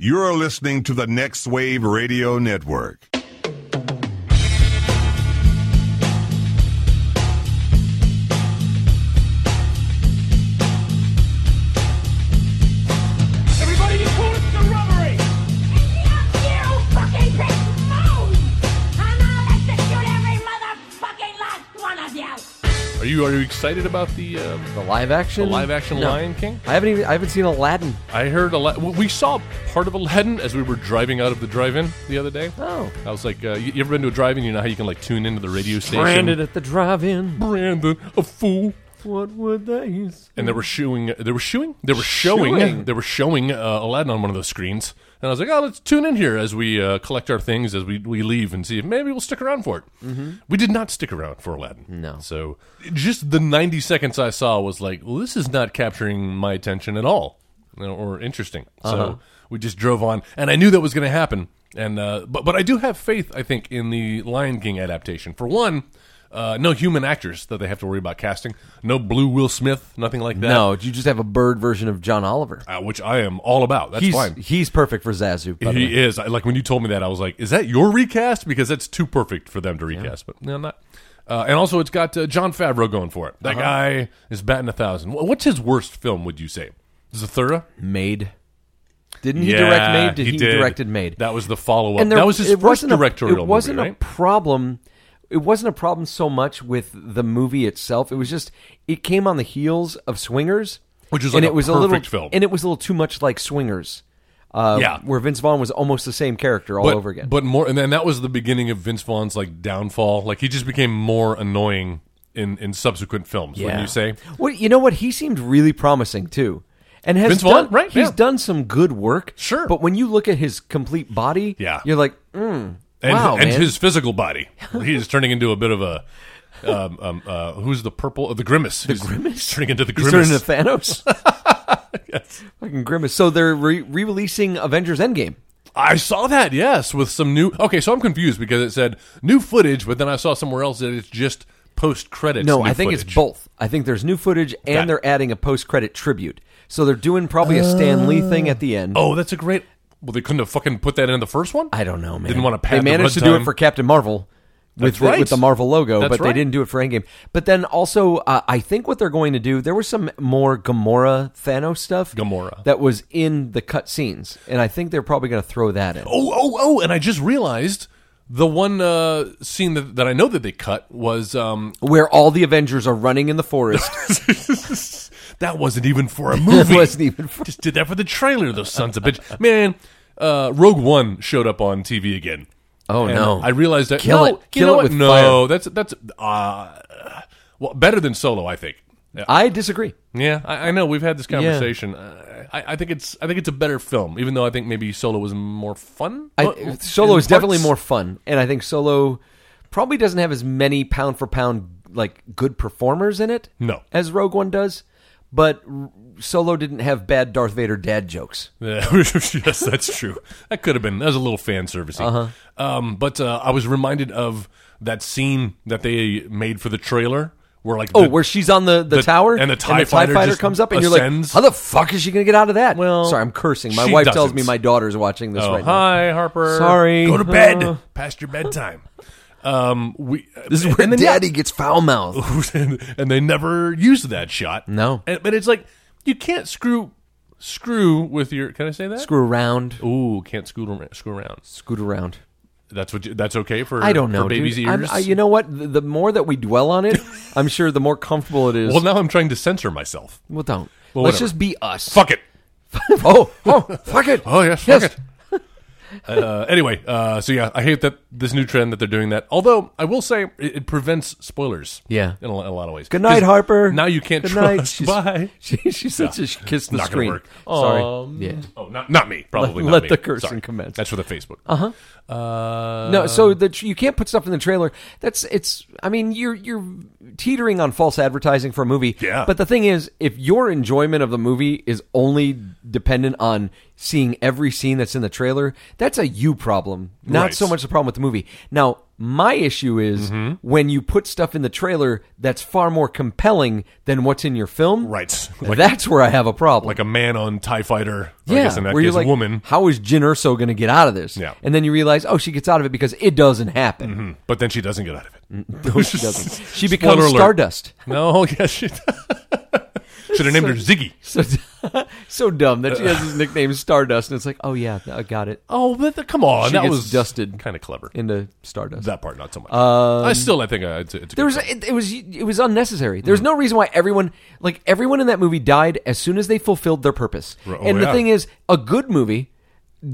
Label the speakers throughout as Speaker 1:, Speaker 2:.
Speaker 1: You're listening to the Next Wave Radio Network.
Speaker 2: Everybody, you call it the robbery!
Speaker 3: Are you are you excited about the? Um,
Speaker 4: The live action,
Speaker 3: The live action Lion King?
Speaker 4: I haven't even I haven't seen Aladdin.
Speaker 3: I heard a lot. We saw part of Aladdin as we were driving out of the drive-in the other day.
Speaker 4: Oh.
Speaker 3: I was like, uh, you, you ever been to a drive-in? You know how you can like tune into the radio station.
Speaker 4: Branded at the drive-in.
Speaker 3: Brandon, a fool.
Speaker 4: What would they? say?
Speaker 3: And they were shooing. They were shooing. They were showing.
Speaker 4: Shooing.
Speaker 3: They were showing uh, Aladdin on one of those screens. And I was like, oh, let's tune in here as we uh, collect our things as we, we leave and see if maybe we'll stick around for it. We did not stick around for Aladdin.
Speaker 4: No.
Speaker 3: So just the 90 seconds I saw was like, well, this is not capturing my attention at all you know, or interesting. So we just drove on. And I knew that was going to happen. And uh, but, but I do have faith, I think, in the Lion King adaptation. For one, uh, no human actors that they have to worry about casting, no blue Will Smith, nothing like that.
Speaker 4: No, you just have a bird version of John Oliver.
Speaker 3: Uh, which I am all about. That's
Speaker 4: he's
Speaker 3: fine.
Speaker 4: he's perfect for Zazu. By the way.
Speaker 3: He is. I, like when you told me that, I was like, "Is that your recast?" Because that's too perfect for them to recast. But no, not. Uh, and also, it's got uh, John Favreau going for it. That
Speaker 4: Uh-huh.
Speaker 3: guy is batting a thousand. Wh- What's his worst film? Would you say Zathura?
Speaker 4: Maid. Didn't he direct Maid? Did he,
Speaker 3: did.
Speaker 4: directed Maid?
Speaker 3: That was the follow up.
Speaker 4: and there,
Speaker 3: That was his
Speaker 4: it
Speaker 3: first
Speaker 4: wasn't a-
Speaker 3: directorial.
Speaker 4: It wasn't
Speaker 3: movie,
Speaker 4: a
Speaker 3: right?
Speaker 4: problem. It wasn't a problem so much with the movie itself. It was just it came on the heels of Swingers,
Speaker 3: Which was
Speaker 4: and
Speaker 3: like
Speaker 4: it
Speaker 3: a
Speaker 4: was a
Speaker 3: perfect
Speaker 4: little
Speaker 3: film.
Speaker 4: and it was a little too much like Swingers. Uh,
Speaker 3: Yeah.
Speaker 4: where Vince Vaughn was almost the same character all
Speaker 3: but,
Speaker 4: over again.
Speaker 3: But more, and then that was the beginning of Vince Vaughn's like downfall. Like he just became more annoying in in subsequent films. Wouldn't you say?
Speaker 4: Well, you know what? He seemed really promising too, and has
Speaker 3: Vince
Speaker 4: done,
Speaker 3: Vaughn? Right,
Speaker 4: He's
Speaker 3: yeah.
Speaker 4: done some good work,
Speaker 3: Sure.
Speaker 4: But when you look at his complete body,
Speaker 3: Yeah.
Speaker 4: you're like, mm,
Speaker 3: and,
Speaker 4: wow,
Speaker 3: and
Speaker 4: man.
Speaker 3: his physical body. He is turning into a bit of a. Um, um, uh, who's the purple? the grimace. The
Speaker 4: Grimace?
Speaker 3: Turning into the
Speaker 4: He's
Speaker 3: grimace.
Speaker 4: turning into Thanos. Fucking grimace. So they're re- re-releasing Avengers Endgame.
Speaker 3: I saw that. Yes, with some new. Okay, so I'm confused because it said new footage, but then I saw somewhere else that it's just post credits.
Speaker 4: no, I think it's both. I think there's new footage, and
Speaker 3: it.
Speaker 4: they're adding a post-credit tribute. So they're doing probably a Stan Lee thing at the end.
Speaker 3: Oh, that's a great. Well, they couldn't have fucking put that in the first one.
Speaker 4: I don't know, man.
Speaker 3: Didn't want to pad
Speaker 4: They
Speaker 3: the
Speaker 4: managed to do it
Speaker 3: runtime.
Speaker 4: for Captain Marvel with
Speaker 3: That's
Speaker 4: the,
Speaker 3: right.
Speaker 4: with the Marvel logo,
Speaker 3: That's
Speaker 4: but they
Speaker 3: right.
Speaker 4: didn't do it for Endgame. But then also, uh, I think what they're going to do, there was some more Gamora Thanos stuff,
Speaker 3: Gamora.
Speaker 4: that was in the cut scenes, and I think they're probably going to throw that in.
Speaker 3: Oh, oh, oh! And I just realized the one uh, scene that, that I know that they cut was um,
Speaker 4: Where all the Avengers are running in the forest.
Speaker 3: that wasn't even for a movie.
Speaker 4: wasn't even for-
Speaker 3: Just did that for the trailer. Those sons of bitch, man. Uh, Rogue One showed up on TV again.
Speaker 4: Oh,
Speaker 3: And
Speaker 4: no.
Speaker 3: I realized that.
Speaker 4: Kill
Speaker 3: no,
Speaker 4: it.
Speaker 3: You
Speaker 4: Kill
Speaker 3: know
Speaker 4: it
Speaker 3: what?
Speaker 4: with
Speaker 3: no,
Speaker 4: fire.
Speaker 3: that's that's uh, well better than Solo, I think. Yeah,
Speaker 4: I disagree.
Speaker 3: yeah I, I know. We've had this conversation. Uh, I, I think it's I think it's a better film, even though I think maybe Solo was more fun.
Speaker 4: I,
Speaker 3: But-
Speaker 4: Solo
Speaker 3: in
Speaker 4: is definitely
Speaker 3: parts.
Speaker 4: more fun, and I think Solo probably doesn't have as many pound for pound like good performers in it.
Speaker 3: No.
Speaker 4: as Rogue One does, but R- Solo didn't have bad Darth Vader dad jokes.
Speaker 3: Yeah, yes, that's true. That could have been. That was a little fan servicey.
Speaker 4: Uh-huh.
Speaker 3: Um, but uh, I was reminded of that scene that they made for the trailer, where like
Speaker 4: Oh,
Speaker 3: the-
Speaker 4: where she's on the, the,
Speaker 3: the-
Speaker 4: tower
Speaker 3: and the TIE fighter just
Speaker 4: comes up, and
Speaker 3: ascends.
Speaker 4: you're like, "How the fuck is she gonna get out of that?"
Speaker 3: Well,
Speaker 4: sorry, I'm cursing. My
Speaker 3: she
Speaker 4: wife tells me
Speaker 3: doesn't.
Speaker 4: my daughter's watching this
Speaker 3: Oh,
Speaker 4: right now.
Speaker 3: hi Harper.
Speaker 4: Sorry.
Speaker 3: go to bed.
Speaker 4: Uh.
Speaker 3: Past your bedtime. Um, we
Speaker 4: This is where
Speaker 3: and then-
Speaker 4: Daddy gets foul mouthed.
Speaker 3: and they never used that shot.
Speaker 4: No.
Speaker 3: And- but it's like you can't screw screw with your. Can I say that?
Speaker 4: Screw around,
Speaker 3: Ooh, can't screw ar- screw around.
Speaker 4: scoot around.
Speaker 3: That's what. You, that's okay for.
Speaker 4: I don't know,
Speaker 3: for baby's
Speaker 4: dude. I'm-
Speaker 3: ears.
Speaker 4: I- you know what? The, the more that we dwell on it, I'm sure the more comfortable it is.
Speaker 3: well, now I'm trying to censor myself.
Speaker 4: Well, don't.
Speaker 3: Well,
Speaker 4: Let's
Speaker 3: whatever.
Speaker 4: just be us.
Speaker 3: Fuck it.
Speaker 4: oh, oh, fuck it.
Speaker 3: Oh yes, fuck it. uh, anyway, uh, so yeah, I hate that this new trend that they're doing that. Although I will say it, it prevents spoilers.
Speaker 4: Yeah.
Speaker 3: in a, lo- a lot of ways.
Speaker 4: Good night,
Speaker 3: 'Cause
Speaker 4: Harper.
Speaker 3: Now you can't
Speaker 4: Good
Speaker 3: trust.
Speaker 4: night. She's-
Speaker 3: Bye.
Speaker 4: She, she said
Speaker 3: Yeah.
Speaker 4: she kissed the
Speaker 3: Not gonna
Speaker 4: screen.
Speaker 3: work.
Speaker 4: Sorry.
Speaker 3: Um,
Speaker 4: yeah.
Speaker 3: Oh, not not me. Probably
Speaker 4: Let-
Speaker 3: not
Speaker 4: let
Speaker 3: me.
Speaker 4: the cursing
Speaker 3: Sorry.
Speaker 4: commence.
Speaker 3: That's for the Facebook. Uh-huh. Uh
Speaker 4: No, so the tr- you can't put stuff in the trailer. That's it's. I mean, you're you're teetering on false advertising for a movie.
Speaker 3: Yeah.
Speaker 4: But the thing is, if your enjoyment of the movie is only dependent on seeing every scene that's in the trailer, that's a you problem, not
Speaker 3: Right.
Speaker 4: so much the problem with the movie. Now, my issue is
Speaker 3: Mm-hmm.
Speaker 4: when you put stuff in the trailer that's far more compelling than what's in your film.
Speaker 3: Right. Like-
Speaker 4: that's where I have a problem.
Speaker 3: like a man on Tie Fighter. I
Speaker 4: yeah,
Speaker 3: guess in that
Speaker 4: where
Speaker 3: case,
Speaker 4: you're like,
Speaker 3: a woman.
Speaker 4: How is Jin Erso going to get out of this?
Speaker 3: Yeah. Mm-hmm.
Speaker 4: And then you realize, oh, she gets out of it because it doesn't happen.
Speaker 3: But then she doesn't get out of it. No, she doesn't.
Speaker 4: Mm, She becomes Stardust.
Speaker 3: No, yes, she should have named her Ziggy.
Speaker 4: So, so dumb that she has his nickname Stardust, and it's like, oh yeah, I got it.
Speaker 3: Oh, but th- come on,
Speaker 4: She
Speaker 3: that
Speaker 4: gets
Speaker 3: was
Speaker 4: dusted.
Speaker 3: Kind of clever.
Speaker 4: Into Stardust.
Speaker 3: that part, not so much. I still, I think I, it's, a- it's a
Speaker 4: Um, there
Speaker 3: good
Speaker 4: was it, it was it was unnecessary. There's
Speaker 3: Mm.
Speaker 4: no reason why everyone like everyone in that movie died as soon as they fulfilled their purpose.
Speaker 3: Ro- oh,
Speaker 4: and the
Speaker 3: yeah.
Speaker 4: thing is, a good movie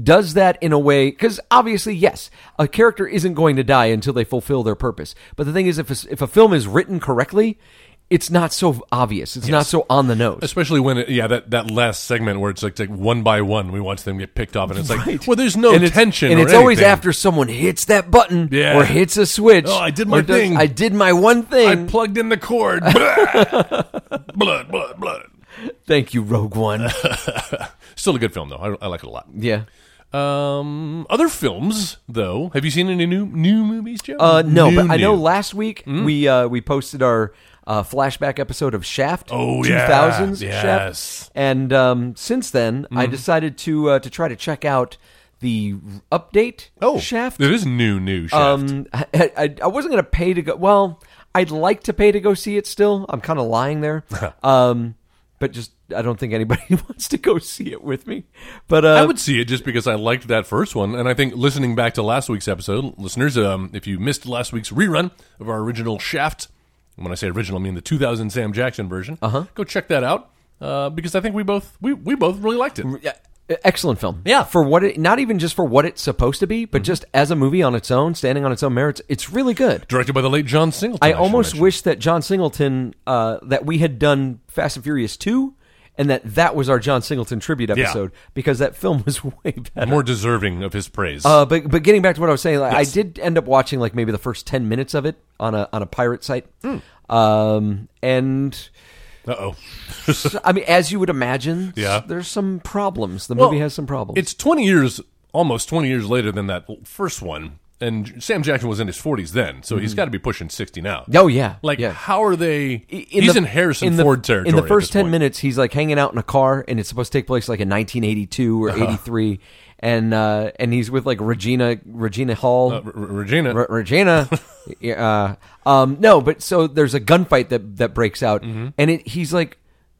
Speaker 4: does that in a way because obviously, yes, a character isn't going to die until they fulfill their purpose. But the thing is, if a, s- if a film is written correctly, it's not so obvious. It's not so on the nose.
Speaker 3: Especially when, it, yeah, that, that last segment where it's like, it's like one by one, we watch them get picked off, and it's like, well, there's no
Speaker 4: and it's-
Speaker 3: tension.
Speaker 4: and
Speaker 3: or
Speaker 4: it's always
Speaker 3: anything.
Speaker 4: after someone hits that button
Speaker 3: Yeah.
Speaker 4: or hits a switch.
Speaker 3: Oh, I did
Speaker 4: or
Speaker 3: my
Speaker 4: does-
Speaker 3: thing.
Speaker 4: I did my one
Speaker 3: I
Speaker 4: thing.
Speaker 3: plugged in the cord. blood, blood, blood.
Speaker 4: Thank you, Rogue One.
Speaker 3: Still a good film, though. I, I like it a lot.
Speaker 4: yeah.
Speaker 3: Um, other films, though. Have you seen any new new movies, Joe?
Speaker 4: Uh, no,
Speaker 3: New, Hmm?
Speaker 4: but I know
Speaker 3: new.
Speaker 4: last week we uh, we posted our uh, flashback episode of Shaft.
Speaker 3: Oh, yeah. Yes.
Speaker 4: 2000s
Speaker 3: Hmm.
Speaker 4: Shaft. And um, since then, I decided to uh, to try to check out the r- update.
Speaker 3: oh
Speaker 4: Shaft.
Speaker 3: It is new, new Shaft.
Speaker 4: Um, I, I, I wasn't going to pay to go. Well, I'd like to pay to go see it. Still, I'm kind of lying there. um, but just I don't think anybody wants to go see it with me. But uh,
Speaker 3: I would see it just because I liked that first one, and I think listening back to last week's episode, listeners, um, if you missed last week's rerun of our original Shaft, and when I say original, I mean the 2000 Sam Jackson version. Uh-huh. Go check that out uh, because I think we both we, we both really liked it.
Speaker 4: Yeah, excellent film.
Speaker 3: Yeah. Mm-hmm.
Speaker 4: for what it not even just for what it's supposed to be, but just as a movie on its own, standing on its own merits, it's really good.
Speaker 3: Directed by the late John Singleton.
Speaker 4: I
Speaker 3: should
Speaker 4: almost
Speaker 3: mention.
Speaker 4: wish that John Singleton uh, that we had done Fast and Furious two, and that that was our John Singleton tribute episode because that film was way better.
Speaker 3: more deserving of his praise.
Speaker 4: Uh, but but getting back to what I was saying, like, I did end up watching like maybe the first ten minutes of it on a on a pirate site,
Speaker 3: Hmm.
Speaker 4: um, and
Speaker 3: oh.
Speaker 4: so- I mean as you would imagine,
Speaker 3: Yeah.
Speaker 4: s- there's some problems. The movie
Speaker 3: Well,
Speaker 4: has some problems.
Speaker 3: It's 20 years, almost 20 years later than that first one. And Sam Jackson was in his 40s then, so he's got to be pushing 60 now.
Speaker 4: Mm-hmm. oh yeah,
Speaker 3: Like,
Speaker 4: yeah.
Speaker 3: how are they?
Speaker 4: I-
Speaker 3: he's
Speaker 4: the-
Speaker 3: in Harrison
Speaker 4: the-
Speaker 3: Ford territory.
Speaker 4: In the
Speaker 3: at
Speaker 4: first
Speaker 3: this
Speaker 4: ten
Speaker 3: point.
Speaker 4: minutes, he's like hanging out in a car, and it's supposed to take place like in 1982 or
Speaker 3: Uh-huh.
Speaker 4: 83, and uh, and he's with like Regina Regina Hall.
Speaker 3: Uh, R- R- Regina.
Speaker 4: Re- Regina, yeah, uh, um, no, but so there's a gunfight that that breaks out, and it he's like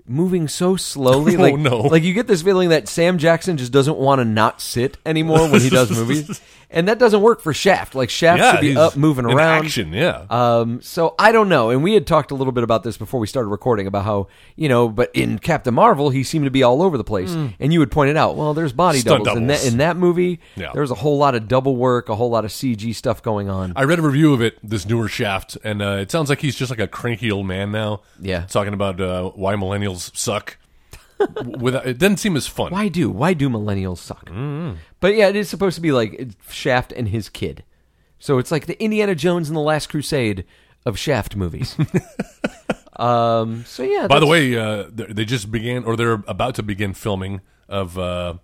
Speaker 4: moving so slowly,
Speaker 3: Mm-hmm. Oh,
Speaker 4: like
Speaker 3: no.
Speaker 4: like you get this feeling that Sam Jackson just doesn't want to not sit anymore when he does movies, and that doesn't work for Shaft. Like Shaft
Speaker 3: yeah,
Speaker 4: should be
Speaker 3: he's
Speaker 4: up, moving
Speaker 3: in
Speaker 4: around,
Speaker 3: Action, yeah.
Speaker 4: um, so I don't know, and we had talked a little bit about this before we started recording about how you know, but in Captain Marvel, he seemed to be all over the place, and you had pointed out, well, there's body
Speaker 3: Mm. Stunt
Speaker 4: doubles, In, that,
Speaker 3: doubles.
Speaker 4: in that movie.
Speaker 3: Yeah.
Speaker 4: There was a whole lot of double work, a whole lot of CG stuff going on.
Speaker 3: I read a review of it, this newer Shaft, and uh, it sounds like he's just like a cranky old man now.
Speaker 4: Yeah.
Speaker 3: talking about uh, why millennials suck. W- Without, it doesn't seem as fun.
Speaker 4: Why do why do millennials suck?
Speaker 3: Mm-hmm.
Speaker 4: But yeah, it is supposed to be like it's Shaft and his kid, so it's like the Indiana Jones and the Last Crusade of Shaft movies. um. So yeah.
Speaker 3: By the
Speaker 4: that's-
Speaker 3: way, uh, th- they just began, or they're about to begin filming of uh,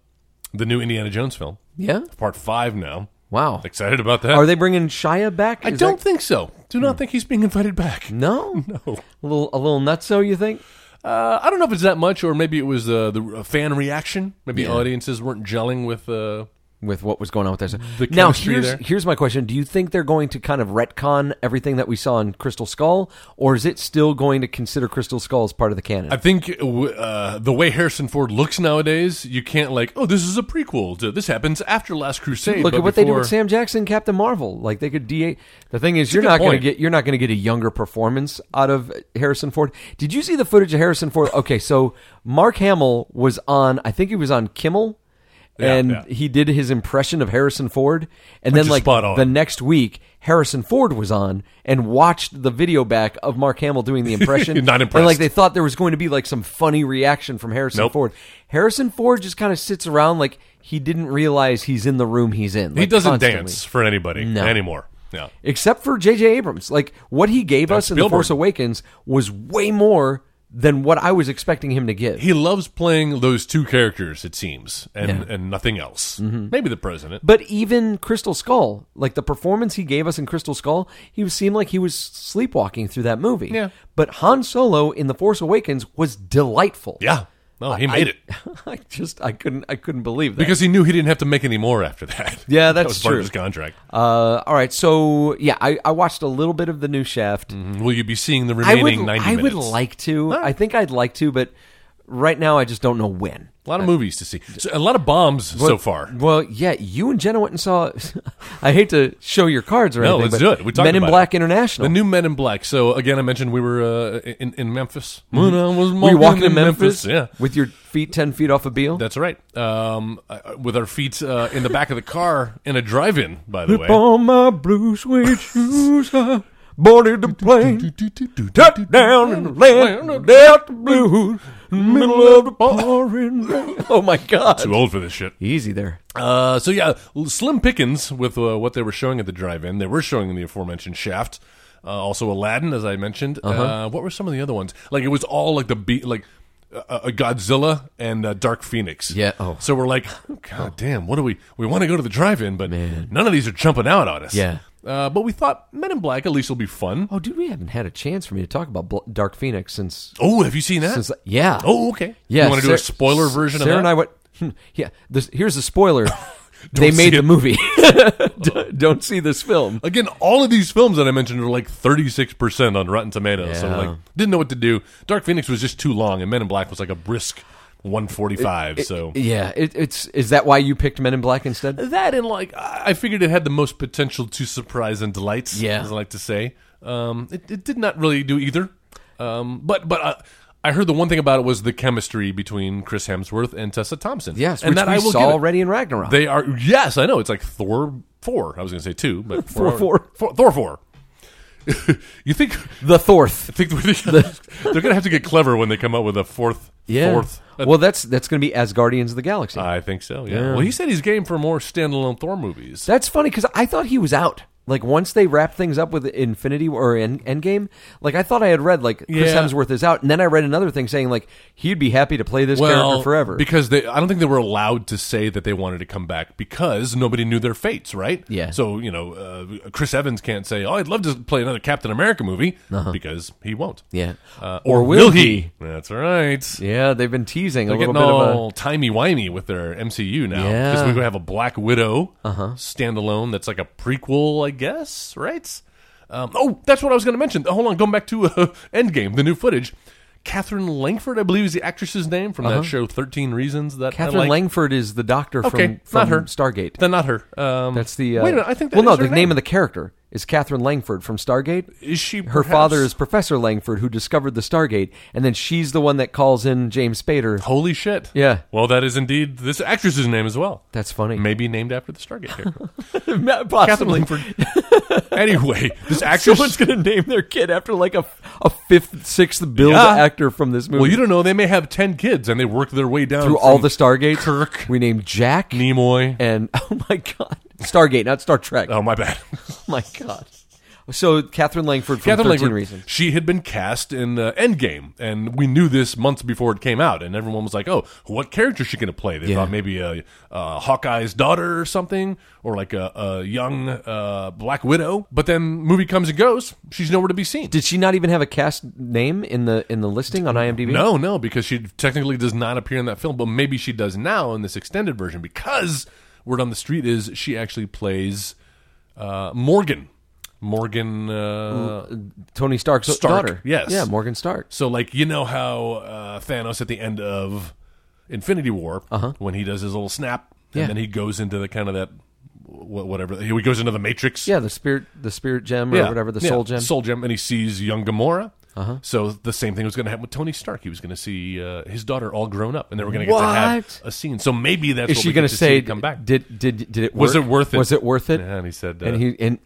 Speaker 3: the new Indiana Jones film,
Speaker 4: yeah.
Speaker 3: part five now.
Speaker 4: Wow.
Speaker 3: Excited about that?
Speaker 4: Are Hmm. they bringing Shia back?
Speaker 3: I
Speaker 4: Is
Speaker 3: don't
Speaker 4: that-
Speaker 3: think so. Do not think he's being invited back.
Speaker 4: No, no. A little, a little nutso. You think?
Speaker 3: Uh, I don't know if it's that much, or maybe it was uh, the uh, fan reaction. Maybe
Speaker 4: Yeah.
Speaker 3: audiences weren't gelling with. Uh,
Speaker 4: With what was going on with that?
Speaker 3: The
Speaker 4: now,
Speaker 3: chemistry
Speaker 4: here's,
Speaker 3: there.
Speaker 4: here's my question: Do you think they're going to kind of retcon everything that we saw in Crystal Skull, or is it still going to consider Crystal Skull as part of the canon?
Speaker 3: I think uh, the way Harrison Ford looks nowadays, you can't like, oh, this is a prequel. To, this happens after Last Crusade.
Speaker 4: Look
Speaker 3: but
Speaker 4: at what they do
Speaker 3: before-
Speaker 4: with Sam Jackson, Captain Marvel. Like they could da. The thing is, you're
Speaker 3: good
Speaker 4: not going to
Speaker 3: point.
Speaker 4: get you're not going to get a younger performance out of Harrison Ford. Did you see the footage of Harrison Ford? Okay, so Mark Hamill was on. I think he was on Kimmel.
Speaker 3: Yeah,
Speaker 4: and
Speaker 3: yeah.
Speaker 4: he did his impression of Harrison Ford, and
Speaker 3: is
Speaker 4: then like
Speaker 3: spot on.
Speaker 4: the next week, Harrison Ford was on and watched the video back of Mark Hamill doing the impression.
Speaker 3: Not
Speaker 4: And like
Speaker 3: impressed.
Speaker 4: they thought there was going to be like some funny reaction from Harrison
Speaker 3: Nope.
Speaker 4: Ford. Harrison Ford just kind of sits around like he didn't realize he's in the room he's in.
Speaker 3: He
Speaker 4: like,
Speaker 3: doesn't
Speaker 4: constantly.
Speaker 3: dance for anybody anymore. Yeah.
Speaker 4: Except for J.J. Abrams. Like what he gave us in The
Speaker 3: Spielberg.
Speaker 4: Force Awakens was way more than what I was expecting him to give.
Speaker 3: He loves playing those two characters, it seems, and, and nothing else.
Speaker 4: Mm-hmm.
Speaker 3: Maybe the president.
Speaker 4: But even Crystal Skull, like the performance he gave us in Crystal Skull, he seemed like he was sleepwalking through that movie.
Speaker 3: Yeah.
Speaker 4: But Han Solo in The Force Awakens was delightful.
Speaker 3: yeah. No, he made it.
Speaker 4: I just I couldn't I couldn't believe that.
Speaker 3: Because he knew he didn't have to make any more after that.
Speaker 4: Yeah,
Speaker 3: that
Speaker 4: that's
Speaker 3: was part
Speaker 4: true.
Speaker 3: of his contract.
Speaker 4: uh, all right, so yeah, I, I watched a little bit of the new Shaft.
Speaker 3: Will you be seeing the
Speaker 4: I
Speaker 3: Mm-hmm. remaining
Speaker 4: would
Speaker 3: 90
Speaker 4: I would
Speaker 3: minutes?
Speaker 4: like to. I think I'd like to, but right now I just don't know when.
Speaker 3: a lot of movies to see. So, a lot of bombs so far.
Speaker 4: Well, yeah, you and Jenna went and saw. I hate to show your cards or
Speaker 3: No,
Speaker 4: anything.
Speaker 3: let's
Speaker 4: but
Speaker 3: do it. We talked
Speaker 4: Men in
Speaker 3: about
Speaker 4: Black
Speaker 3: it.
Speaker 4: International.
Speaker 3: The new Men in Black. So again, I mentioned we were uh, in, in Memphis. When I was
Speaker 4: Mm-hmm. Were you walking in Memphis,
Speaker 3: Yeah,
Speaker 4: with your feet ten feet off a Beale?
Speaker 3: that's right. Um, uh, with our feet uh, in the back of the car in a drive-in. By the way,
Speaker 4: On my blue suede shoes, I boarded the plane. Down in the land of the blues, in the middle of the pouring rain. Oh my God!
Speaker 3: Too old for this shit.
Speaker 4: Easy there.
Speaker 3: Uh, so yeah, Slim Pickens with uh, what they were showing at the drive-in. They were showing the aforementioned Shaft, uh, also Aladdin, as I mentioned.
Speaker 4: Uh-huh.
Speaker 3: uh what were some of the other ones? Like it was all like the be- like uh, uh, Godzilla and uh, Dark Phoenix.
Speaker 4: Yeah, oh.
Speaker 3: So we're like, God damn, what do we? We want to go to the drive-in, but none of these are jumping out on us.
Speaker 4: Yeah.
Speaker 3: Uh, but we thought Men in Black at least will be fun.
Speaker 4: Oh, dude, we haven't had a chance for me to talk about Bl- Dark Phoenix since.
Speaker 3: Oh, have you seen that?
Speaker 4: Since yeah.
Speaker 3: oh, okay.
Speaker 4: Yeah,
Speaker 3: You want to do a
Speaker 4: Sarah-
Speaker 3: spoiler version
Speaker 4: Sarah
Speaker 3: of
Speaker 4: and
Speaker 3: that?
Speaker 4: I went. "Hmm, Yeah, this, here's the spoiler. they
Speaker 3: see
Speaker 4: made the
Speaker 3: it.
Speaker 4: movie. D- Don't see this film.
Speaker 3: Again, all of these films that I mentioned are like 36% on Rotten Tomatoes. So,
Speaker 4: Yeah.
Speaker 3: like, didn't know what to do. Dark Phoenix was just too long, and Men in Black was like a brisk 145. so,
Speaker 4: Yeah, it, it's is that why you picked Men in Black instead?
Speaker 3: that and like, I I figured it had the most potential to surprise and delight,
Speaker 4: Yeah.
Speaker 3: as I like to say. Um, it, it did not really do either. Um, but, but, uh, I heard the one thing about it was the chemistry between Chris Hemsworth and Tessa Thompson.
Speaker 4: Yes,
Speaker 3: and
Speaker 4: which
Speaker 3: that
Speaker 4: we
Speaker 3: I will
Speaker 4: saw
Speaker 3: give it.
Speaker 4: already in Ragnarok.
Speaker 3: They are yes, I know. It's like Thor four. I was going to say two, but
Speaker 4: Thor
Speaker 3: four-
Speaker 4: four.
Speaker 3: four- Thor four. you think
Speaker 4: the Thorth.
Speaker 3: think they're, they're going to have to get clever when they come up with a fourth.
Speaker 4: Yeah.
Speaker 3: Fourth.
Speaker 4: Well, that's that's going to be as Guardians of the Galaxy.
Speaker 3: I think so. Yeah. Well, he said he's game for more standalone Thor movies.
Speaker 4: that's funny because I thought he was out. Like once they wrap things up with Infinity or End Endgame, like I thought I had read like Chris
Speaker 3: Yeah.
Speaker 4: Hemsworth is out, and then I read another thing saying like he'd be happy to play this character forever.
Speaker 3: because they, I don't think they were allowed to say that they wanted to come back because nobody knew their fates, right?
Speaker 4: Yeah.
Speaker 3: So you know, uh, Chris Evans can't say, "Oh, I'd love to play another Captain America movie," because he won't.
Speaker 4: Uh-huh. yeah,
Speaker 3: Uh,
Speaker 4: Or
Speaker 3: or,
Speaker 4: will
Speaker 3: will,
Speaker 4: he?
Speaker 3: he? That's right.
Speaker 4: yeah, they've been teasing a
Speaker 3: They're
Speaker 4: little
Speaker 3: getting
Speaker 4: bit of a
Speaker 3: all timey wimey with their MCU now
Speaker 4: Yeah. Uh-huh.
Speaker 3: because we're gonna have a Black Widow standalone that's like a prequel, I guess, right? Um, oh, that's what I was gonna mention. Hold on, going back to uh, Endgame, the new footage. Catherine Langford, I believe, is the actress's name from that show, Thirteen Reasons. That I
Speaker 4: Uh-huh. Catherine
Speaker 3: like.
Speaker 4: Langford is the doctor
Speaker 3: Okay,
Speaker 4: from,
Speaker 3: not
Speaker 4: from
Speaker 3: her.
Speaker 4: Stargate.
Speaker 3: Then not her. Um,
Speaker 4: That's the uh,
Speaker 3: wait a minute. I think that
Speaker 4: well, no,
Speaker 3: is
Speaker 4: the
Speaker 3: her
Speaker 4: name.
Speaker 3: name
Speaker 4: of the character is Catherine Langford from Stargate.
Speaker 3: Is she
Speaker 4: her
Speaker 3: perhaps-
Speaker 4: father is Professor Langford, who discovered the Stargate, and then she's the one that calls in James Spader.
Speaker 3: Holy shit!
Speaker 4: Yeah.
Speaker 3: Well, that is indeed this actress's name as well.
Speaker 4: That's funny.
Speaker 3: Maybe named after the Stargate character, Catherine
Speaker 4: Possibly.
Speaker 3: Langford. anyway, this actress.
Speaker 4: Someone's going to name their kid after like a, a fifth, sixth build
Speaker 3: Yeah.
Speaker 4: actor from this movie.
Speaker 3: Well, you don't know. They may have ten kids, and they work their way down
Speaker 4: Through all
Speaker 3: from
Speaker 4: the Stargates,
Speaker 3: Kirk,
Speaker 4: we named Jack
Speaker 3: Nimoy.
Speaker 4: and oh my god, Stargate, not Star Trek.
Speaker 3: oh my bad,
Speaker 4: Oh my god. So Catherine Langford from
Speaker 3: Catherine
Speaker 4: Thirteen
Speaker 3: Langford.
Speaker 4: Reasons.
Speaker 3: She had been cast in uh, Endgame, and we knew this months before it came out. And everyone was like, "Oh, what character is she going to play?" They
Speaker 4: Yeah.
Speaker 3: thought maybe a, uh Hawkeye's daughter or something, or like a, a young uh, Black Widow. But then movie comes and goes. She's nowhere to be seen.
Speaker 4: Did she not even have a cast name in the in the listing on IMDb?
Speaker 3: No, no, because she technically does not appear in that film, but maybe she does now in this extended version because word on the street is she actually plays uh, Morgan. Morgan. Uh,
Speaker 4: Tony Stark's
Speaker 3: Stark,
Speaker 4: daughter.
Speaker 3: yes.
Speaker 4: Yeah, Morgan Stark.
Speaker 3: so, like, you know how uh, Thanos at the end of Infinity War, when he does his little snap, and
Speaker 4: Yeah.
Speaker 3: then he goes into the kind of that wh- whatever he goes into the matrix
Speaker 4: Yeah, the spirit the spirit gem or whatever the
Speaker 3: yeah,
Speaker 4: soul gem.
Speaker 3: Soul gem, and he sees young Gamora. Uh-huh. So the same thing was going to happen with Tony Stark. He was going to see uh, his daughter all grown up, and they were going to get to
Speaker 4: What?
Speaker 3: have a scene. So maybe that's
Speaker 4: Is
Speaker 3: what
Speaker 4: she
Speaker 3: we
Speaker 4: going
Speaker 3: get
Speaker 4: to
Speaker 3: see
Speaker 4: say
Speaker 3: come back?
Speaker 4: Did did did it work?
Speaker 3: Was it worth it?
Speaker 4: Was it worth it?
Speaker 3: Yeah, and he said, uh,
Speaker 4: and he and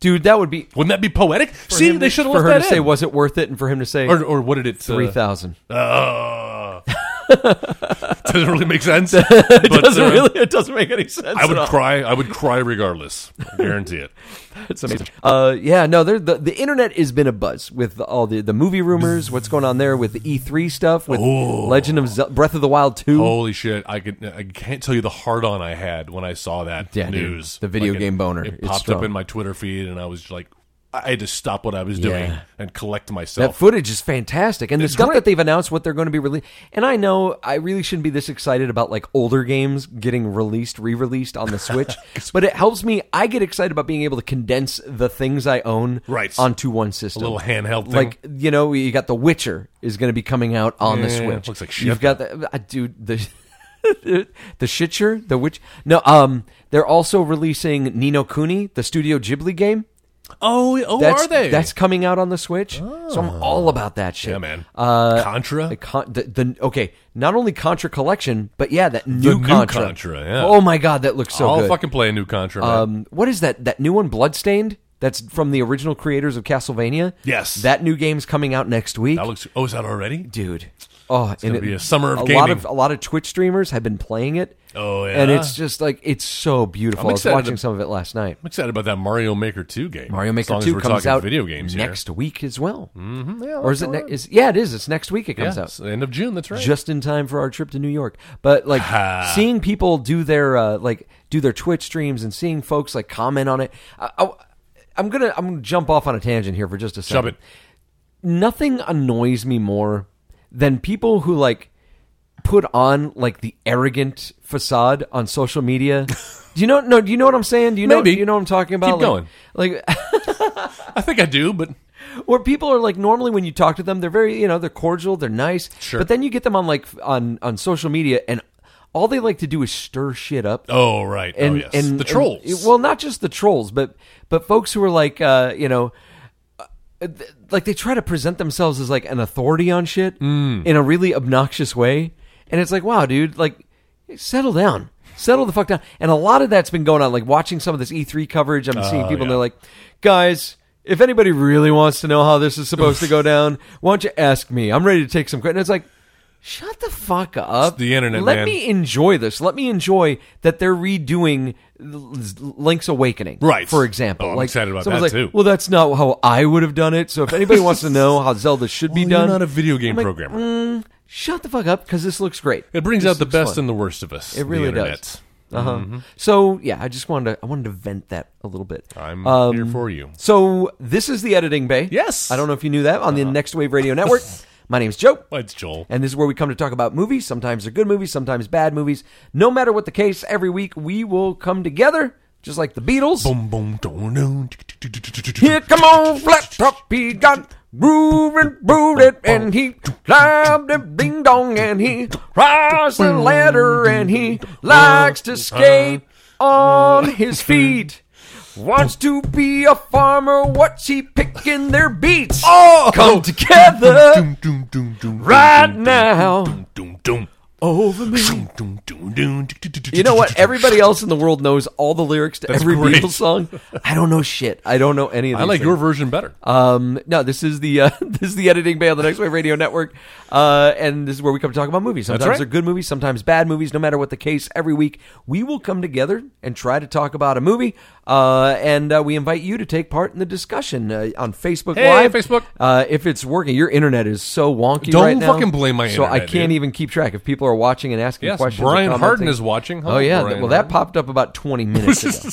Speaker 4: dude, that would be
Speaker 3: wouldn't that be poetic? See,
Speaker 4: him
Speaker 3: they
Speaker 4: to-
Speaker 3: should have
Speaker 4: for
Speaker 3: left
Speaker 4: her
Speaker 3: that
Speaker 4: to say
Speaker 3: in.
Speaker 4: was it worth it and for him to say
Speaker 3: or, or what did it uh,
Speaker 4: 3000.
Speaker 3: Oh. Doesn't really make sense. it
Speaker 4: doesn't really, it doesn't make any sense.
Speaker 3: I
Speaker 4: at all.
Speaker 3: would cry. I would cry regardless. I guarantee it.
Speaker 4: It's amazing. Uh, yeah, no, there- the the internet has been a buzz with all the, the movie rumors. What's going on there with the E three stuff? With
Speaker 3: Oh.
Speaker 4: Legend of Ze- Breath of the Wild two.
Speaker 3: Holy shit! I could. I can't tell you the hard on I had when I saw that
Speaker 4: Yeah, dude.
Speaker 3: news.
Speaker 4: The video
Speaker 3: it-
Speaker 4: game boner.
Speaker 3: It
Speaker 4: It's
Speaker 3: popped up
Speaker 4: strong.
Speaker 3: in my Twitter feed, and I was like, I had to stop what I was doing
Speaker 4: Yeah.
Speaker 3: and collect
Speaker 4: That
Speaker 3: myself.
Speaker 4: footage is fantastic, and the stuff that they've announced what they're going to be released. And I know I really shouldn't be this excited about like older games getting released, re-released on the Switch, but it helps me. I get excited about being able to condense the things I own
Speaker 3: Right.
Speaker 4: onto one system,
Speaker 3: little handheld thing.
Speaker 4: Like you know, you got The Witcher is going to be coming out on the
Speaker 3: Yeah,
Speaker 4: Switch.
Speaker 3: looks like shit.
Speaker 4: You've got the uh, dude the. the Shitcher, the Witch. No, um, they're also releasing Nino Cooney, the Studio Ghibli game.
Speaker 3: oh, oh,
Speaker 4: That's,
Speaker 3: are they? Ah.
Speaker 4: That's coming out on the Switch. So I'm all about that shit.
Speaker 3: yeah, man.
Speaker 4: Uh,
Speaker 3: Contra.
Speaker 4: the, con- the, the okay, not only Contra Collection, but yeah, that new
Speaker 3: new
Speaker 4: Contra.
Speaker 3: Contra, yeah.
Speaker 4: Oh my god, that looks so
Speaker 3: I'll
Speaker 4: good.
Speaker 3: fucking play a new Contra. man.
Speaker 4: um, what is that? That new one, Bloodstained. That's from the original creators of Castlevania.
Speaker 3: Yes.
Speaker 4: that new game's coming out next week,
Speaker 3: that looks. Oh, is that already?
Speaker 4: dude. Oh, it's
Speaker 3: gonna be a summer of
Speaker 4: a lot
Speaker 3: gaming.
Speaker 4: of a lot of Twitch streamers have been playing it.
Speaker 3: Oh, yeah?
Speaker 4: and it's just like it's so beautiful.
Speaker 3: I'm
Speaker 4: I was
Speaker 3: excited
Speaker 4: watching
Speaker 3: to-
Speaker 4: some of it last night.
Speaker 3: I'm excited about that Mario Maker 2 game.
Speaker 4: Mario
Speaker 3: as
Speaker 4: Maker
Speaker 3: long as
Speaker 4: Two
Speaker 3: we're
Speaker 4: comes
Speaker 3: talking
Speaker 4: out
Speaker 3: video games here.
Speaker 4: next week as well, mm-hmm,
Speaker 3: Yeah,
Speaker 4: or is
Speaker 3: that's
Speaker 4: it? Ne-
Speaker 3: all right.
Speaker 4: is yeah, it is. It's next week. It
Speaker 3: Yeah,
Speaker 4: comes out.
Speaker 3: it's the end of June. That's right.
Speaker 4: just in time for our trip to New York. But like seeing people do their uh, like do their Twitch streams and seeing folks like comment on it. I, am gonna I'm gonna jump off on a tangent here for just a second.
Speaker 3: Shove it.
Speaker 4: Nothing annoys me more than people who like put on like the arrogant facade on social media. Do you know? No, do you know what I'm saying? Do you know?
Speaker 3: Maybe.
Speaker 4: Do you know what I'm talking about?
Speaker 3: Keep going.
Speaker 4: Like, like
Speaker 3: I think I do, but
Speaker 4: where people are like normally when you talk to them they're very you know they're cordial they're nice
Speaker 3: Sure.
Speaker 4: but then you get them on like f- on on social media and all they like to do is stir shit up
Speaker 3: oh right,
Speaker 4: and
Speaker 3: oh yes,
Speaker 4: and
Speaker 3: the trolls.
Speaker 4: and- well not just the trolls but but folks who are like uh you know uh, th- like they try to present themselves as like an authority on shit
Speaker 3: Mm.
Speaker 4: in a really obnoxious way and it's like wow dude like settle down settle the fuck down and a lot of that's been going on like watching some of this e3 coverage i'm
Speaker 3: Oh,
Speaker 4: seeing people and they're like guys if anybody really wants to know how this is supposed to go down why don't you ask me i'm ready to take some credit and it's like shut the fuck up
Speaker 3: It's the internet,
Speaker 4: let
Speaker 3: man.
Speaker 4: me enjoy this. Let me enjoy that they're redoing L- Link's Awakening,
Speaker 3: Right.
Speaker 4: For example,
Speaker 3: Oh, I'm
Speaker 4: like
Speaker 3: excited about
Speaker 4: someone's
Speaker 3: that,
Speaker 4: like,
Speaker 3: too.
Speaker 4: Well, that's not how I would have done it. So if anybody wants to know how Zelda should be
Speaker 3: Well,
Speaker 4: done,
Speaker 3: You're not a video game
Speaker 4: I'm like,
Speaker 3: programmer.
Speaker 4: shut the fuck up because this looks great.
Speaker 3: it brings
Speaker 4: This
Speaker 3: out the
Speaker 4: looks
Speaker 3: best
Speaker 4: fun.
Speaker 3: and the worst of us.
Speaker 4: It really
Speaker 3: the
Speaker 4: does.
Speaker 3: internet. Mm-hmm.
Speaker 4: Uh-huh. So yeah, I just wanted to I wanted to vent that a little bit. Um,
Speaker 3: I'm here for you.
Speaker 4: So this is the editing bay.
Speaker 3: Yes. Uh-huh.
Speaker 4: I don't know if you knew that on the Next Wave Radio Network. My name's Joe.
Speaker 3: Well, it's Joel.
Speaker 4: And this is where we come to talk about movies. Sometimes they're good movies, sometimes bad movies. No matter what the case, every week we will come together, just like the Beatles.
Speaker 3: Boom, boom, dun, dun, tick, tick, tick, tick, tick, tick, tick.
Speaker 4: Here come on, flat top, he got groove and brewed it, and he climbed the ding dong, and he climbs the ladder, and he likes to skate on his feet. Wants to be a farmer, what's he picking their beats? Oh, come together
Speaker 3: Dun, dun, dun, dun,
Speaker 4: right
Speaker 3: dun, dun,
Speaker 4: now
Speaker 3: dun, dun, dun.
Speaker 4: over me.
Speaker 3: Dun, dun, dun, dun, tick, tick, tick, tick,
Speaker 4: You know
Speaker 3: tick,
Speaker 4: what?
Speaker 3: tick,
Speaker 4: Everybody else in the world knows all the lyrics to
Speaker 3: That's
Speaker 4: every
Speaker 3: great.
Speaker 4: Beatles song. I don't know shit. I don't know any of
Speaker 3: I
Speaker 4: these.
Speaker 3: like
Speaker 4: things.
Speaker 3: your version better.
Speaker 4: Um, no, this is the uh, this is the editing bay on the Next Wave Radio Network, uh, and this is where we come to talk about movies. Sometimes
Speaker 3: right.
Speaker 4: they're good movies, sometimes bad movies. No matter what the case, every week we will come together and try to talk about a movie, uh, and uh, we invite you to take part in the discussion uh, on Facebook
Speaker 3: Hey,
Speaker 4: Live.
Speaker 3: Facebook.
Speaker 4: uh, if it's working, your internet is so wonky
Speaker 3: Don't
Speaker 4: right now.
Speaker 3: fucking blame my
Speaker 4: So I
Speaker 3: internet,
Speaker 4: can't
Speaker 3: dude.
Speaker 4: even keep track if people are watching and asking
Speaker 3: Yes,
Speaker 4: questions. or
Speaker 3: Brian Harden
Speaker 4: commenting.
Speaker 3: is watching. Hello,
Speaker 4: Oh yeah,
Speaker 3: Brian
Speaker 4: well
Speaker 3: Harden.
Speaker 4: that popped up about twenty minutes ago.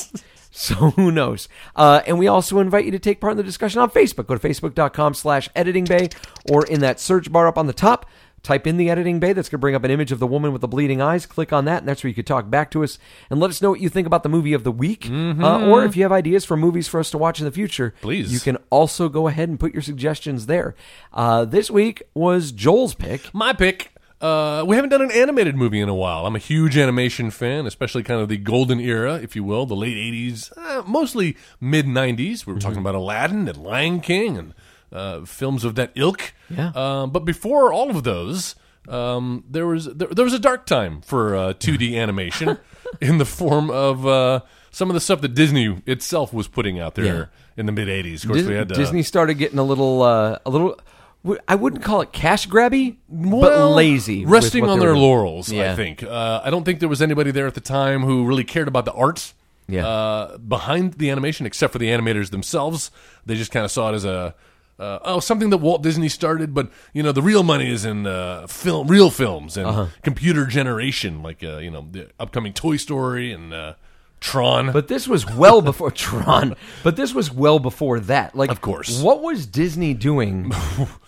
Speaker 4: So who knows? Uh, and we also invite you to take part in the discussion on Facebook. Go to facebook.com slash editing bay or in that search bar up on the top, type in the editing bay. That's going to bring up an image of the woman with the bleeding eyes. Click on that, and that's where you could talk back to us and let us know what you think about the movie of the week. Uh, or if you have ideas for movies for us to watch in the future,
Speaker 3: Mm-hmm. Please.
Speaker 4: You can also go ahead and put your suggestions there. Uh, this week was Joel's pick.
Speaker 3: My pick. Uh, we haven't done an animated movie in a while. I'm a huge animation fan, especially kind of the golden era, if you will, the late 80s, uh, mostly mid 90s. We were
Speaker 4: Mm-hmm.
Speaker 3: talking about Aladdin and Lion King and uh, films of that ilk.
Speaker 4: Yeah.
Speaker 3: Um, but before all of those, um, there was there, there was a dark time for uh, 2D animation in the form of uh, some of the stuff that Disney itself was putting out there in the mid 80s. Of course,
Speaker 4: Dis-
Speaker 3: we had uh,
Speaker 4: Disney started getting a little, uh, a little. w- I wouldn't call it cash grabby,
Speaker 3: Well,
Speaker 4: but lazy, with
Speaker 3: resting
Speaker 4: what
Speaker 3: on
Speaker 4: they were
Speaker 3: their
Speaker 4: doing.
Speaker 3: laurels. I
Speaker 4: Yeah.
Speaker 3: think. Uh, I don't think there was anybody there at the time who really cared about the arts.
Speaker 4: Yeah.
Speaker 3: Uh, behind the animation, except for the animators themselves, they just kind of saw it as a. Uh, oh, something that Walt Disney started, but you know the real money is in uh, film, real films and
Speaker 4: Uh-huh.
Speaker 3: computer generation, like uh, you know the upcoming Toy Story and uh, Tron.
Speaker 4: But this was well before Tron. But this was well before that. Like,
Speaker 3: Of course.
Speaker 4: what was Disney doing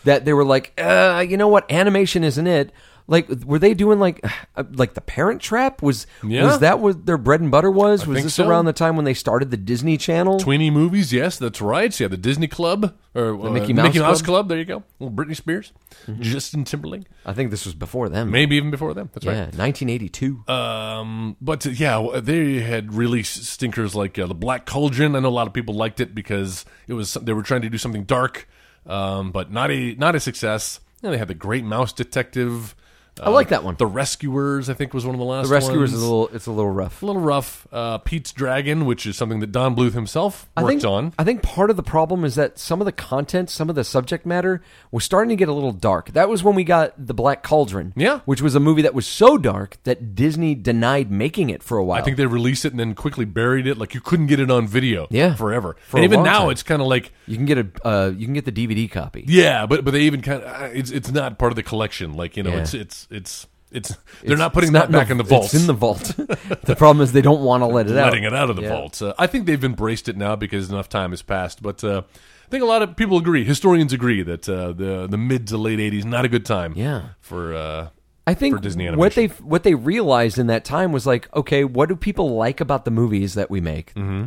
Speaker 4: that they were like, uh, you know what, animation isn't it? Like, were they doing like, uh, like the Parent Trap? Was
Speaker 3: Yeah.
Speaker 4: was that what their bread and butter was? was
Speaker 3: think
Speaker 4: this
Speaker 3: so.
Speaker 4: around the time when they started the Disney Channel?
Speaker 3: Tweenie movies, yes, that's right. So you have the Disney Club or uh, the
Speaker 4: Mickey Mouse
Speaker 3: Club.
Speaker 4: Club. Mm-hmm.
Speaker 3: There you go. Little Britney Spears, Justin Timberlake,
Speaker 4: I think this was before them.
Speaker 3: maybe even before them. That's
Speaker 4: Yeah,
Speaker 3: right.
Speaker 4: 1982.
Speaker 3: Um, but uh, yeah, w- they had really s- stinkers like uh, the Black Cauldron. I know a lot of people liked it because it was they were trying to do something dark, um, but not a not a success. And they had the Great Mouse Detective. Uh,
Speaker 4: I like that one.
Speaker 3: The Rescuers, I think, was one of the last.
Speaker 4: the Rescuers
Speaker 3: ones.
Speaker 4: is a little. It's a little rough.
Speaker 3: a little rough. Uh, Pete's Dragon, which is something that Don Bluth himself worked
Speaker 4: I think,
Speaker 3: on.
Speaker 4: I think part of the problem is that some of the content, some of the subject matter was starting to get a little dark. That was when we got The Black Cauldron.
Speaker 3: Yeah.
Speaker 4: Which was a movie that was so dark that Disney denied making it for a while.
Speaker 3: I think they released it and then quickly buried it. Like you couldn't get it on video,
Speaker 4: Yeah.
Speaker 3: forever.
Speaker 4: For
Speaker 3: and
Speaker 4: a
Speaker 3: even
Speaker 4: long
Speaker 3: now,
Speaker 4: time.
Speaker 3: it's kind of like
Speaker 4: you can get a uh, you can get the DVD copy.
Speaker 3: yeah, but but they even kind of it's it's not part of the collection. Like you know,
Speaker 4: Yeah.
Speaker 3: it's it's it's it's they're not putting
Speaker 4: It's
Speaker 3: that back in the vault.
Speaker 4: It's in the vault. the problem is they don't want to let it out.
Speaker 3: letting it out of the
Speaker 4: Yeah.
Speaker 3: vaults. Uh, I think they've embraced it now because enough time has passed. But uh, I think a lot of people agree, historians agree that uh, the the mid to late '80s not a good time.
Speaker 4: Yeah.
Speaker 3: for uh,
Speaker 4: I think
Speaker 3: for Disney
Speaker 4: what
Speaker 3: animation.
Speaker 4: they what they realized in that time was like, okay, what do people like about the movies that we make? Mm-hmm.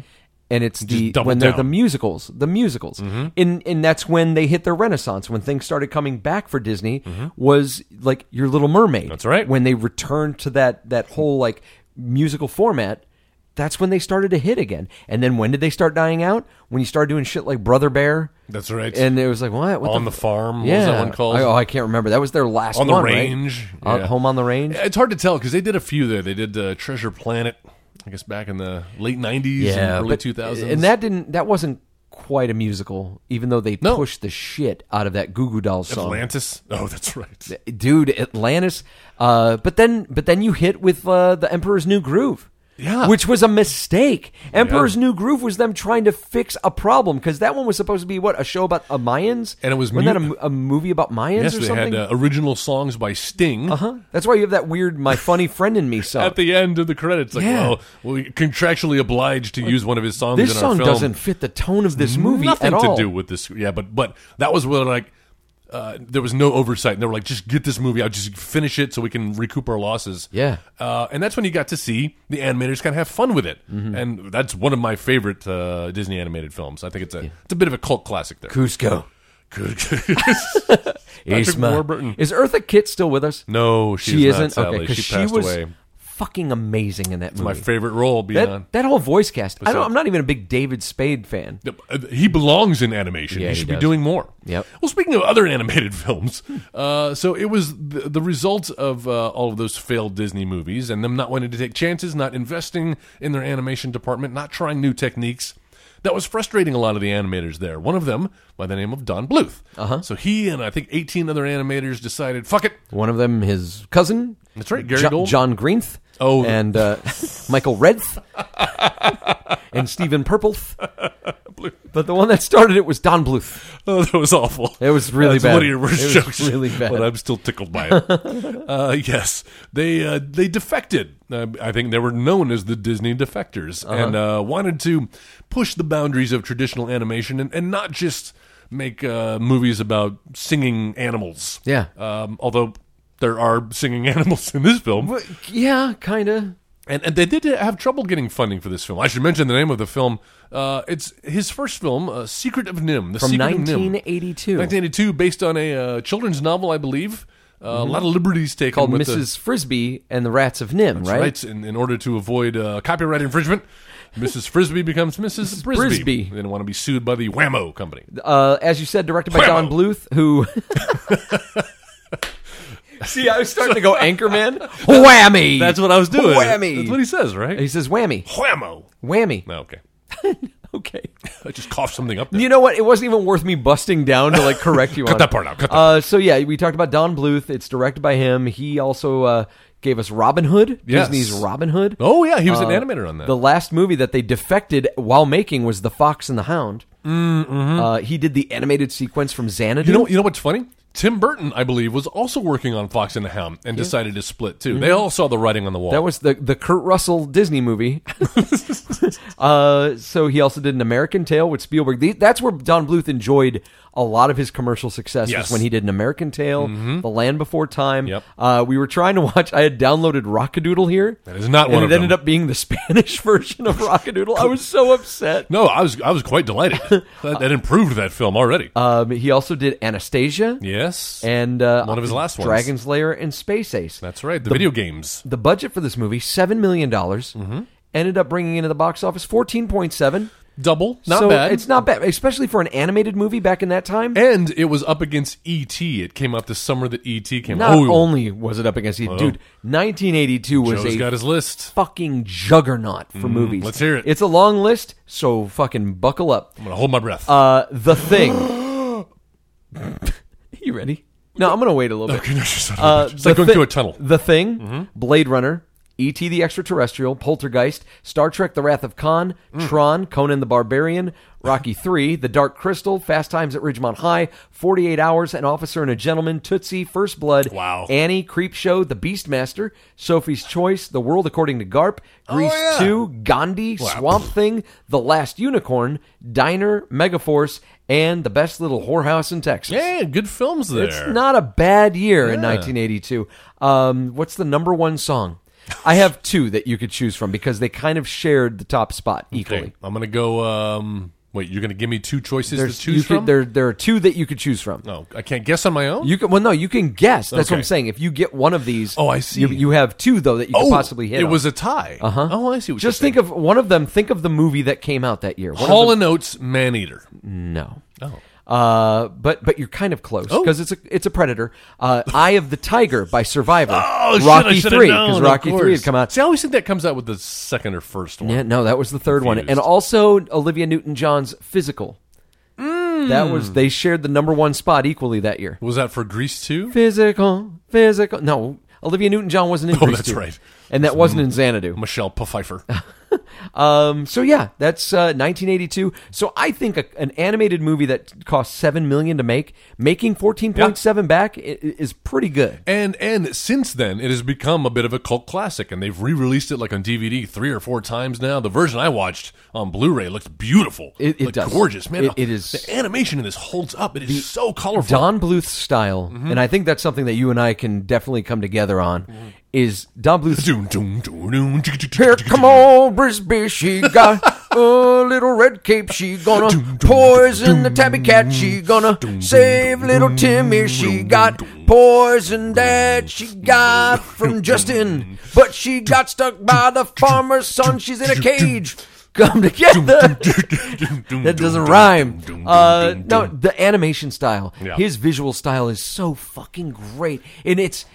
Speaker 4: And it's the
Speaker 3: double
Speaker 4: when they're the
Speaker 3: down. Mm-hmm.
Speaker 4: musicals, the musicals, and and that's when they hit their renaissance. When things started coming back for Disney was like Your Little Mermaid.
Speaker 3: Mm-hmm. That's right.
Speaker 4: When they returned to that that whole like musical format, that's when they started to hit again. And then when did they start dying out? When you started doing shit like Brother Bear.
Speaker 3: That's right.
Speaker 4: And it was like what, what
Speaker 3: on the
Speaker 4: f-
Speaker 3: farm.
Speaker 4: yeah.
Speaker 3: What was that one called?
Speaker 4: I, oh, I can't remember. That was their last
Speaker 3: on the
Speaker 4: one, right?
Speaker 3: range,
Speaker 4: Uh,
Speaker 3: Yeah.
Speaker 4: Home on the range.
Speaker 3: It's hard to tell because they did a few there. They did uh, Treasure Planet, I guess, back in the late '90s, and early
Speaker 4: but-
Speaker 3: 2000s,
Speaker 4: And that didn't that wasn't quite a musical, even though they
Speaker 3: No.
Speaker 4: pushed the shit out of that Goo Goo Dolls song.
Speaker 3: Atlantis. Oh, that's right.
Speaker 4: Dude, Atlantis. Uh, but then but then you hit with uh, the Emperor's New Groove.
Speaker 3: Yeah.
Speaker 4: Which was a mistake. Emperor's New Groove was them trying to fix a problem because that one was supposed to be what a show about uh, Mayans,
Speaker 3: And it was mute-
Speaker 4: wasn't that a, mo- a movie about Mayans
Speaker 3: Yes,
Speaker 4: or
Speaker 3: they
Speaker 4: something? Uh-huh.
Speaker 3: had uh, original songs by Sting.
Speaker 4: huh? That's why you have that weird "My Funny Friend and Me" song.
Speaker 3: At the end of the credits, like,
Speaker 4: Yeah.
Speaker 3: well, we contractually obliged to use one of his songs.
Speaker 4: this
Speaker 3: in
Speaker 4: song
Speaker 3: our film.
Speaker 4: doesn't fit the tone of this movie
Speaker 3: Nothing
Speaker 4: at all.
Speaker 3: to do with this. Yeah, but but that was where like uh, there was no oversight, and they were like, just get this movie out, just finish it, so we can recoup our losses.
Speaker 4: Yeah.
Speaker 3: uh, and that's when you got to see the animators kind of have fun with it,
Speaker 4: Mm-hmm.
Speaker 3: and that's one of my favorite uh, Disney animated films. I think it's a it's a bit of a cult classic. There,
Speaker 4: Cusco.
Speaker 3: Patrick
Speaker 4: Isma.
Speaker 3: Warburton.
Speaker 4: Is Eartha Kitt still with us?
Speaker 3: no, she,
Speaker 4: she
Speaker 3: is
Speaker 4: isn't.
Speaker 3: Not,
Speaker 4: okay,
Speaker 3: sadly.
Speaker 4: because
Speaker 3: she
Speaker 4: she,
Speaker 3: passed
Speaker 4: was
Speaker 3: away.
Speaker 4: fucking amazing in that movie.
Speaker 3: My favorite role beyond.
Speaker 4: that, that whole voice cast. I don't,
Speaker 3: that?
Speaker 4: I'm not even a big David Spade fan.
Speaker 3: uh, He belongs in animation.
Speaker 4: Yeah,
Speaker 3: he
Speaker 4: he
Speaker 3: should be
Speaker 4: does.
Speaker 3: doing more.
Speaker 4: Yep.
Speaker 3: Well, speaking of other animated films, uh, so it was the, the result of uh, all of those failed Disney movies and them not wanting to take chances, not investing in their animation department, not trying new techniques. That was frustrating a lot of the animators there. One of them by the name of Don Bluth. Uh-huh. So he and I think 18 other animators decided, fuck it.
Speaker 4: One of them, his cousin.
Speaker 3: That's right, Gary
Speaker 4: Jo-
Speaker 3: Gold.
Speaker 4: John Greenth.
Speaker 3: Oh.
Speaker 4: and uh, Michael Redth and Stephen Purpleth. But the one that started it was Don Bluth.
Speaker 3: Oh, that was awful.
Speaker 4: It was really
Speaker 3: That's
Speaker 4: bad.
Speaker 3: One of your worst
Speaker 4: It was
Speaker 3: jokes.
Speaker 4: really bad.
Speaker 3: But I'm still tickled by it. uh, yes, they uh, they defected. Uh, I think they were known as the Disney defectors
Speaker 4: Uh-huh.
Speaker 3: and uh, wanted to push the boundaries of traditional animation and, and not just make uh, movies about singing animals.
Speaker 4: Yeah.
Speaker 3: Um, although there are singing animals in this film.
Speaker 4: Yeah, kind of.
Speaker 3: And, and they did have trouble getting funding for this film. I should mention the name of the film. Uh, it's his first film, uh, Secret of Nim. The
Speaker 4: From
Speaker 3: Secret of Nim.
Speaker 4: 1982.
Speaker 3: 1982, based on a uh, children's novel, I believe. Uh, A lot of liberties taken
Speaker 4: Mm-hmm. Called
Speaker 3: with the
Speaker 4: Mrs. Frisbee and the Rats of Nim, right?
Speaker 3: rights in, in order to avoid uh, copyright infringement. Mrs. Frisbee becomes Mrs. Brisby.
Speaker 4: Brisby.
Speaker 3: They didn't want to be sued by the Whammo company.
Speaker 4: uh, as you said, directed by Don Bluth, who. See, I was starting to go Anchorman. Whammy.
Speaker 3: That's what I was doing.
Speaker 4: E. Whammy.
Speaker 3: That's what he says,
Speaker 4: He
Speaker 3: right?
Speaker 4: says whammy,
Speaker 3: Whammo.
Speaker 4: whammy.
Speaker 3: No, okay.
Speaker 4: Okay.
Speaker 3: I just coughed something up. There.
Speaker 4: You know what? It wasn't even worth me busting down to like correct you
Speaker 3: Cut
Speaker 4: on
Speaker 3: that
Speaker 4: it.
Speaker 3: part out. Cut that
Speaker 4: Uh, so yeah, we talked about Don Bluth. It's directed by him. He also uh, gave us Robin Hood,
Speaker 3: Yes.
Speaker 4: Disney's Robin Hood.
Speaker 3: Oh yeah, he was an animator on that.
Speaker 4: uh, The last movie that they defected while making was The Fox and the Hound. Uh, he did the animated sequence from
Speaker 3: Mm,
Speaker 4: Xanadu.
Speaker 3: mm-hmm. you know, you know what's funny? Tim Burton, I believe, was also working on Fox and the Hound and decided to split too. They all saw the writing on the wall.
Speaker 4: Mm-hmm. that was the the Kurt Russell Disney movie. uh, so he also did an American Tale with Spielberg. The, that's where Don Bluth enjoyed a lot of his commercial success. was
Speaker 3: Yes. Mm-hmm.
Speaker 4: when he did an American Tale, The Land Before Time.
Speaker 3: Yep.
Speaker 4: Uh, we were trying to watch. I had downloaded Rockadoodle here.
Speaker 3: That is not
Speaker 4: and
Speaker 3: one
Speaker 4: It
Speaker 3: of
Speaker 4: ended
Speaker 3: them.
Speaker 4: up being the Spanish version of Rockadoodle. I was so upset.
Speaker 3: no, I was I was quite delighted. that, that improved that film already.
Speaker 4: Um, he also did Anastasia.
Speaker 3: yes,
Speaker 4: and uh,
Speaker 3: One of his last ones.
Speaker 4: Dragon's Lair and Space Ace.
Speaker 3: that's right. The, video games.
Speaker 4: The budget for this movie seven million dollars.
Speaker 3: Mm-hmm.
Speaker 4: Ended up bringing into the box office fourteen point seven.
Speaker 3: Double, not
Speaker 4: so
Speaker 3: bad.
Speaker 4: It's not bad, especially for an animated movie back in that time.
Speaker 3: and it was up against E.T. It came out the summer that E.T. came
Speaker 4: not
Speaker 3: out. Oh,
Speaker 4: only was it up against you, dude. Nineteen eighty two was E
Speaker 3: Joe's
Speaker 4: a
Speaker 3: got his list.
Speaker 4: fucking juggernaut for movies.
Speaker 3: let's hear it.
Speaker 4: It's a long list, so fucking buckle up.
Speaker 3: I'm gonna hold my breath.
Speaker 4: Uh, the Thing. you ready? No, I'm gonna wait a little bit.
Speaker 3: Okay, no, just-
Speaker 4: Uh,
Speaker 3: it's like
Speaker 4: The
Speaker 3: going
Speaker 4: Thi-
Speaker 3: through a tunnel. Mm-hmm.
Speaker 4: The Thing, Blade Runner, E.T. the Extraterrestrial, Poltergeist, Star Trek The Wrath of Khan,
Speaker 3: Mm.
Speaker 4: Tron, Conan the Barbarian, Rocky 3, The Dark Crystal, Fast Times at Ridgemont High, 48 Hours, An Officer and a Gentleman, Tootsie, First Blood,
Speaker 3: Wow.
Speaker 4: Annie, Creep Show, The Beastmaster, Sophie's Choice, The World According to Garp, Grease
Speaker 3: Oh, yeah.
Speaker 4: 2, Gandhi, Swamp Thing, The Last Unicorn, Diner, Megaforce, and The Best Little Whorehouse in Texas.
Speaker 3: yeah, good films there.
Speaker 4: It's not a bad year in 1982. Um, what's the number one song? I have two that you could choose from because they kind of shared the top spot equally.
Speaker 3: Okay, I'm gonna go. Um, wait, you're gonna give me two choices
Speaker 4: There's
Speaker 3: to
Speaker 4: you
Speaker 3: choose
Speaker 4: could-
Speaker 3: from?
Speaker 4: there, there are two that you could choose from.
Speaker 3: no, I can't guess on my own.
Speaker 4: You can well no, you can guess. That's what I'm
Speaker 3: Okay.
Speaker 4: saying. If you get one of these,
Speaker 3: Oh, I see.
Speaker 4: You, you have two though that you could possibly hit.
Speaker 3: Oh, It
Speaker 4: on. Uh-huh.
Speaker 3: was a tie. Uh huh. Oh, I see. What
Speaker 4: just
Speaker 3: you're
Speaker 4: think of one of them. Think of the movie that came out that year. One of
Speaker 3: Hall
Speaker 4: the-
Speaker 3: and Oates, Man Eater.
Speaker 4: no.
Speaker 3: Oh,
Speaker 4: Uh, but but you're kind of close
Speaker 3: Oh.
Speaker 4: because it's a it's a predator. Uh, Eye of the Tiger by Survivor.
Speaker 3: oh,
Speaker 4: Rocky
Speaker 3: shit, I
Speaker 4: three because Rocky three had
Speaker 3: has
Speaker 4: come out.
Speaker 3: See, I always think that comes out with the second or first one.
Speaker 4: Yeah, no, that was the third one, and
Speaker 3: Confused.
Speaker 4: also Olivia Newton-John's physical. That was they shared the number one spot equally that year.
Speaker 3: Was that for Grease too?
Speaker 4: Physical, physical. No, Olivia Newton-John wasn't in.
Speaker 3: Oh,
Speaker 4: Grease
Speaker 3: that's
Speaker 4: two.
Speaker 3: right.
Speaker 4: and that wasn't in Xanadu.
Speaker 3: Michelle Pfeiffer.
Speaker 4: Um, so yeah, that's uh, 1982. So I think a, an animated movie that cost seven million to make, making 14.7 back i- i- is pretty good.
Speaker 3: and and since then, it has become a bit of a cult classic, and they've re-released it like on DVD three or four times now. The version I watched on Blu-ray looks beautiful.
Speaker 4: It- it
Speaker 3: Looked
Speaker 4: does.
Speaker 3: gorgeous, man.
Speaker 4: It- it is-
Speaker 3: The animation in this holds up. It is so colorful.
Speaker 4: Don Bluth's style,
Speaker 3: Mm-hmm.
Speaker 4: and I think that's something that you and I can definitely come together on. Is Don Bluth's
Speaker 3: Doom, doom, doom, doom, tick, tick, tick,
Speaker 4: Here
Speaker 3: tick,
Speaker 4: come
Speaker 3: tick,
Speaker 4: old Brisby, she got a little red cape. She gonna poison the tabby cat. She gonna save little Timmy. She got poison that she got from Justin, but she got stuck by the farmer's son. She's in a cage. Come together.
Speaker 3: tick, tick, tick,
Speaker 4: That
Speaker 3: doom,
Speaker 4: doesn't
Speaker 3: doom,
Speaker 4: rhyme.
Speaker 3: doom, doom, doom,
Speaker 4: Uh,
Speaker 3: doom,
Speaker 4: no,
Speaker 3: doom.
Speaker 4: the animation style,
Speaker 3: Yeah.
Speaker 4: his visual style is so fucking great, and it's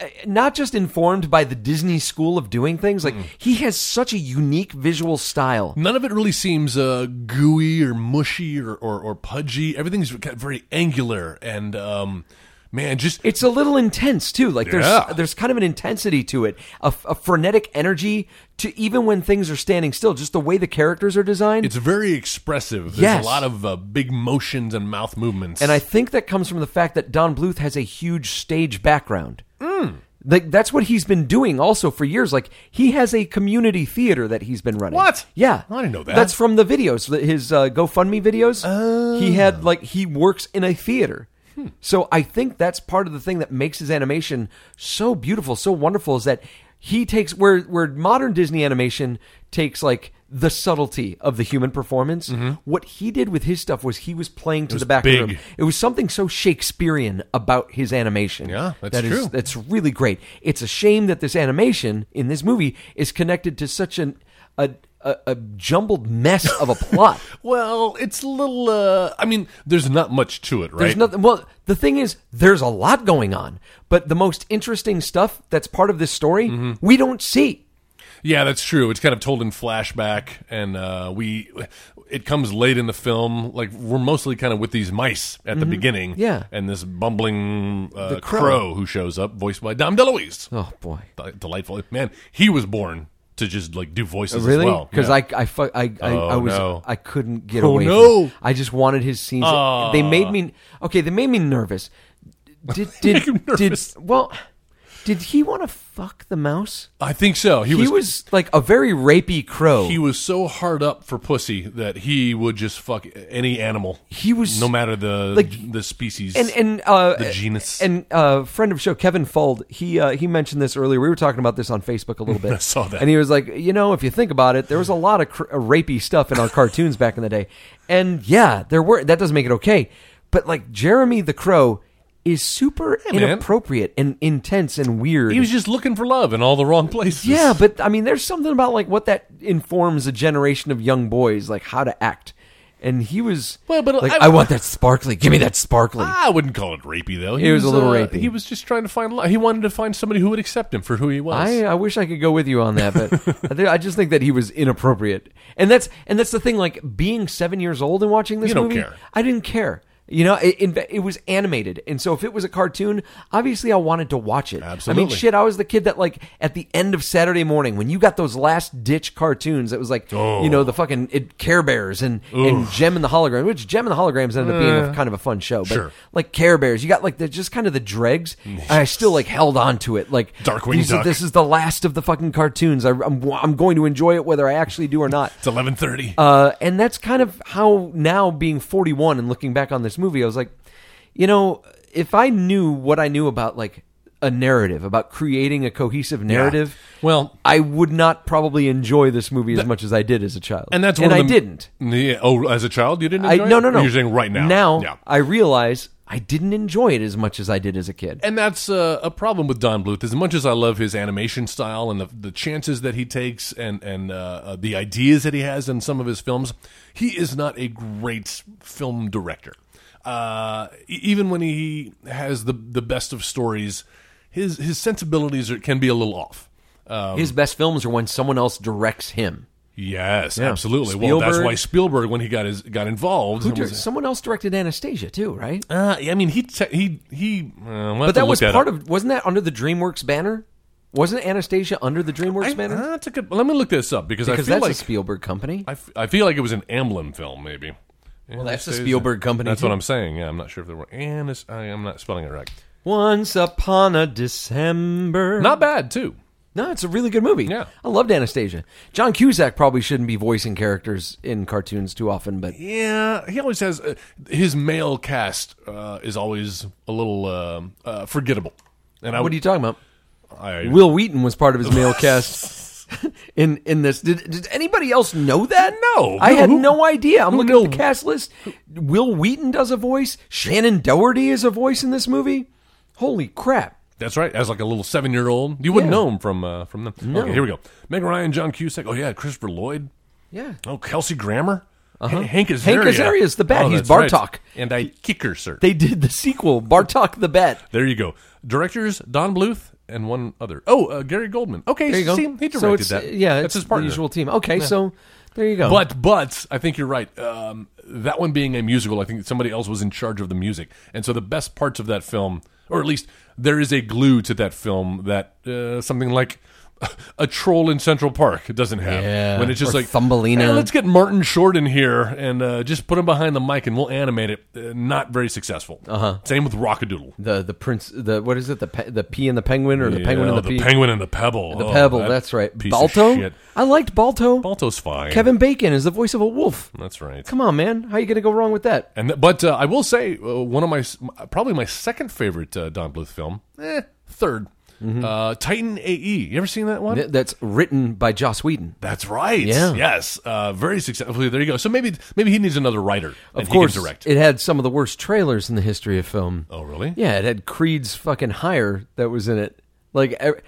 Speaker 4: uh, not just informed by the Disney school of doing things.
Speaker 3: Mm.
Speaker 4: Like he has such a unique visual style.
Speaker 3: None of it really seems uh, gooey or mushy or, or, or pudgy. Everything's kind of very angular and um, man, just
Speaker 4: It's a little intense too. Like there's
Speaker 3: Yeah.
Speaker 4: there's kind of an intensity to it, a, a frenetic energy to even when things are standing still. Just the way the characters are designed.
Speaker 3: it's very expressive. There's
Speaker 4: Yes.
Speaker 3: a lot of uh, big motions and mouth movements.
Speaker 4: And I think that comes from the fact that Don Bluth has a huge stage background.
Speaker 3: Mm.
Speaker 4: Like that's what he's been doing also for years. Like he has a community theater that he's been running.
Speaker 3: What?
Speaker 4: Yeah,
Speaker 3: I didn't know that.
Speaker 4: That's from the videos, the- his uh, GoFundMe videos. He had like he works in a theater, so I think that's part of the thing that makes his animation so beautiful, so wonderful. Is that he takes where where modern Disney animation takes like the subtlety of the human performance. What he did with his stuff was he was playing to the back
Speaker 3: big.
Speaker 4: of the room. It was something so Shakespearean about his animation.
Speaker 3: Yeah, that's
Speaker 4: That is-
Speaker 3: true.
Speaker 4: that's really great. It's a shame that this animation in this movie is connected to such an a a, a jumbled mess of a plot.
Speaker 3: well, it's a little. Uh, I mean, there's not much to it, right?
Speaker 4: There's nothing. Well, the thing is, there's a lot
Speaker 3: Mm-hmm.
Speaker 4: going on, but the most interesting stuff that's part of this story we don't see.
Speaker 3: Yeah, that's true. It's kind of told in flashback, and uh, we it comes late in the film. Like we're mostly kind of with these mice at the beginning.
Speaker 4: Mm-hmm. Yeah.
Speaker 3: and this bumbling uh,
Speaker 4: crow.
Speaker 3: crow. who shows up, voiced by Dom DeLuise.
Speaker 4: Oh boy.
Speaker 3: D- delightful man. He was born to just like do voices
Speaker 4: Really?
Speaker 3: as well.
Speaker 4: Because
Speaker 3: Yeah.
Speaker 4: I, I, fu- I, I, I
Speaker 3: Oh,
Speaker 4: was,
Speaker 3: no.
Speaker 4: I couldn't get
Speaker 3: Oh,
Speaker 4: away. from
Speaker 3: no.
Speaker 4: it. I just wanted his scenes. They made me okay. They made me nervous. Did did
Speaker 3: you
Speaker 4: did
Speaker 3: nervous.
Speaker 4: well? Did he want to fuck the mouse?
Speaker 3: I think so. He,
Speaker 4: He, was,
Speaker 3: was.
Speaker 4: like a very rapey crow.
Speaker 3: He was so hard up for pussy that he would just fuck any animal.
Speaker 4: He was-
Speaker 3: no matter the
Speaker 4: like-
Speaker 3: the species
Speaker 4: and and uh,
Speaker 3: the genus.
Speaker 4: and uh, friend of show Kevin Fold he uh, he mentioned this earlier. We were talking about this on Facebook a little bit. I
Speaker 3: saw that.
Speaker 4: and he was like, you know, if you think about it, there was a lot of cr- uh, rapey stuff in our cartoons back in the day, and yeah, there were. That doesn't make it okay, but like Jeremy the Crow is super
Speaker 3: man.
Speaker 4: inappropriate and intense and weird.
Speaker 3: he was just looking for love in all the wrong places.
Speaker 4: yeah, but I mean, there's something about like what that informs a generation of young boys, like how to act. And he was
Speaker 3: Well, but
Speaker 4: like,
Speaker 3: I-
Speaker 4: I, want that sparkly. Give me that sparkly.
Speaker 3: I wouldn't call it rapey though. He
Speaker 4: It was a little
Speaker 3: uh,
Speaker 4: rapey.
Speaker 3: He was just trying to find love. He wanted to find somebody who would accept him for who he was.
Speaker 4: I, uh, I wish I could go with you on that, but I, thi- I just think that he was inappropriate, and that's and that's the thing. Like being seven years old and watching this
Speaker 3: You don't
Speaker 4: movie,
Speaker 3: care.
Speaker 4: I didn't care. You know, it, in fact, it was animated, and so if it was a cartoon, obviously I wanted to watch it. I mean,
Speaker 3: Absolutely.
Speaker 4: shit, I was the kid that like at the end of Saturday morning when you got those last ditch cartoons, it was like you
Speaker 3: Oh.
Speaker 4: know the fucking it, Care Bears and and Gem and the Hologram, which Gem and the Holograms ended up being a, kind of a fun show, but
Speaker 3: Uh, Sure.
Speaker 4: like Care Bears, you got like the just kind of the dregs. and I still like held on to it, like
Speaker 3: Darkwing
Speaker 4: these
Speaker 3: Duck.
Speaker 4: are- This is the last of the fucking cartoons. I, I'm, I'm going to enjoy it whether I actually do or not.
Speaker 3: it's eleven thirty.
Speaker 4: Uh, and that's kind of how now being 41 and looking back on this movie, I was like, you know, if I knew what I knew about like a narrative, about creating a cohesive narrative,
Speaker 3: Well-
Speaker 4: I would not probably enjoy this movie as much as I did as a child.
Speaker 3: and that's
Speaker 4: and
Speaker 3: one
Speaker 4: I
Speaker 3: of the,
Speaker 4: didn't.
Speaker 3: Yeah, oh, as a child you didn't.
Speaker 4: I
Speaker 3: Enjoy
Speaker 4: no
Speaker 3: it?
Speaker 4: no no.
Speaker 3: You're saying right now.
Speaker 4: Now
Speaker 3: yeah.
Speaker 4: I realize I didn't enjoy it as much as I did as a kid.
Speaker 3: and that's uh, a, a problem with Don Bluth. As much as I love his animation style and the, the chances that he takes and and uh, uh, the ideas that he has in some of his films, he is not a great film director. Uh, e- even when he has the the best of stories, his his sensibilities are, can be a little off. Uh, Um,
Speaker 4: His best films are when someone else directs him.
Speaker 3: Yes, absolutely. Well, that's
Speaker 4: Spielberg-
Speaker 3: why Spielberg, when he got his got involved,
Speaker 4: Who
Speaker 3: and
Speaker 4: dir-
Speaker 3: was-
Speaker 4: someone else directed Anastasia too, right?
Speaker 3: uh, I mean, he te- he he. Uh, we'll
Speaker 4: But that was part of wasn't that under the DreamWorks banner? Wasn't Anastasia under the DreamWorks
Speaker 3: I,
Speaker 4: banner?
Speaker 3: uh, that's a good. Let me look this up because,
Speaker 4: because
Speaker 3: I feel
Speaker 4: that's a
Speaker 3: like
Speaker 4: Spielberg company.
Speaker 3: I, f- I feel like it was an Amblin film, maybe. Well,
Speaker 4: that's the Spielberg company,
Speaker 3: That's
Speaker 4: too.
Speaker 3: what I'm saying. Yeah, I'm not sure if there were. And it's- I, I'm not spelling it right.
Speaker 4: Once upon a December.
Speaker 3: Not bad too.
Speaker 4: no, it's a really good movie.
Speaker 3: Yeah.
Speaker 4: I loved Anastasia. John Cusack probably shouldn't be voicing characters in cartoons too often, but
Speaker 3: Yeah, he always has uh, his male cast uh, is always a little uh, uh, forgettable. And I
Speaker 4: what are you talking about?
Speaker 3: I,
Speaker 4: Will Wheaton was part of his male cast in in this. Did, did anybody else know that?
Speaker 3: No.
Speaker 4: I
Speaker 3: No,
Speaker 4: had
Speaker 3: who-
Speaker 4: no idea. I'm
Speaker 3: who
Speaker 4: looking at
Speaker 3: knew?
Speaker 4: the cast list. Will Wheaton does a voice. Shannon Doherty is a voice in this movie. Holy crap!
Speaker 3: That's right. As like a little seven year old, you wouldn't
Speaker 4: Yeah.
Speaker 3: know him from uh, from them. Okay, here we go. Meg Ryan, John Cusack. Oh yeah, Christopher Lloyd.
Speaker 4: Yeah.
Speaker 3: Oh, Kelsey Grammer. H- Hank Azaria. Oh,
Speaker 4: Uh-huh. Hank Azaria is the bat. He's
Speaker 3: that's right.
Speaker 4: Bartok.
Speaker 3: And I kicker, sir.
Speaker 4: They did the sequel, Bartok the Bat.
Speaker 3: There you go. Directors Don Bluth and one other. Oh, uh, Gary Goldman. Okay,
Speaker 4: There you go.
Speaker 3: see, he directed
Speaker 4: so it's, uh,
Speaker 3: that.
Speaker 4: Yeah,
Speaker 3: that's
Speaker 4: it's
Speaker 3: his partner.
Speaker 4: the usual team. Okay, so there you go.
Speaker 3: But but I think you're right. Um, that one being a musical, I think somebody else was in charge of the music, and so the best parts of that film, or at least there is a glue to that film that uh, something like. A troll in Central Park doesn't have
Speaker 4: Yeah,
Speaker 3: when it's just
Speaker 4: or
Speaker 3: like
Speaker 4: Thumbelina.
Speaker 3: "Hey, let's get Martin Short in here and uh, just put him behind the mic and we'll animate it. Uh, not very successful. Uh-huh. Same with Rockadoodle.
Speaker 4: the the prince, the what is it? The pe- the pea and the penguin, or the
Speaker 3: Yeah,
Speaker 4: penguin and the,
Speaker 3: the
Speaker 4: pea?
Speaker 3: penguin and the pebble.
Speaker 4: The
Speaker 3: Oh,
Speaker 4: pebble.
Speaker 3: that
Speaker 4: that's right.
Speaker 3: piece of
Speaker 4: Balto.
Speaker 3: shit.
Speaker 4: I liked Balto.
Speaker 3: Balto's fine.
Speaker 4: Kevin Bacon is the voice of a wolf.
Speaker 3: That's right.
Speaker 4: Come on, man. How you going to go wrong with that?
Speaker 3: And th- but uh, I will say uh, one of my s- probably my second favorite uh, Don Bluth film. Eh, 3rd
Speaker 4: Mm-hmm.
Speaker 3: Uh, Titan A.E. You ever seen that one?
Speaker 4: Th- That's written by Joss Whedon.
Speaker 3: That's right.
Speaker 4: Yeah.
Speaker 3: Yes. Uh, very successfully. There you go. So maybe maybe he needs another writer. and
Speaker 4: Of course,
Speaker 3: He can direct.
Speaker 4: it had some of the worst trailers in the history of film.
Speaker 3: oh really?
Speaker 4: Yeah, it had Creed's fucking higher that was in it. Like ev-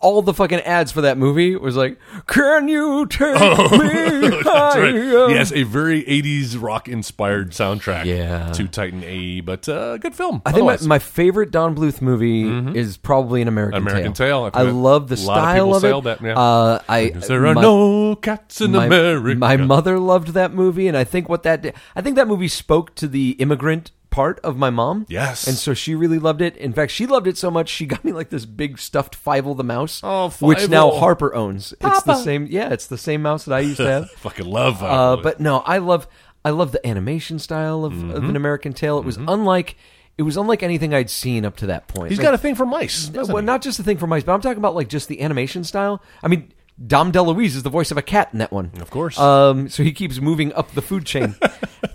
Speaker 4: all the fucking ads for that movie was like, "Can you take me
Speaker 3: That's Oh, right.
Speaker 4: higher?"
Speaker 3: Yes, a very 80s rock inspired soundtrack
Speaker 4: Yeah.
Speaker 3: to Titan AE, but uh, good film.
Speaker 4: I think my,
Speaker 3: otherwise. Mm-hmm.
Speaker 4: my favorite Don Bluth movie is probably an American
Speaker 3: American
Speaker 4: Tale.
Speaker 3: Tale, I
Speaker 4: I
Speaker 3: think
Speaker 4: love the
Speaker 3: a lot of
Speaker 4: style
Speaker 3: people
Speaker 4: of, it.
Speaker 3: say that, yeah.
Speaker 4: Uh, I
Speaker 3: there are
Speaker 4: my-
Speaker 3: no cats in
Speaker 4: my,
Speaker 3: America.
Speaker 4: my mother loved that movie, and I think what that did, I think that movie spoke to the immigrant part of my mom.
Speaker 3: Yes.
Speaker 4: and so she really loved it. In fact, she loved it so much she got me like this big stuffed Fievel the mouse,
Speaker 3: Oh,
Speaker 4: which now
Speaker 3: Fievel.
Speaker 4: Harper owns. It's the same. Yeah, it's the same mouse that I used to have.
Speaker 3: Fucking love that.
Speaker 4: Uh,
Speaker 3: movie.
Speaker 4: but no, I love I love the animation style of,
Speaker 3: Mm-hmm.
Speaker 4: of an American Tale. It was unlike it was unlike anything I'd seen up to that point.
Speaker 3: he's
Speaker 4: Like,
Speaker 3: got a thing for mice.
Speaker 4: no,
Speaker 3: doesn't
Speaker 4: well,
Speaker 3: he?
Speaker 4: not just the thing for mice, but I'm talking about like just the animation style. I mean, Dom DeLuise is the voice of a cat in that one,
Speaker 3: Of course.
Speaker 4: Um, so he keeps moving up the food chain,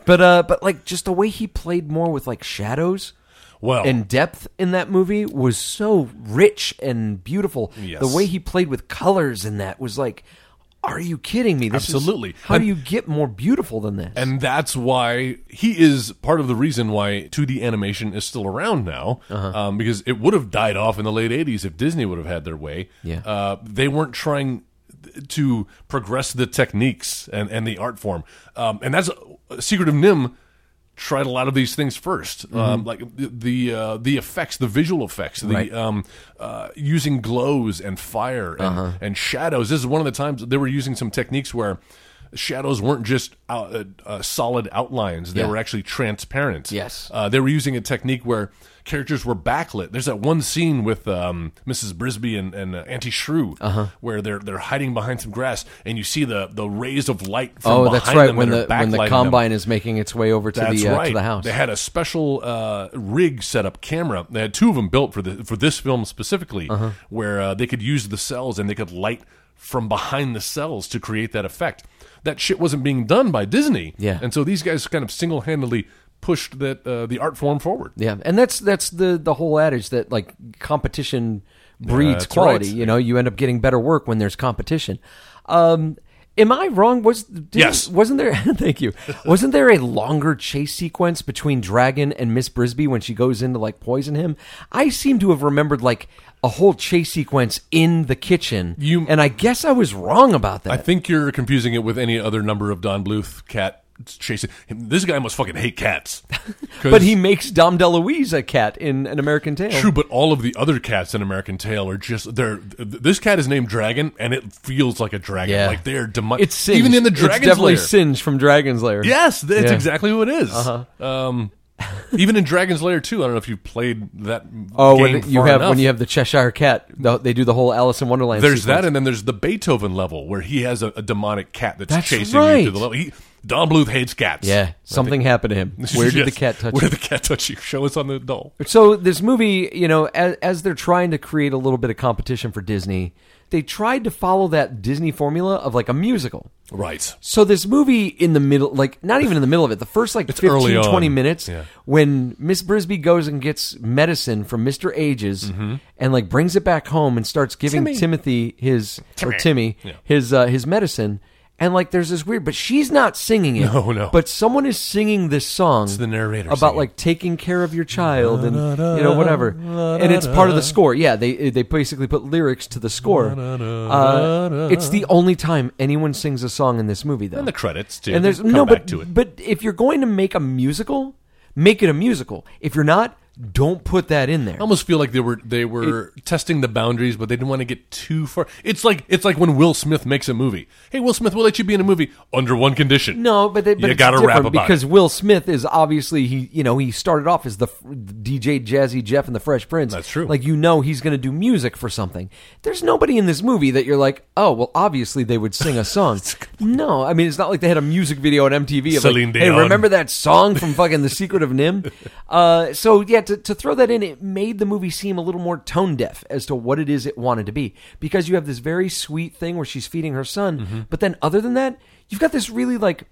Speaker 4: but uh, but like just the way he played more with like shadows
Speaker 3: well,
Speaker 4: and depth in that movie was so rich and beautiful.
Speaker 3: Yes.
Speaker 4: The way he played with colors in that was like, are you kidding me? This is-
Speaker 3: Absolutely.
Speaker 4: how
Speaker 3: And-
Speaker 4: do you get more beautiful than this?
Speaker 3: And that's why he is part of the reason why 2D animation is still around now,
Speaker 4: Uh-huh.
Speaker 3: um, because it would have died off in the late 80s if Disney would have had their way.
Speaker 4: Yeah.
Speaker 3: Uh, they weren't trying to progress the techniques and, and the art form. Um, and that's Secret of Nim tried a lot of these things 1st um, like the the, uh, the effects, the visual effects, the
Speaker 4: Mm-hmm. Right.
Speaker 3: um, uh, using glows and fire and,
Speaker 4: Uh-huh.
Speaker 3: and shadows. This is one of the times they were using some techniques where shadows weren't just out, uh, uh, solid outlines; they
Speaker 4: Yeah.
Speaker 3: were actually transparent.
Speaker 4: Yes.
Speaker 3: uh, they were using a technique where characters were backlit. There's that one scene with um, Mrs. Brisby and, and uh, Auntie Shrew
Speaker 4: Uh-huh.
Speaker 3: where they're they're hiding behind some grass, and you see the the rays of light. From
Speaker 4: oh,
Speaker 3: behind
Speaker 4: that's right.
Speaker 3: them
Speaker 4: When the
Speaker 3: that are
Speaker 4: when
Speaker 3: backlighting
Speaker 4: the
Speaker 3: them.
Speaker 4: combine is making its way over to
Speaker 3: That's
Speaker 4: the uh,
Speaker 3: right.
Speaker 4: to the house.
Speaker 3: They had a special uh, rig set up camera. They had two of them built for the for this film specifically,
Speaker 4: Uh-huh.
Speaker 3: where uh, they could use the cells and they could light from behind the cells to create that effect. That shit wasn't being done by Disney,
Speaker 4: Yeah.
Speaker 3: And so these guys kind of single handedly pushed that uh, the art form forward.
Speaker 4: yeah, and that's that's the the whole adage that like competition
Speaker 3: that's
Speaker 4: breeds quality.
Speaker 3: right.
Speaker 4: You know, you end up getting better work when there's competition. Um, am I wrong? Was did,
Speaker 3: Yes.
Speaker 4: Wasn't there? thank you. Wasn't there a longer chase sequence between Dragon and Miss Brisby when she goes in to like poison him? I seem to have remembered like a whole chase sequence in the kitchen.
Speaker 3: You-
Speaker 4: and I guess I was wrong about that.
Speaker 3: I think you're confusing it with any other number of Don Bluth cat chasing. This guy must fucking hate cats, 'Cause-
Speaker 4: but he makes Dom DeLuise a cat in An American Tale.
Speaker 3: True, but all of the other cats in American Tail are just they're. th- This cat is named Dragon, and it feels like a dragon.
Speaker 4: Yeah.
Speaker 3: Like they're demi-
Speaker 4: It's singed.
Speaker 3: even in the
Speaker 4: It's
Speaker 3: Dragon's
Speaker 4: definitely
Speaker 3: Lair.
Speaker 4: singed from Dragon's Lair.
Speaker 3: yes, that's
Speaker 4: Yeah. Uh-huh.
Speaker 3: exactly what it is. Um, even in Dragon's Lair too. I don't know if you played that.
Speaker 4: Oh,
Speaker 3: game
Speaker 4: when you
Speaker 3: far
Speaker 4: have
Speaker 3: enough.
Speaker 4: when you have the Cheshire Cat, the- they do the whole Alice in Wonderland.
Speaker 3: There's
Speaker 4: sequence.
Speaker 3: that, and then there's the Beethoven level where he has a, a demonic cat that's,
Speaker 4: That's
Speaker 3: chasing
Speaker 4: right.
Speaker 3: you to the level. He, Don Bluth hates cats.
Speaker 4: yeah, something happened to him. Where did the
Speaker 3: Yes.
Speaker 4: cat touch?
Speaker 3: Where
Speaker 4: him?
Speaker 3: did the cat touch you? Show us on the doll.
Speaker 4: So this movie, you know, as, as they're trying to create a little bit of competition for Disney, they tried to follow that Disney formula of like a musical.
Speaker 3: Right.
Speaker 4: So this movie in the middle, like not even in the middle of it, the first like
Speaker 3: It's
Speaker 4: 15,
Speaker 3: early on.
Speaker 4: 20 minutes
Speaker 3: Yeah.
Speaker 4: when Miss Brisby goes and gets medicine from Mr. Ages
Speaker 3: Mm-hmm.
Speaker 4: and like brings it back home and starts giving
Speaker 3: Timmy.
Speaker 4: Timothy his, or Timmy, his, uh, his medicine. And like there's this weird, but she's not singing it.
Speaker 3: No, no.
Speaker 4: But someone is singing this song.
Speaker 3: the narrator
Speaker 4: about
Speaker 3: singing.
Speaker 4: like taking care of your child and you know whatever, and it's part of the score. Yeah, they they basically put lyrics to the score. Uh, it's the only time anyone sings a song in this movie, though.
Speaker 3: And the credits too.
Speaker 4: And there's
Speaker 3: Come
Speaker 4: no,
Speaker 3: back
Speaker 4: but
Speaker 3: to it.
Speaker 4: but if you're going to make a musical, make it a musical. If you're not, don't put that in there.
Speaker 3: I almost feel like they were they were testing the boundaries, but they didn't want to get too far. It's like it's like when Will Smith makes a movie. Hey, Will Smith, we'll let you be in a movie under one condition.
Speaker 4: No, but, they, but
Speaker 3: you
Speaker 4: it's
Speaker 3: gotta
Speaker 4: different
Speaker 3: rap about
Speaker 4: because
Speaker 3: it.
Speaker 4: Will Smith is obviously he you know he started off as the f- DJ Jazzy Jeff and the Fresh Prince.
Speaker 3: That's true.
Speaker 4: Like you know he's going to do music for something. There's nobody in this movie that you're like, oh well, obviously they would sing a song. no, I mean it's not like they had a music video on MTV. Of
Speaker 3: Celine
Speaker 4: like, hey,
Speaker 3: Dion.
Speaker 4: remember that song from fucking The Secret of Nim? Uh, so yeah, to, to throw that in, it made the movie seem a little more tone deaf as to what it is it wanted to be because you have this very sweet thing where she's feeding her son,
Speaker 3: Mm-hmm.
Speaker 4: but then other than that, you've got this really like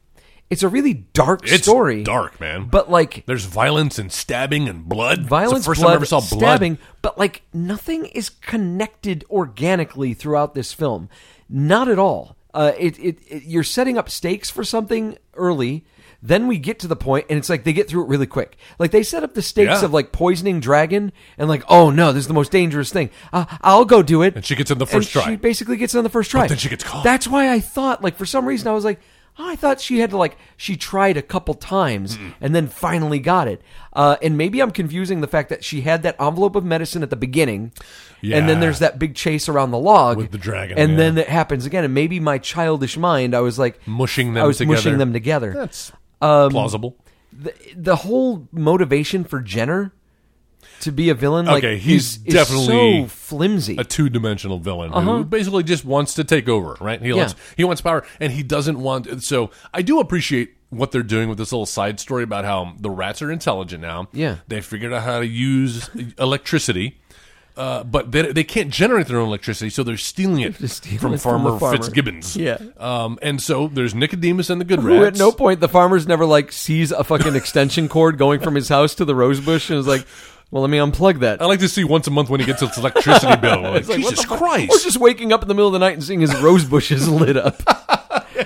Speaker 4: it's a really dark
Speaker 3: it's
Speaker 4: story,
Speaker 3: dark, man.
Speaker 4: but like
Speaker 3: there's violence and stabbing and blood. It's
Speaker 4: violence,
Speaker 3: the first
Speaker 4: blood,
Speaker 3: time I ever saw blood.
Speaker 4: stabbing, but like nothing is connected organically throughout this film. Not at all. Uh, it, it, it you're setting up stakes for something early Then we get to the point, and it's like they get through it really quick. Like they set up the stakes
Speaker 3: Yeah.
Speaker 4: of like poisoning dragon, and like, oh no, this is the most dangerous thing. Uh, I'll go do it.
Speaker 3: And she gets in the first
Speaker 4: And
Speaker 3: try.
Speaker 4: She basically gets in the first try.
Speaker 3: then she gets caught.
Speaker 4: That's why I thought, like, for some reason, I was like, oh, I thought she had to like she tried a couple times and then finally got it. Uh, and maybe I'm confusing the fact that she had that envelope of medicine at the beginning, and then
Speaker 3: Yeah.
Speaker 4: there's that big chase around the log
Speaker 3: With the dragon,
Speaker 4: and
Speaker 3: yeah.
Speaker 4: then it happens again. And maybe my childish mind, I was like
Speaker 3: Mushing them
Speaker 4: I was
Speaker 3: together.
Speaker 4: mushing them together.
Speaker 3: That's
Speaker 4: Um,
Speaker 3: plausible.
Speaker 4: the, the whole motivation for Jenner to be a villain, like,
Speaker 3: Okay, he's
Speaker 4: is- is
Speaker 3: definitely
Speaker 4: so flimsy.
Speaker 3: a two-dimensional villain
Speaker 4: Uh-huh.
Speaker 3: who basically just wants to take over, right? He wants he wants power, and he doesn't want. So I do appreciate what they're doing with this little side story about how the rats are intelligent now.
Speaker 4: Yeah.
Speaker 3: they figured out how to use electricity. Uh, but they, they can't generate their own electricity, so they're stealing it
Speaker 4: They're stealing
Speaker 3: from,
Speaker 4: it from
Speaker 3: farmer
Speaker 4: the farmer.
Speaker 3: Fitzgibbons.
Speaker 4: Yeah.
Speaker 3: um, and so there's Nicodemus and the good
Speaker 4: Who
Speaker 3: rats.
Speaker 4: at no point the farmer's never like sees a fucking extension cord going from his house to the rose bush and is like, well, let me unplug that.
Speaker 3: I like to see once a month when he gets his electricity bill. Like,
Speaker 4: It's like, what
Speaker 3: Jesus
Speaker 4: the fuck?
Speaker 3: Christ!
Speaker 4: Or just waking up in the middle of the night and seeing his rose bushes lit up.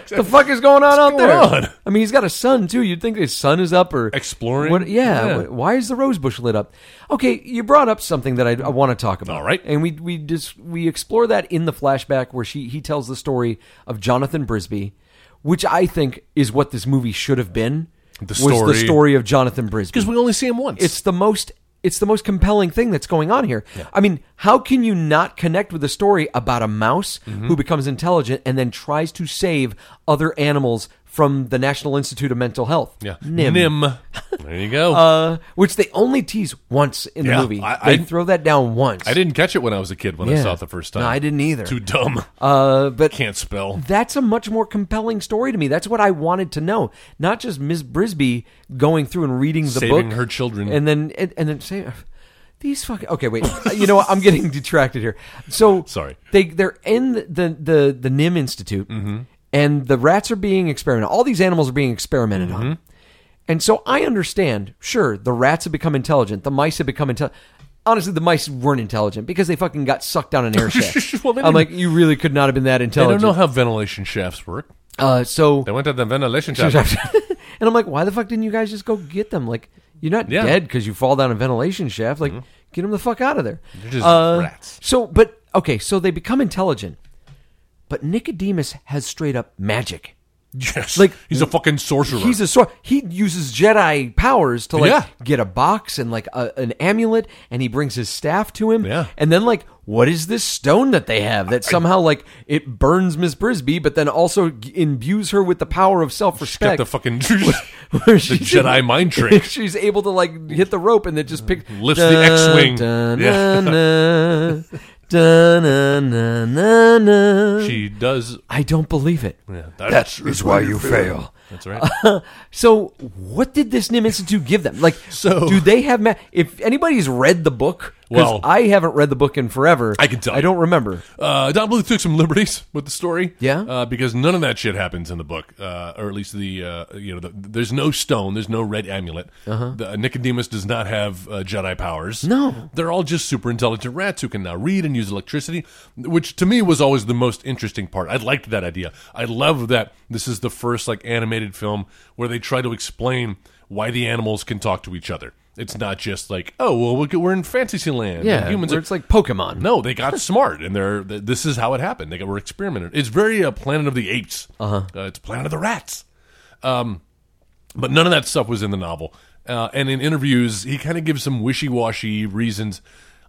Speaker 4: The fuck is going on
Speaker 3: going
Speaker 4: out there?
Speaker 3: on?
Speaker 4: I mean, he's got a sun too. You'd think his sun is up or
Speaker 3: Exploring?
Speaker 4: What, yeah.
Speaker 3: Yeah.
Speaker 4: wh- Why is the rose bush lit up? Okay, you brought up something that I, I want to talk about.
Speaker 3: All right.
Speaker 4: and we we just we explore that in the flashback where she he tells the story of Jonathan Brisby, which I think is what this movie should have been.
Speaker 3: The
Speaker 4: was
Speaker 3: story-
Speaker 4: the story of Jonathan Brisby
Speaker 3: because we only see him once.
Speaker 4: it's the most it's the most compelling thing that's going on here. I mean, how can you not connect with a story about a mouse
Speaker 3: Mm-hmm.
Speaker 4: who becomes intelligent and then tries to save other animals from the National Institute of Mental Health?
Speaker 3: yeah,
Speaker 4: NIM.
Speaker 3: There you go.
Speaker 4: Uh, which they only tease once in
Speaker 3: Yeah,
Speaker 4: the movie.
Speaker 3: I-
Speaker 4: they
Speaker 3: I-
Speaker 4: throw that down once.
Speaker 3: I didn't catch it when I was a kid when I
Speaker 4: Yeah.
Speaker 3: saw it the first time.
Speaker 4: No, I didn't either.
Speaker 3: Too dumb.
Speaker 4: Uh, but
Speaker 3: Can't spell.
Speaker 4: that's a much more compelling story to me. That's what I wanted to know. Not just Ms. Brisby going through and reading the book,
Speaker 3: Saving her children.
Speaker 4: and then and, and then saying these fucking okay. Wait, you know what? I'm getting detracted here. So
Speaker 3: Sorry.
Speaker 4: They they're in the the the Nim Institute,
Speaker 3: Mm-hmm.
Speaker 4: and the rats are being experimented. All these animals are being experimented on,
Speaker 3: Mm-hmm.
Speaker 4: and so I understand. Sure, the rats have become intelligent. The mice have become intelligent. Honestly, the mice weren't intelligent because they fucking got sucked down an air shaft.
Speaker 3: Well, they
Speaker 4: I'm
Speaker 3: didn't-
Speaker 4: like, you really could not have been that
Speaker 3: I don't
Speaker 4: intelligent.
Speaker 3: know how ventilation shafts work.
Speaker 4: Uh, so,
Speaker 3: They went to the ventilation shaft.
Speaker 4: and I'm like, why the fuck didn't you guys just go get them? Like, you're not
Speaker 3: Yeah. Mm-hmm.
Speaker 4: dead because you fall down a ventilation shaft. Like, get them the fuck out of there. Uh,
Speaker 3: They're just rats.
Speaker 4: So, but okay, so they become intelligent, but Nicodemus has straight up magic.
Speaker 3: yes.
Speaker 4: Like-
Speaker 3: he's a fucking sorcerer.
Speaker 4: He's a sort. He uses Jedi powers to like
Speaker 3: Yeah.
Speaker 4: get a box and like a, an amulet, and he brings his staff to him.
Speaker 3: Yeah.
Speaker 4: And then like, what is this stone that they have that somehow like it burns Miss Brisby, but then also g- imbues her with the power of self
Speaker 3: got
Speaker 4: respect?
Speaker 3: the fucking the
Speaker 4: where she's-
Speaker 3: Jedi mind trick.
Speaker 4: she's able to like hit the rope and then just pick
Speaker 3: Lifts the X-wing. Yeah.
Speaker 4: X-wing.
Speaker 3: She does.
Speaker 4: I don't believe it.
Speaker 3: Yeah, that's
Speaker 1: Is why you fail.
Speaker 3: that's right.
Speaker 4: So, what did this Nim Institute give them? Like,
Speaker 3: So-
Speaker 4: do they have? Ma- if anybody's read the book, 'cause
Speaker 3: Well-
Speaker 4: I haven't read the book in forever.
Speaker 3: I can tell
Speaker 4: I
Speaker 3: you.
Speaker 4: don't remember.
Speaker 3: Uh, Don Bluth took some liberties with the story,
Speaker 4: Yeah?
Speaker 3: uh, because none of that shit happens in the book, uh, or at least the uh, you know the, there's no stone, there's no red amulet. Uh-huh. The, Nicodemus does not have uh, Jedi powers.
Speaker 4: No.
Speaker 3: they're all just super intelligent rats who can now read and use electricity, which to me was always the most interesting part. I liked that idea. I love that this is the first like animated film where they try to explain why the animals can talk to each other. It's not just like oh well we're- we're in fantasy land. and humans
Speaker 4: where
Speaker 3: are
Speaker 4: it's like Pokemon.
Speaker 3: no, they got smart, and they're th- this is how it happened. They got, were experimenting. It's very uh, Planet of the Apes. Uh-huh. it's Planet of the Rats. Um, but none of that stuff was in the novel. Uh, and in interviews, he kind of gives some wishy-washy reasons.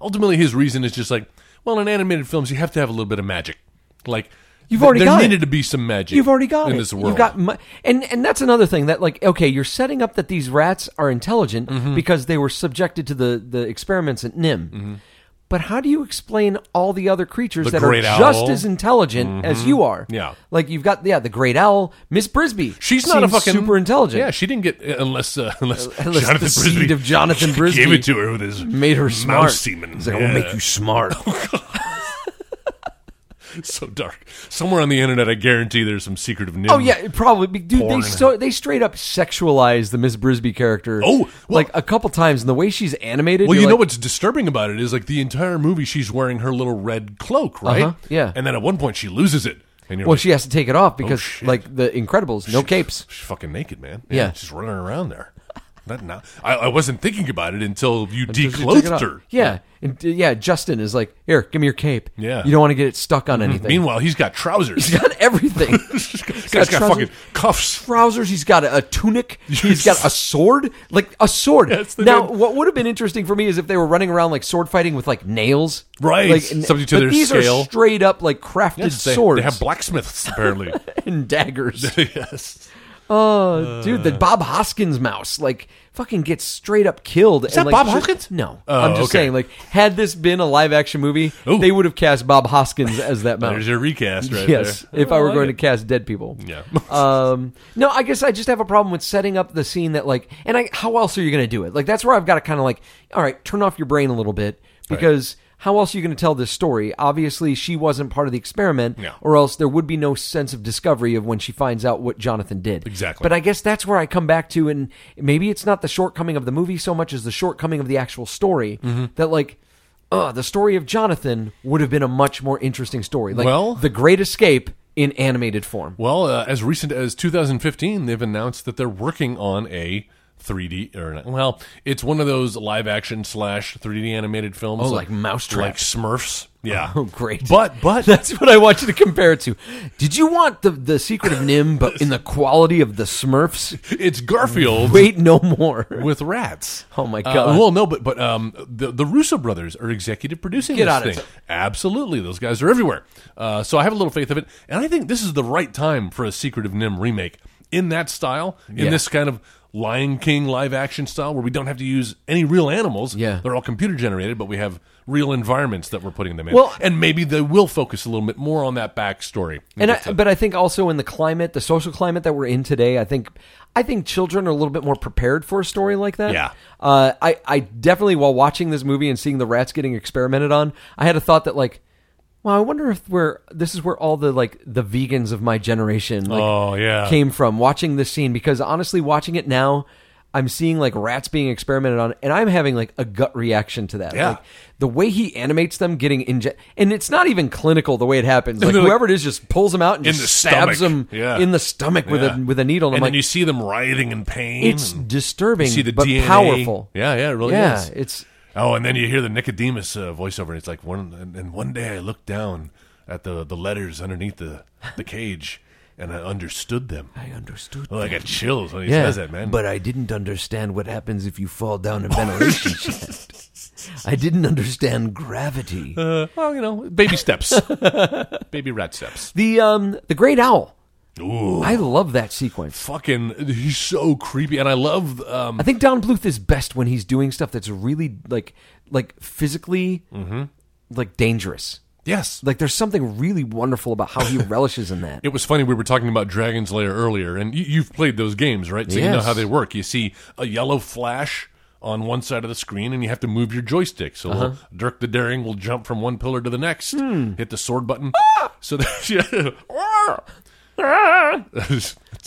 Speaker 3: Ultimately, his reason is just like, well, in animated films, you have to have a little bit of magic. Like
Speaker 4: You've
Speaker 3: th-
Speaker 4: already
Speaker 3: there
Speaker 4: got it.
Speaker 3: needed to be some magic.
Speaker 4: You've already got
Speaker 3: in
Speaker 4: it.
Speaker 3: this world.
Speaker 4: You've got mu- and and that's another thing that like okay, you're setting up that these rats are intelligent
Speaker 3: Mm-hmm.
Speaker 4: because they were subjected to the the experiments at Nim. But how do you explain all the other creatures
Speaker 3: The
Speaker 4: that are
Speaker 3: great
Speaker 4: just
Speaker 3: owl. Mm-hmm.
Speaker 4: as intelligent as you are?
Speaker 3: Yeah.
Speaker 4: like you've got yeah the great owl, Miss Brisby.
Speaker 3: She's not a
Speaker 4: seems
Speaker 3: fucking
Speaker 4: super intelligent.
Speaker 3: Yeah, she didn't get unless uh, unless,
Speaker 4: Unless
Speaker 3: Jonathan
Speaker 4: the seed
Speaker 3: Brisby
Speaker 4: of Jonathan Brisby
Speaker 3: gave it to her with his
Speaker 4: made her
Speaker 3: mouse
Speaker 4: smart.
Speaker 3: semen.
Speaker 4: He's like, I will
Speaker 3: Yeah.
Speaker 4: make you smart.
Speaker 3: so dark. Somewhere on the internet, I guarantee there's some secretive nim.
Speaker 4: Oh yeah, it probably. be- Dude,
Speaker 3: Porn.
Speaker 4: they so they straight up sexualize the Miss Brisby character.
Speaker 3: Oh, well-
Speaker 4: like a couple times, and the way she's animated.
Speaker 3: Well,
Speaker 4: you're
Speaker 3: you know
Speaker 4: like,
Speaker 3: what's disturbing about it is like the entire movie she's wearing her little red cloak, right?
Speaker 4: Uh-huh, yeah.
Speaker 3: And then at one point she loses it. And you're
Speaker 4: well,
Speaker 3: like-
Speaker 4: she has to take it off because,
Speaker 3: Oh, shit.
Speaker 4: like the Incredibles, no
Speaker 3: She's-
Speaker 4: capes.
Speaker 3: She's fucking naked, man.
Speaker 4: Yeah.
Speaker 3: she's running around there. That now, I, I wasn't thinking about it until you
Speaker 4: She took it
Speaker 3: declothed
Speaker 4: off.
Speaker 3: her.
Speaker 4: Yeah, and uh, yeah, Justin is like, here, give me your cape.
Speaker 3: Yeah. Mm-hmm.
Speaker 4: you don't want to get it stuck on anything.
Speaker 3: Meanwhile, he's got trousers.
Speaker 4: he's got everything.
Speaker 3: he's got, he's
Speaker 4: got
Speaker 3: got
Speaker 4: trousers.
Speaker 3: fucking cuffs.
Speaker 4: trousers. He's got a, a tunic. He's got a sword, like a sword.
Speaker 3: Yes, they
Speaker 4: now,
Speaker 3: did.
Speaker 4: what would have been interesting for me is if they were running around like sword fighting with like nails,
Speaker 3: Right.
Speaker 4: Like, n-
Speaker 3: Subject to
Speaker 4: but
Speaker 3: their
Speaker 4: these are
Speaker 3: scale.
Speaker 4: straight up like crafted
Speaker 3: Yes, they,
Speaker 4: swords
Speaker 3: they have blacksmiths apparently.
Speaker 4: and daggers.
Speaker 3: yes.
Speaker 4: Uh, dude, the Bob Hoskins mouse like fucking gets straight up killed. Is
Speaker 3: that Bob Hoskins?
Speaker 4: No,
Speaker 3: Oh,
Speaker 4: I'm just
Speaker 3: okay.
Speaker 4: saying. Like, had this been a live action movie,
Speaker 3: Ooh.
Speaker 4: they would have cast Bob Hoskins as that mouse.
Speaker 3: There's your recast right
Speaker 4: yes,
Speaker 3: there.
Speaker 4: if I were
Speaker 3: Oh, like
Speaker 4: going
Speaker 3: it.
Speaker 4: to cast dead people.
Speaker 3: Yeah.
Speaker 4: um, no, I guess I just have a problem with setting up the scene that like, and I, how else are you going to do it? Like that's where I've got to kind of like, all right, turn off your brain a little bit because how else are you going to tell this story? Obviously, she wasn't part of the experiment,
Speaker 3: No.
Speaker 4: or else there would be no sense of discovery of when she finds out what Jonathan did.
Speaker 3: Exactly.
Speaker 4: But I guess that's where I come back to, and maybe it's not the shortcoming of the movie so much as the shortcoming of the actual story that like. Uh, the story of Jonathan would have been a much more interesting story. Like
Speaker 3: Well-
Speaker 4: the Great Escape in animated form.
Speaker 3: Well, uh, as recent as 2015, they've announced that they're working on a 3D or not- well, it's one of those live action slash 3D animated films,
Speaker 4: Oh, like Mousetrap.
Speaker 3: like Smurfs. Yeah,
Speaker 4: Oh, great.
Speaker 3: But but
Speaker 4: That's what I want you to compare it to. Did you want the, the Secret of Nim, but in the quality of the Smurfs?
Speaker 3: it's Garfield
Speaker 4: Wait, no more.
Speaker 3: with rats.
Speaker 4: Oh, my
Speaker 3: Uh,
Speaker 4: God.
Speaker 3: well, no, but but um, the the Russo brothers are executive producing
Speaker 4: Get
Speaker 3: this
Speaker 4: out of
Speaker 3: thing.
Speaker 4: it.
Speaker 3: Absolutely, those guys are everywhere. Uh, so I have a little faith of it, and I think this is the right time for a Secret of Nim remake in that style, in
Speaker 4: Yeah.
Speaker 3: this kind of Lion King live action style, where we don't have to use any real animals.
Speaker 4: Yeah.
Speaker 3: they're all computer generated, but we have real environments that we're putting them in.
Speaker 4: Well-
Speaker 3: and maybe they will focus a little bit more on that backstory.
Speaker 4: And
Speaker 3: It's
Speaker 4: I,
Speaker 3: a-
Speaker 4: but I think also in the climate, the social climate that we're in today, I think I think children are a little bit more prepared for a story like that.
Speaker 3: Yeah.
Speaker 4: Uh, I I definitely while watching this movie and seeing the rats getting experimented on, I had a thought that like, well, I wonder if we're this is where all the like the vegans of my generation like,
Speaker 3: Oh, yeah.
Speaker 4: came from watching this scene because honestly watching it now. I'm seeing like rats being experimented on, and I'm having like a gut reaction to that.
Speaker 3: Yeah.
Speaker 4: Like, the way he animates them getting inject, and it's not even clinical the way it happens. Like
Speaker 3: they're like-
Speaker 4: whoever it is just pulls them out and
Speaker 3: in
Speaker 4: just
Speaker 3: the
Speaker 4: stabs
Speaker 3: stomach.
Speaker 4: him
Speaker 3: Yeah.
Speaker 4: in the stomach with
Speaker 3: Yeah.
Speaker 4: a with a needle. And,
Speaker 3: and
Speaker 4: I'm
Speaker 3: then
Speaker 4: like,
Speaker 3: you see them writhing in pain.
Speaker 4: it's
Speaker 3: and-
Speaker 4: disturbing,
Speaker 3: You see the
Speaker 4: but
Speaker 3: DNA.
Speaker 4: powerful.
Speaker 3: Yeah, yeah, it really
Speaker 4: yeah,
Speaker 3: is.
Speaker 4: it's
Speaker 3: Oh, and then you hear the Nicodemus uh, voiceover, and it's like one. And, and one day I looked down at the the letters underneath the the cage, and I understood them.
Speaker 4: I understood.
Speaker 3: Well, I got chills when Oh, he
Speaker 4: yeah,
Speaker 3: says that, man. Oh,
Speaker 4: But I didn't understand what happens if you fall down a ventilation shaft. I didn't understand gravity.
Speaker 3: uh, well, you know, baby steps, baby rat steps.
Speaker 4: The um the great owl.
Speaker 3: Ooh,
Speaker 4: I love that sequence.
Speaker 3: fucking, he's so creepy, and I love. Um,
Speaker 4: I think Don Bluth is best when he's doing stuff that's really like like physically
Speaker 3: Mm-hmm.
Speaker 4: like dangerous.
Speaker 3: yes,
Speaker 4: Like there's something really wonderful about how he relishes in that.
Speaker 3: It was funny. We were talking about Dragon's Lair earlier, and you, you've played those games, right? So you know
Speaker 4: Yes.
Speaker 3: how they work. You see a yellow flash on one side of the screen, and you have to move your joystick. So little Dirk the Daring will jump from one pillar to the next, hit the sword button. So there's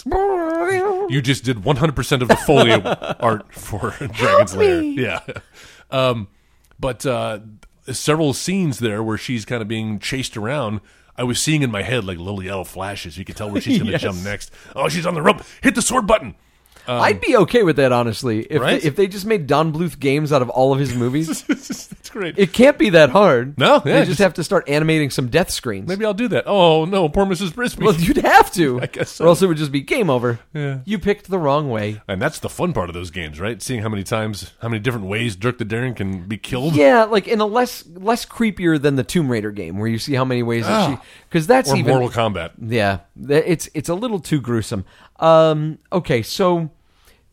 Speaker 3: you just did 100% of the folio art for Dragon's Lair. Yeah. Um, but uh, several scenes there where she's kind of being chased around. I was seeing in my head like little yellow flashes. You could tell where she's going to
Speaker 4: Yes.
Speaker 3: jump next. Oh, she's on the rope. Hit the sword button.
Speaker 4: I'd be okay with that, honestly. If
Speaker 3: Right?
Speaker 4: they, if they just made Don Bluth games out of all of his movies,
Speaker 3: That's great.
Speaker 4: it can't be that hard.
Speaker 3: No,
Speaker 4: they
Speaker 3: yeah,
Speaker 4: just,
Speaker 3: just-
Speaker 4: have to start animating some death screens.
Speaker 3: Maybe I'll do that. Oh no, poor Mrs. Brisby.
Speaker 4: well, you'd have to.
Speaker 3: I guess so.
Speaker 4: Or else it would just be game over. You picked the wrong way.
Speaker 3: and that's the fun part of those games, right? Seeing how many times, how many different ways Dirk the Daring can be killed.
Speaker 4: Yeah, like in a less less creepier than the Tomb Raider game, where you see how many ways that she because that's
Speaker 3: Or
Speaker 4: even
Speaker 3: Mortal Kombat.
Speaker 4: Yeah, th- it's it's a little too gruesome. Um, okay, so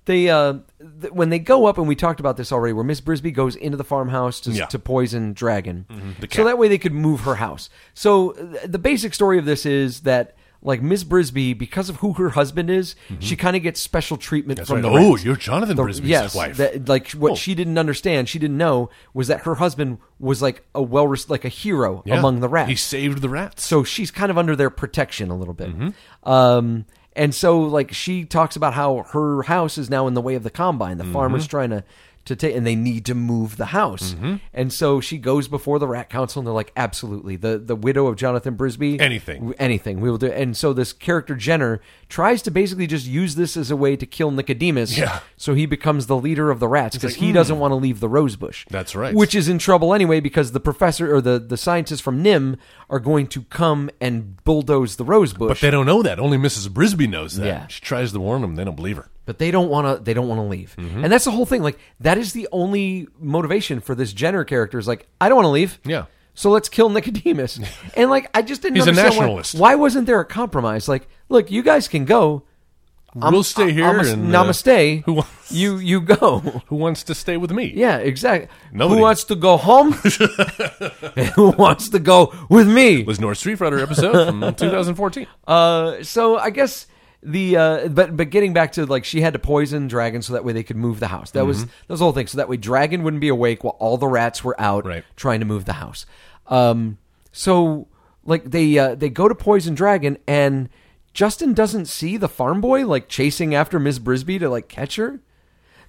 Speaker 4: they uh, th- when they go up, and we talked about this already, where Miss Brisby goes into the farmhouse to,
Speaker 3: Yeah. Mm-hmm,
Speaker 4: to poison Dragon,
Speaker 3: the
Speaker 4: so
Speaker 3: cat.
Speaker 4: that way they could move her house. So th- the basic story of this is that. Like Miss Brisby, because of who her husband is, she kind of gets special treatment
Speaker 3: Mm-hmm. That's
Speaker 4: from
Speaker 3: right.
Speaker 4: the
Speaker 3: Oh,
Speaker 4: rats.
Speaker 3: you're Jonathan
Speaker 4: The-
Speaker 3: Brisby's
Speaker 4: yes,
Speaker 3: wife.
Speaker 4: that- like what
Speaker 3: Oh.
Speaker 4: she didn't understand, she didn't know was that her husband was like a well, res- like a hero
Speaker 3: Yeah.
Speaker 4: among the rats
Speaker 3: He saved the rats.
Speaker 4: so she's kind of under their protection a little bit.
Speaker 3: Mm-hmm.
Speaker 4: Um,
Speaker 3: Mm-hmm.
Speaker 4: and so like she talks about how her house is now in the way of the combine. The farmer's trying to to take, and they need to move the house. And so she goes before the Rat Council, and they're like, "Absolutely, the the widow of Jonathan Brisby,
Speaker 3: Anything.
Speaker 4: anything, we will do." And so this character Jenner tries to basically just use this as a way to kill Nicodemus,
Speaker 3: Yeah. hmm.
Speaker 4: so he becomes the leader of the rats because he doesn't want to leave the rose bush.
Speaker 3: That's right.
Speaker 4: which is in trouble anyway because the professor or the the scientists from Nim are going to come and bulldoze the rose bush.
Speaker 3: But they don't know that. Only Mrs. Brisby knows that.
Speaker 4: Yeah.
Speaker 3: She tries to warn them. They don't believe her.
Speaker 4: but they don't want to they don't want to leave
Speaker 3: Mm-hmm.
Speaker 4: and that's the whole thing like that is the only motivation for this jenner character is like i don't want to leave
Speaker 3: Yeah.
Speaker 4: so let's kill nicodemus and like i just didn't
Speaker 3: He's a
Speaker 4: understand why-
Speaker 3: nationalist.
Speaker 4: Why, wasn't there a compromise like look you guys can go
Speaker 3: we'll stay here.
Speaker 4: Amas-
Speaker 3: and, uh,
Speaker 4: namaste
Speaker 3: who wants-
Speaker 4: you you go
Speaker 3: who wants to stay with me?
Speaker 4: yeah exactly
Speaker 3: Nobody.
Speaker 4: who wants to go home who wants to go with me
Speaker 3: Was North Street Fighter episode from 2014.
Speaker 4: Uh, so I guess the uh, but but getting back to like she had to poison Dragon so that way they could move the house. That was that was the whole thing. So that way Dragon wouldn't be awake while all the rats were out
Speaker 3: Right.
Speaker 4: trying to move the house. Um, so like they uh, they go to poison Dragon and Justin doesn't see the farm boy like chasing after Miss Brisby to like catch her.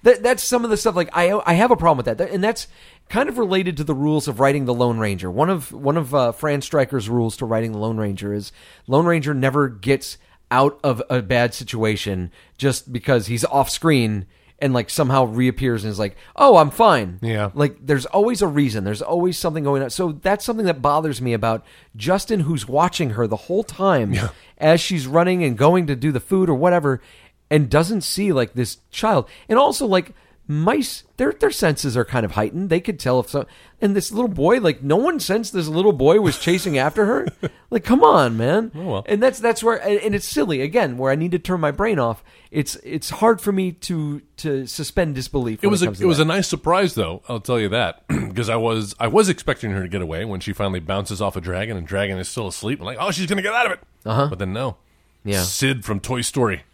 Speaker 4: That, that's some of the stuff. Like I, I have a problem with that, That- and that's kind of related to the rules of writing the Lone Ranger. One of one of uh, Fran Stryker's rules to writing the Lone Ranger is Lone Ranger never gets out of a bad situation just because he's off screen and like somehow reappears and is like, oh, I'm fine.
Speaker 3: Yeah.
Speaker 4: Like there's always a reason. There's always something going on. So that's something that bothers me about Justin, who's watching her the whole time as she's running and going to do the food or whatever, and doesn't see like this child. And also like mice, their their senses are kind of heightened. They could tell if so. And this little boy, like no one sensed this little boy was chasing after her. Like come on, man.
Speaker 3: Oh, well.
Speaker 4: And that's that's where and and it's silly again where I need to turn my brain off. It's it's hard for me to to suspend disbelief.
Speaker 3: It
Speaker 4: when
Speaker 3: was a,
Speaker 4: comes to
Speaker 3: it was
Speaker 4: that.
Speaker 3: a nice surprise though. I'll tell you that because I was I was expecting her to get away when she finally bounces off a dragon and dragon is still asleep. I'm like, oh, she's gonna get out of it. Uh-huh. But then no,
Speaker 4: Yeah.
Speaker 3: Sid from Toy Story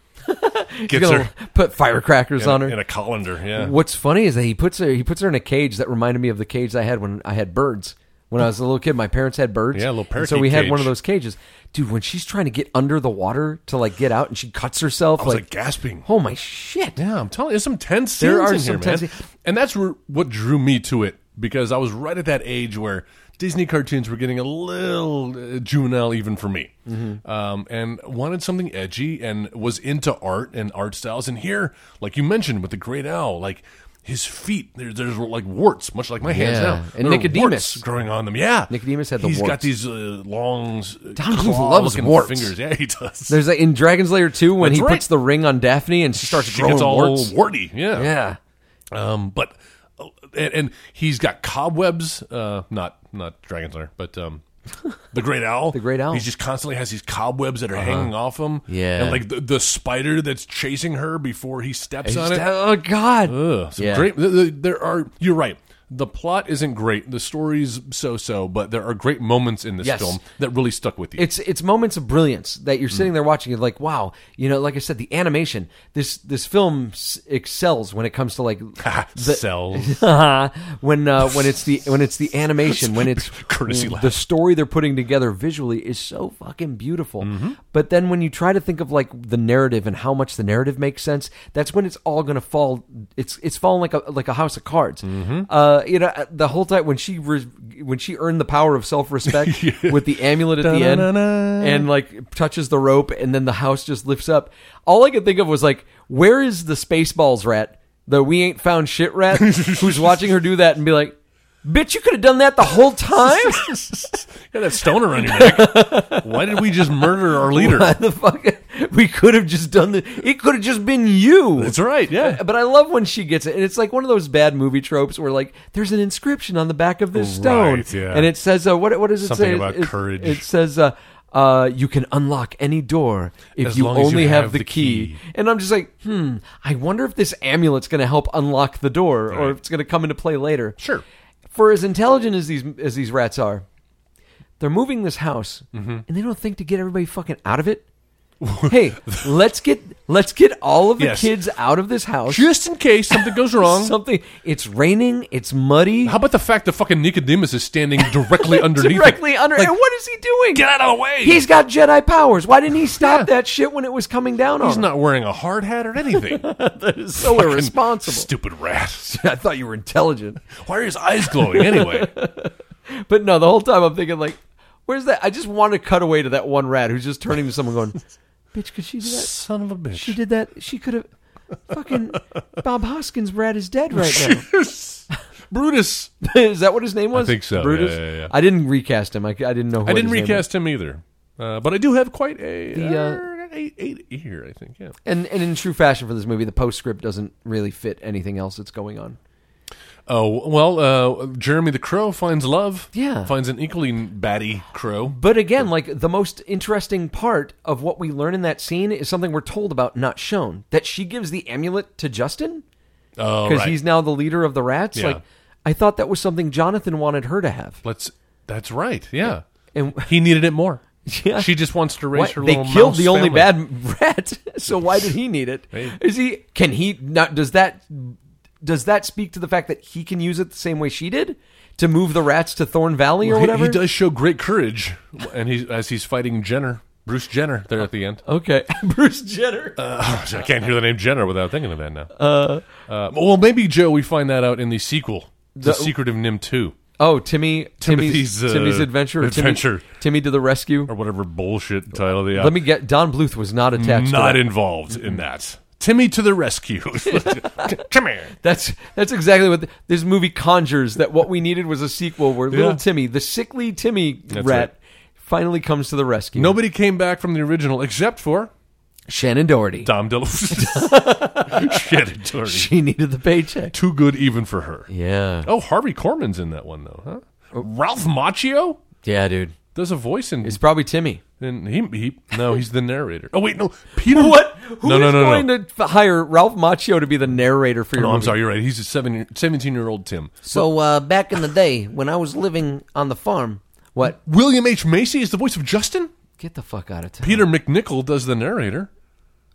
Speaker 3: gets
Speaker 4: gonna
Speaker 3: her
Speaker 4: put firecrackers on her.
Speaker 3: in a colander. Yeah,
Speaker 4: What's funny is that he puts her he puts her in a cage that reminded me of the cage I had when I had birds. When I was a little kid, my parents had birds.
Speaker 3: Yeah, a little
Speaker 4: and So
Speaker 3: parakeet
Speaker 4: we had one
Speaker 3: cage.
Speaker 4: of those cages. Dude, when she's trying to get under the water to like get out and she cuts herself
Speaker 3: I was
Speaker 4: like,
Speaker 3: like, gasping.
Speaker 4: Oh my shit.
Speaker 3: Yeah, I'm telling you, there's some tense scenes
Speaker 4: There are
Speaker 3: in
Speaker 4: some
Speaker 3: here,
Speaker 4: tense
Speaker 3: man.
Speaker 4: scenes.
Speaker 3: And that's where, what drew me to it because I was right at that age where Disney cartoons were getting a little uh, juvenile, even for me,
Speaker 4: Mm-hmm.
Speaker 3: um, and wanted something edgy and was into art and art styles. And here, like you mentioned with the Great Owl, like his feet, there, there's like warts, much like my hands
Speaker 4: Yeah.
Speaker 3: now.
Speaker 4: And
Speaker 3: There are
Speaker 4: Nicodemus.
Speaker 3: warts growing on them. Yeah,
Speaker 4: Nicodemus had the
Speaker 3: He's got
Speaker 4: warts.
Speaker 3: these uh, long, s-
Speaker 4: Donald
Speaker 3: claw-looking
Speaker 4: loves warts.
Speaker 3: fingers. Yeah, he does.
Speaker 4: There's like in Dragon's Lair 2 when
Speaker 3: That's
Speaker 4: he
Speaker 3: right.
Speaker 4: puts the ring on Daphne and she starts
Speaker 3: she
Speaker 4: growing
Speaker 3: gets all
Speaker 4: warts.
Speaker 3: warty. Yeah,
Speaker 4: Yeah.
Speaker 3: Um, but uh, and, and he's got cobwebs. Uh, not not Dragon's Lair, but um, the Great Owl. the
Speaker 4: Great Owl. Uh-huh.
Speaker 3: He just constantly has these cobwebs that are hanging off him.
Speaker 4: Yeah.
Speaker 3: and like the, the spider that's chasing her before he steps on it.
Speaker 4: Oh god.
Speaker 3: Ugh, some
Speaker 4: Yeah.
Speaker 3: great. th- th- There are. You're right. The plot isn't great. The story's so-so, but there are great moments in this
Speaker 4: Yes.
Speaker 3: film that really stuck with you.
Speaker 4: it's it's moments of brilliance that
Speaker 3: Mm.
Speaker 4: you're sitting there watching. You're like, wow, you know, like I said, the animation. This this film s- excels when it comes to like the-
Speaker 3: Ah, Cells.
Speaker 4: when uh, when it's the when it's the animation when it's
Speaker 3: Courtesy laugh.
Speaker 4: the story they're putting together visually is so fucking beautiful.
Speaker 3: Mm-hmm.
Speaker 4: But then when you try to think of like the narrative and how much the narrative makes sense, that's when it's all gonna fall. It's it's falling like a like a house of cards.
Speaker 3: Mm-hmm.
Speaker 4: Uh, you know, the whole time when she re- when she earned the power of self respect with the amulet at the end
Speaker 3: Da-na-na-na.
Speaker 4: and like touches the rope and then the house just lifts up. All I could think of was like, where is the Spaceballs rat? The we ain't found shit rat who's watching her do that and be like, bitch, you could have done that the whole time.
Speaker 3: Got that stoner on your neck. Why did we just murder our leader?
Speaker 4: Why the fuck? We could have just done the. It could have just been you.
Speaker 3: That's right, yeah.
Speaker 4: But I love when she gets it, and it's like one of those bad movie tropes where like there's an inscription on the back of this stone,
Speaker 3: Right, yeah.
Speaker 4: and it says uh, what? What does it
Speaker 3: Something
Speaker 4: say?
Speaker 3: about
Speaker 4: It- it-
Speaker 3: courage.
Speaker 4: It says. Uh, uh, you can unlock any door if
Speaker 3: As
Speaker 4: you
Speaker 3: long as you
Speaker 4: only have,
Speaker 3: have
Speaker 4: the,
Speaker 3: the
Speaker 4: key.
Speaker 3: key.
Speaker 4: And I'm just like, hmm, I wonder if this amulet's going to help unlock the door or
Speaker 3: Right.
Speaker 4: if it's going to come into play later.
Speaker 3: Sure.
Speaker 4: For as intelligent as these as these
Speaker 3: Mm-hmm.
Speaker 4: rats are, they're moving this house and they don't think to get everybody fucking out of it. hey, let's get let's get all of the
Speaker 3: Yes.
Speaker 4: kids out of this house.
Speaker 3: Just in case something goes wrong.
Speaker 4: Something. It's raining. It's muddy.
Speaker 3: How about the fact that fucking Nicodemus is standing directly underneath? it?
Speaker 4: directly under.
Speaker 3: Like,
Speaker 4: and what is he doing?
Speaker 3: get out of the way.
Speaker 4: He's got Jedi powers. Why didn't he stop that shit when it was coming down
Speaker 3: He's
Speaker 4: on him?
Speaker 3: not wearing a hard hat or anything. that is
Speaker 4: so irresponsible.
Speaker 3: Stupid rat.
Speaker 4: I thought you were intelligent.
Speaker 3: Why are his eyes glowing anyway?
Speaker 4: But no, the whole time I'm thinking like, where's that? I just want to cut away to that one rat who's just turning to someone going, "Bitch, could she do that?
Speaker 3: Son of a bitch.
Speaker 4: She did that. She could have." Fucking Bob Hoskins' rat is dead right
Speaker 3: Brutus.
Speaker 4: now. is that what his name was?
Speaker 3: think so. Yeah,
Speaker 4: Brutus.
Speaker 3: yeah, yeah.
Speaker 4: I didn't recast him. I, I didn't know. Who
Speaker 3: I didn't
Speaker 4: his name was.
Speaker 3: recast him either, uh, but I do have quite a
Speaker 4: The, uh,
Speaker 3: uh, eight, eight here. I think yeah.
Speaker 4: And and in true fashion for this movie, the postscript doesn't really fit anything else that's going on.
Speaker 3: Oh well, uh, Jeremy the Crow finds love.
Speaker 4: Yeah.
Speaker 3: finds an equally batty crow.
Speaker 4: But again, like the most interesting part of what we learn in that scene is something we're told about, not shown. That she gives the amulet to Justin
Speaker 3: Oh,
Speaker 4: because
Speaker 3: right.
Speaker 4: he's now the leader of the rats.
Speaker 3: Yeah.
Speaker 4: Like, I thought that was something Jonathan wanted her to have.
Speaker 3: Let's. That's right. Yeah,
Speaker 4: And
Speaker 3: he needed it more.
Speaker 4: Yeah.
Speaker 3: She just wants to raise her.
Speaker 4: why- they
Speaker 3: little
Speaker 4: killed
Speaker 3: mouse
Speaker 4: the only
Speaker 3: family.
Speaker 4: bad rat, so why did he need it? Is
Speaker 3: Hey.
Speaker 4: he? Can he? Not does that? Does that speak to the fact that he can use it the same way she did to move the rats to Thorn Valley or
Speaker 3: He-
Speaker 4: whatever?
Speaker 3: He, does show great courage, and he's as he's fighting Jenner, Bruce Jenner, there at the end.
Speaker 4: Okay, Bruce Jenner.
Speaker 3: Uh, I can't hear the name Jenner without thinking of that now. Uh, well, maybe Joe, we find that out in the sequel, The, Secret of Nim Two,
Speaker 4: Oh, Timmy, Timmy's,
Speaker 3: Timothy's, uh,
Speaker 4: Timmy's adventure, or Timmy-
Speaker 3: adventure.
Speaker 4: Timmy, to the rescue.
Speaker 3: or whatever bullshit title they
Speaker 4: Let me get Don Bluth was not attached.
Speaker 3: not
Speaker 4: to that.
Speaker 3: involved in that. Timmy to the rescue! Come here.
Speaker 4: that's that's exactly what th- this movie conjures. That what we needed was a sequel where little Timmy, the sickly Timmy rat,
Speaker 3: right.
Speaker 4: finally comes to the rescue.
Speaker 3: Nobody came back from the original except for
Speaker 4: Shannon Doherty.
Speaker 3: Dom Dillo. Shannon Doherty.
Speaker 4: She needed the paycheck.
Speaker 3: Too good even for her.
Speaker 4: Yeah,
Speaker 3: Oh, Harvey Corman's in that one though, huh? Ralph Macchio
Speaker 4: yeah, dude.
Speaker 3: does a voice in.
Speaker 4: It's probably Timmy.
Speaker 3: in he, he no, he's the narrator. Oh wait, no, Peter.
Speaker 4: What?
Speaker 3: no, no, no,
Speaker 4: going
Speaker 3: no.
Speaker 4: to f- hire Ralph Macchio to be the narrator for your?
Speaker 3: No, I'm
Speaker 4: movie?
Speaker 3: sorry. You're right. He's a seven, 17 year old Tim.
Speaker 4: So uh, back in the day when I was living on the farm, what?
Speaker 3: William H Macy is the voice of Justin.
Speaker 4: Get the fuck out of town.
Speaker 3: Peter McNichol does the narrator.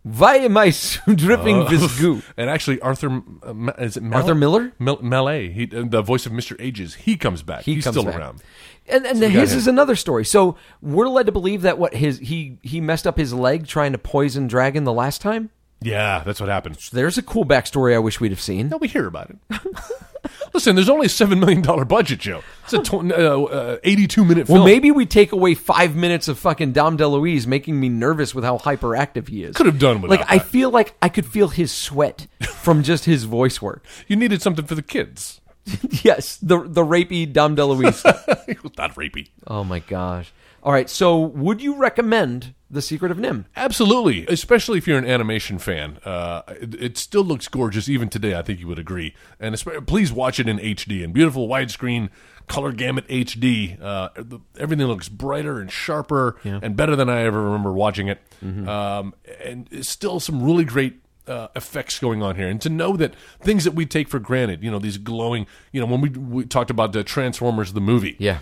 Speaker 4: Why am I s- dripping this goo?
Speaker 3: And actually, Arthur uh, Ma- is it Mal-
Speaker 4: Arthur Miller?
Speaker 3: Mil- Mallet, he, uh, the voice of Mr. Ages, he comes back.
Speaker 4: He
Speaker 3: He's
Speaker 4: comes
Speaker 3: still
Speaker 4: back.
Speaker 3: around.
Speaker 4: And, and
Speaker 3: got
Speaker 4: his
Speaker 3: him.
Speaker 4: is another story. So we're led to believe that what his he he messed up his leg trying to poison dragon the last time.
Speaker 3: Yeah, that's what happened.
Speaker 4: There's a cool backstory I wish we'd have seen.
Speaker 3: Now we hear about it. Listen, there's only a seven million dollar budget, Joe. It's a tw- uh, uh, eighty-two minute film.
Speaker 4: Well, maybe we take away five minutes of fucking Dom DeLuise making me nervous with how hyperactive he is.
Speaker 3: Could have done without
Speaker 4: Like I
Speaker 3: that.
Speaker 4: feel like I could feel his sweat from just his voice work.
Speaker 3: you needed something for the kids.
Speaker 4: Yes, the the rapey Dom DeLuise.
Speaker 3: It was Not rapey.
Speaker 4: oh my gosh! All right, so would you recommend The Secret of Nim?
Speaker 3: Absolutely, especially if you're an animation fan. Uh, it, it still looks gorgeous even today. I think you would agree. And espe- please watch it in HD in beautiful widescreen color gamut HD. Uh, the- everything looks brighter and sharper and better than I ever remember watching it.
Speaker 4: Mm-hmm.
Speaker 3: Um, and it's still some really great. Uh, effects going on here, and to know that things that we take for granted, you know, these glowing, you know, when we, we talked about the Transformers the movie,
Speaker 4: Yeah.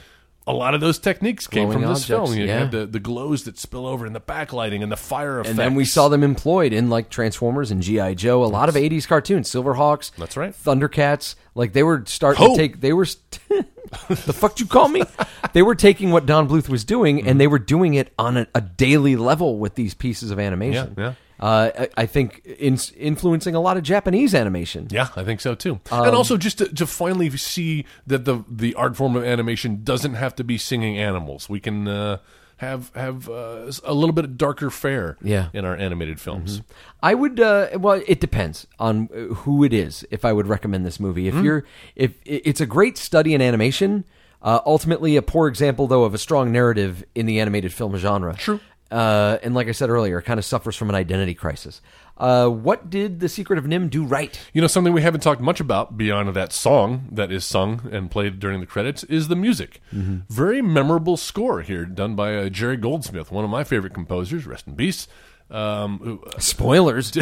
Speaker 3: a lot of those techniques came
Speaker 4: Glowing
Speaker 3: from this
Speaker 4: objects,
Speaker 3: film. You
Speaker 4: yeah.
Speaker 3: had the the glows that spill over and the backlighting and the fire effects.
Speaker 4: And then we saw them employed in like Transformers and GI Joe, a lot of '80s cartoons, Silverhawks.
Speaker 3: That's right.
Speaker 4: Thundercats. Like they were starting
Speaker 3: Ho!
Speaker 4: to take. They were. St- the fuck do you call me? they were taking what Don Bluth was doing,
Speaker 3: Mm-hmm.
Speaker 4: and they were doing it on a, a daily level with these pieces of animation.
Speaker 3: Yeah,
Speaker 4: Uh, I, I think in, influencing a lot of Japanese animation.
Speaker 3: Yeah, I think so too.
Speaker 4: Um,
Speaker 3: and also just to, to finally see that the the art form of animation doesn't have to be singing animals. We can uh, have have uh, a little bit of darker fare
Speaker 4: Yeah.
Speaker 3: in our animated films.
Speaker 4: I would. Uh, well, it depends on uh, who it is. If I would recommend this movie,
Speaker 3: Hmm.
Speaker 4: if you're, if i- it's a great study in animation, uh, ultimately a poor example though of a strong narrative in the animated film genre. True. Uh, and like I said earlier, it kind of suffers from an identity crisis. Uh, what did The Secret of Nim do right?
Speaker 3: You know, something we haven't talked much about beyond that song that is sung and played during the credits is the music. Very memorable score here, done by uh, Jerry Goldsmith, one of my favorite composers. Rest in peace. Um, who,
Speaker 4: Spoilers.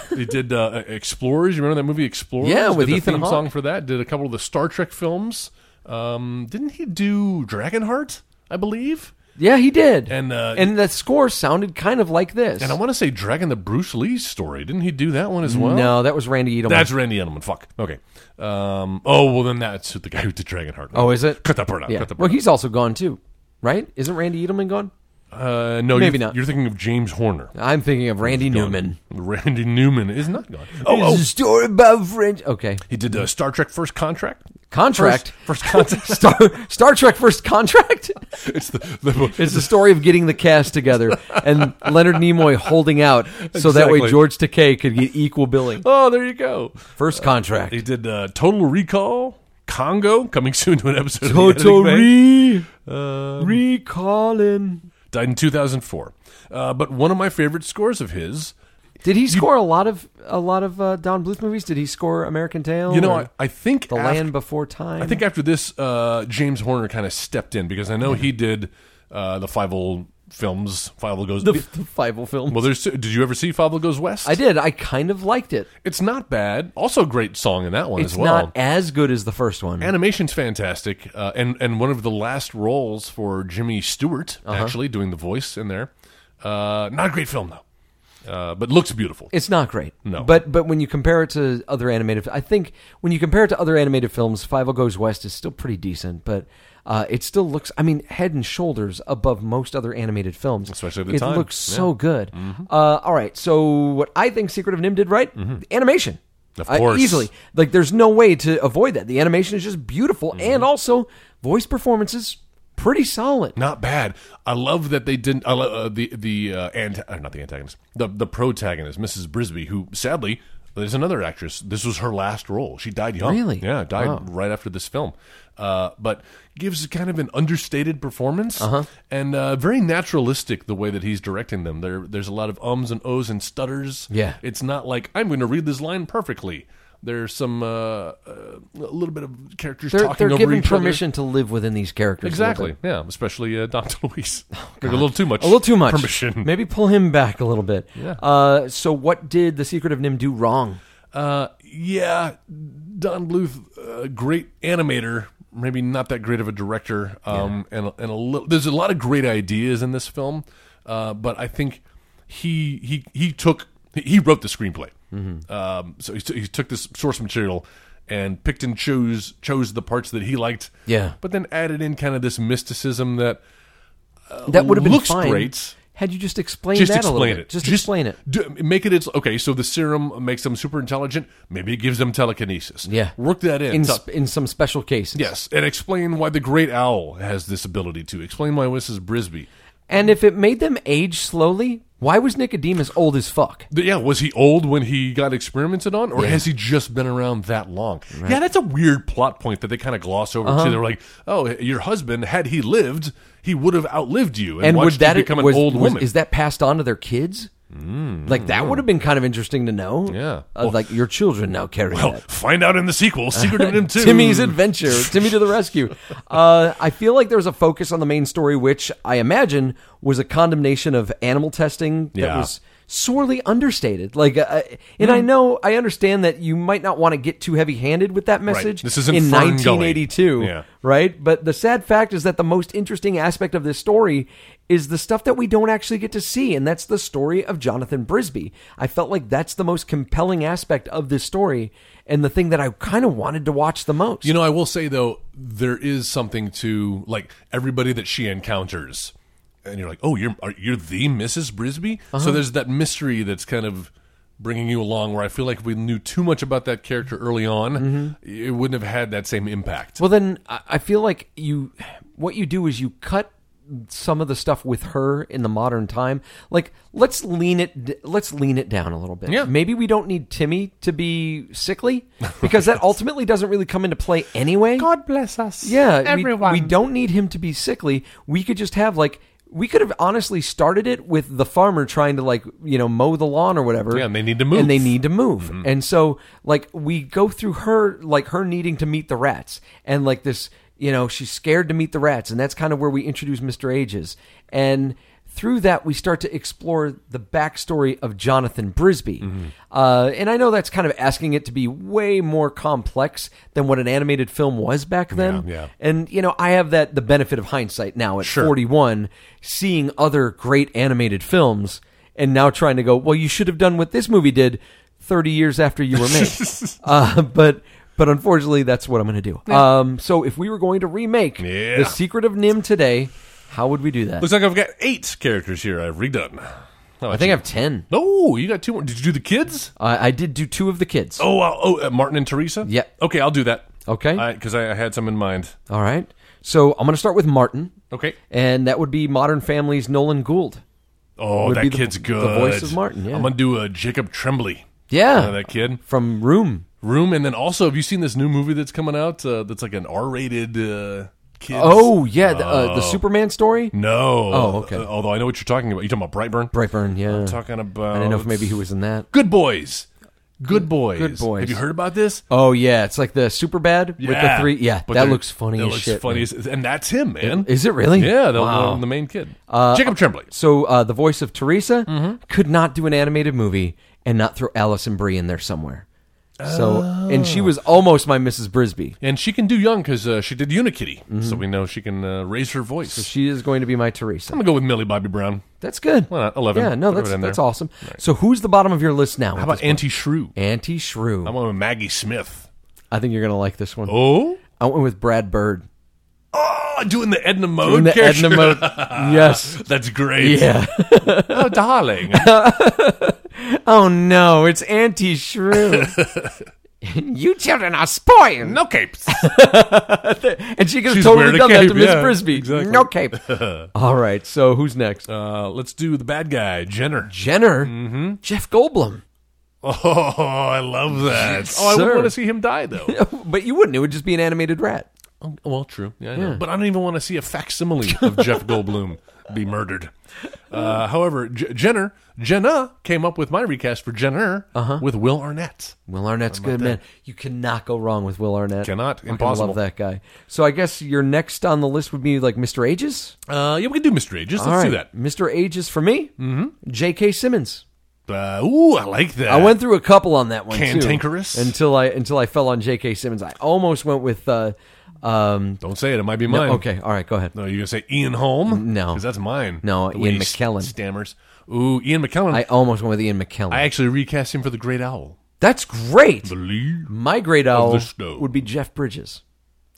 Speaker 3: he did uh, Explorers. You remember that movie Explorers?
Speaker 4: Yeah, with
Speaker 3: did
Speaker 4: Ethan
Speaker 3: the theme
Speaker 4: Hawke.
Speaker 3: song for that. Did a couple of the Star Trek films. Um, didn't he do Dragonheart? I believe.
Speaker 4: Yeah, he did.
Speaker 3: And, uh,
Speaker 4: and the score sounded kind of like this.
Speaker 3: And I want to say Dragon the Bruce Lee story. Didn't he do that one as well?
Speaker 4: no, that was Randy Edelman.
Speaker 3: That's Randy Edelman. Fuck. Okay. Um, oh well, then that's the guy who did Dragonheart.
Speaker 4: oh, is it?
Speaker 3: Cut that part out.
Speaker 4: Yeah.
Speaker 3: Cut that part
Speaker 4: Well, he's also gone too, right? Isn't Randy Edelman gone?
Speaker 3: Uh, no,
Speaker 4: Maybe
Speaker 3: you're,
Speaker 4: not.
Speaker 3: You're thinking of James Horner.
Speaker 4: I'm thinking of Randy Newman.
Speaker 3: Randy Newman is not gone. Oh,
Speaker 4: It's
Speaker 3: oh,
Speaker 4: a story about French. Okay.
Speaker 3: he did uh, Star Trek First Contract.
Speaker 4: Contract.
Speaker 3: First, first Contract.
Speaker 4: Star Star Trek first contract.
Speaker 3: it's the, the
Speaker 4: It's the story of getting the cast together and Leonard Nimoy holding out so that way
Speaker 3: Exactly.
Speaker 4: George Takei could get equal billing.
Speaker 3: oh, there you go.
Speaker 4: First contract.
Speaker 3: He did uh, Total Recall, Congo, coming soon to an episode.
Speaker 4: Total
Speaker 3: of the Editing Bay.
Speaker 4: re
Speaker 3: Uh,
Speaker 4: recalling.
Speaker 3: died in 2004. Uh, but one of my favorite scores of his.
Speaker 4: Did he score a lot of a lot of uh, Don Bluth movies? Did he score American Tail?
Speaker 3: You know,
Speaker 4: or
Speaker 3: I, I think
Speaker 4: The
Speaker 3: after-
Speaker 4: Land Before Time.
Speaker 3: I think after this, uh, James Horner kind of stepped in because I know
Speaker 4: Mm-hmm.
Speaker 3: he did uh, the Five Old films. Five Old goes.
Speaker 4: the, the Fievel film.
Speaker 3: well, there's. Did you ever see Five Old Goes West?
Speaker 4: I did. I kind of liked it.
Speaker 3: It's not bad. Also, great song in that one
Speaker 4: It's
Speaker 3: as well.
Speaker 4: not as good as the first one.
Speaker 3: Animation's fantastic, uh, and and one of the last roles for Jimmy Stewart actually doing the voice in there. Uh, not a great film though, uh, but looks beautiful.
Speaker 4: It's not great.
Speaker 3: No.
Speaker 4: But but when you compare it to other animated, I think when you compare it to other animated films, Five O Goes West is still pretty decent, but uh, it still looks. I mean, head and shoulders above most other animated films.
Speaker 3: Especially at the
Speaker 4: it
Speaker 3: time. Mm-hmm.
Speaker 4: looks so good. Uh, all right, so what I think Secret of Nim did right, animation.
Speaker 3: Of
Speaker 4: Uh,
Speaker 3: course.
Speaker 4: easily. Like, there's no way to avoid that. The animation is just beautiful,
Speaker 3: Mm-hmm.
Speaker 4: and also voice performances pretty solid.
Speaker 3: Not bad. I love that they didn't. I lo- uh, the the uh, ant, uh, not the antagonist, the the protagonist, Mrs. Brisby, who sadly there's another actress. This was her last role. She died young.
Speaker 4: Really?
Speaker 3: Yeah, died
Speaker 4: Wow.
Speaker 3: right after this film. Uh, but gives kind of an understated performance
Speaker 4: Uh-huh.
Speaker 3: and uh, very naturalistic the way that he's directing them. There, there's a lot of ums and ohs and stutters.
Speaker 4: Yeah.
Speaker 3: it's not like I'm going to read this line perfectly. There's some uh, uh, a little bit of characters
Speaker 4: They're,
Speaker 3: talking
Speaker 4: they're
Speaker 3: over
Speaker 4: given
Speaker 3: each other.
Speaker 4: permission to live within these characters. a little bit. Oh,
Speaker 3: Exactly. Yeah, especially uh, Dr. Luis. Like a little too much.
Speaker 4: A little too much.
Speaker 3: permission.
Speaker 4: Maybe pull him back a little bit.
Speaker 3: Yeah.
Speaker 4: Uh, so, what did the Secret of Nim do wrong?
Speaker 3: Uh, yeah, Don Bluth, uh, great animator. Maybe not that great of a director. Um, and and a little. There's a lot of great ideas in this film, uh, but I think he he he took he- he wrote the screenplay.
Speaker 4: Mm-hmm.
Speaker 3: Um, so he, t- he took this source material. And picked and chose chose the parts that he liked,
Speaker 4: Yeah.
Speaker 3: But then added in kind of this mysticism that
Speaker 4: That would have been
Speaker 3: looks
Speaker 4: fine
Speaker 3: great.
Speaker 4: Had you just explained
Speaker 3: just
Speaker 4: that a little
Speaker 3: explain
Speaker 4: bit.
Speaker 3: it.
Speaker 4: Just, explain it.
Speaker 3: do- make it its okay. So the serum makes them super intelligent. Maybe it gives them telekinesis.
Speaker 4: Yeah.
Speaker 3: work that in.
Speaker 4: In,
Speaker 3: Tell-
Speaker 4: sp- in some special cases.
Speaker 3: yes, and explain why the great owl has this ability to explain why Mrs. Brisby.
Speaker 4: And if it made them age slowly, why was Nicodemus old as fuck?
Speaker 3: The- yeah, was he old when he got experimented on, or has he just been around that long? Yeah, that's a weird plot point that they kind of gloss over
Speaker 4: Uh-huh.
Speaker 3: too. They're like, oh, your husband had he lived, he would have outlived you, and,
Speaker 4: And would
Speaker 3: watched you
Speaker 4: that
Speaker 3: become
Speaker 4: was-
Speaker 3: an old
Speaker 4: was-
Speaker 3: woman? Hmm.
Speaker 4: Is that passed on to their kids? like that would have been kind of interesting to know.
Speaker 3: Yeah.
Speaker 4: Uh, like your children now carry
Speaker 3: well,
Speaker 4: that.
Speaker 3: find out in the sequel, Secret of Nim Two.
Speaker 4: Timmy's adventure. Timmy to the rescue. Uh, I feel like there was a focus on the main story, which I imagine was a condemnation of animal testing that
Speaker 3: Yeah. Hmm.
Speaker 4: was sorely understated. Like, uh, and I know I understand that you might not want to get too heavy-handed with that message.
Speaker 3: This isn't
Speaker 4: in
Speaker 3: Ferngully.
Speaker 4: 1982,
Speaker 3: Yeah.
Speaker 4: right? But the sad fact is that the most interesting aspect of this story is the stuff that we don't actually get to see, and that's the story of Jonathan Brisby. I felt like that's the most compelling aspect of this story, and the thing that I kind of wanted to watch the most.
Speaker 3: You know, I will say though, there is something to like everybody that she encounters, and you're like, oh, you're are, you're the Mrs. Brisby.
Speaker 4: Uh-huh.
Speaker 3: So there's that mystery that's kind of bringing you along. Where I feel like if we knew too much about that character early on, it wouldn't have had that same impact.
Speaker 4: Mm-hmm. Well, then I I feel like you, what you do is you cut some of the stuff with her in the modern time. Like let's lean it, d- let's lean it down a little bit.
Speaker 3: Yeah.
Speaker 4: Maybe we don't need Timmy to be sickly because that ultimately doesn't really come into play anyway.
Speaker 5: God bless us.
Speaker 4: yeah, we-
Speaker 5: everyone.
Speaker 4: We, don't need him to be sickly. We could just have like. We could have honestly started it with the farmer trying to like you know mow the lawn or whatever.
Speaker 3: Yeah, and they need to move.
Speaker 4: And they need to move.
Speaker 3: Mm-hmm.
Speaker 4: And so like we go through her like her needing to meet the rats and like this you know she's scared to meet the rats and that's kind of where we introduce Mr. Ages and through that, we start to explore the backstory of Jonathan Brisby.
Speaker 3: Mm-hmm.
Speaker 4: Uh, and I know that's kind of asking it to be way more complex than what an animated film was back then.
Speaker 3: Yeah, yeah.
Speaker 4: And you know, I have that the benefit of hindsight now at 41, seeing other great animated films, and now trying to go, well, you should have done what this movie did 30 years after you were made. uh, but but unfortunately, that's what I'm going to do. Um, so if we were going to remake
Speaker 3: Yeah.
Speaker 4: the Secret of Nim today, how would we do that?
Speaker 3: Looks like I've got eight characters here I've redone.
Speaker 4: I think I have 10.
Speaker 3: No, you got two more. Did you do the kids?
Speaker 4: I I did do two of the kids.
Speaker 3: Oh, I'll, oh, uh, Martin and Teresa.
Speaker 4: Yeah.
Speaker 3: Okay, I'll do that.
Speaker 4: Okay.
Speaker 3: Because I, I had some in mind.
Speaker 4: All right. So I'm going to start with Martin.
Speaker 3: Okay.
Speaker 4: And that would be Modern Family's Nolan Gould.
Speaker 3: Oh,
Speaker 4: Would be
Speaker 3: that
Speaker 4: the-
Speaker 3: kid's
Speaker 4: the
Speaker 3: good.
Speaker 4: voice of Martin, yeah.
Speaker 3: I'm gonna do a Jacob Tremblay.
Speaker 4: Yeah.
Speaker 3: Uh, that kid.
Speaker 4: From Room.
Speaker 3: Room, and then also, have you seen this new movie that's coming out? Uh, that's like an R-rated uh, kids.
Speaker 4: Oh, yeah. The, uh, the Superman story?
Speaker 3: no.
Speaker 4: Oh, okay.
Speaker 3: Uh, although I know what you're talking about. You talking about Brightburn?
Speaker 4: Brightburn, yeah.
Speaker 3: Talking about.
Speaker 4: I don't know if maybe he was in that.
Speaker 3: Good boys. Good boys.
Speaker 4: Good Boys.
Speaker 3: Have you heard about this?
Speaker 4: Oh, yeah. It's like the Super Bad with the three. Yeah.
Speaker 3: But
Speaker 4: that
Speaker 3: they're-
Speaker 4: looks funny
Speaker 3: That
Speaker 4: as
Speaker 3: looks
Speaker 4: shit.
Speaker 3: funny,
Speaker 4: man.
Speaker 3: as, and that's him, man.
Speaker 4: Is it really?
Speaker 3: Yeah, the,
Speaker 4: Wow.
Speaker 3: the main kid, Jacob Tremblay.
Speaker 4: So uh, the voice of Teresa
Speaker 3: Mm-hmm.
Speaker 4: could not do an animated movie and not throw Alison Brie in there somewhere. So and she was
Speaker 3: Oh.
Speaker 4: almost my Mrs. Brisby.
Speaker 3: And she can do young because uh, she did Unikitty,
Speaker 4: Mm-hmm.
Speaker 3: so we know she can uh, raise her voice.
Speaker 4: She is going to be my Teresa.
Speaker 3: I'm gonna go with Millie Bobby Brown. Uh,
Speaker 4: That's good.
Speaker 3: Why not? 11.
Speaker 4: Yeah, no,
Speaker 3: Put it
Speaker 4: that's
Speaker 3: in there.
Speaker 4: that's awesome. So who's the bottom of your list now?
Speaker 3: How about Auntie Shrew?
Speaker 4: Auntie Shrew?
Speaker 3: I'm going with Maggie Smith.
Speaker 4: I think you're gonna like this one.
Speaker 3: Oh,
Speaker 4: I went with Brad Bird.
Speaker 3: oh, doing the Edna mode.
Speaker 4: Doing the
Speaker 3: character.
Speaker 4: Edna mode. yes.
Speaker 3: That's great.
Speaker 4: Yeah.
Speaker 3: Oh, darling.
Speaker 4: Oh no, it's Auntie Shrew. you children are spoiled.
Speaker 3: no capes.
Speaker 4: And she could have
Speaker 3: She's
Speaker 4: totally
Speaker 3: wearing a
Speaker 4: done that
Speaker 3: cape,
Speaker 4: to Miss
Speaker 3: yeah,
Speaker 4: Brisby.
Speaker 3: exactly.
Speaker 4: No cape. All right, so who's next?
Speaker 3: Uh, let's do the bad guy, Jenner.
Speaker 4: Jenner. Jeff Goldblum.
Speaker 3: Oh, I love that. Oh, I would
Speaker 4: sir.
Speaker 3: want to see him die though.
Speaker 4: but you wouldn't. It would just be an animated rat.
Speaker 3: Oh, Well, true. Yeah, I know. But I don't even want to see a facsimile of Jeff Goldblum be murdered. Uh, however, J- Jenner Jenna came up with my recast for Jenner
Speaker 4: Uh-huh.
Speaker 3: with Will Arnett.
Speaker 4: Will Arnett's good, man. You cannot go wrong with Will Arnett.
Speaker 3: Cannot.
Speaker 4: Fucking
Speaker 3: Impossible.
Speaker 4: love that guy. So I guess your next on the list would be like Mr. Aegis.
Speaker 3: Uh, yeah, we can do Mr. Aegis.
Speaker 4: All
Speaker 3: Let's do
Speaker 4: right, Mr. Aegis for me. Mm-hmm. J.K. Simmons.
Speaker 3: that. Uh, ooh, I like that.
Speaker 4: I went through a couple on that one
Speaker 3: Cantankerous?
Speaker 4: too. Until I until I fell on J.K. Simmons. I almost went with. Uh, um,
Speaker 3: Don't say it. It might be
Speaker 4: no,
Speaker 3: mine.
Speaker 4: okay, all right, go ahead.
Speaker 3: No, you're gonna say Ian Holm?
Speaker 4: No.
Speaker 3: because that's mine.
Speaker 4: No,
Speaker 3: The way
Speaker 4: Ian
Speaker 3: he s-
Speaker 4: McKellen.
Speaker 3: stammers. Ooh, Ian McKellen.
Speaker 4: I
Speaker 3: I,
Speaker 4: almost went with Ian McKellen.
Speaker 3: actually recast him for the Great Owl.
Speaker 4: That's great.
Speaker 3: Believe.
Speaker 4: My great owl
Speaker 3: the snow. Ah,
Speaker 4: would be Jeff Bridges.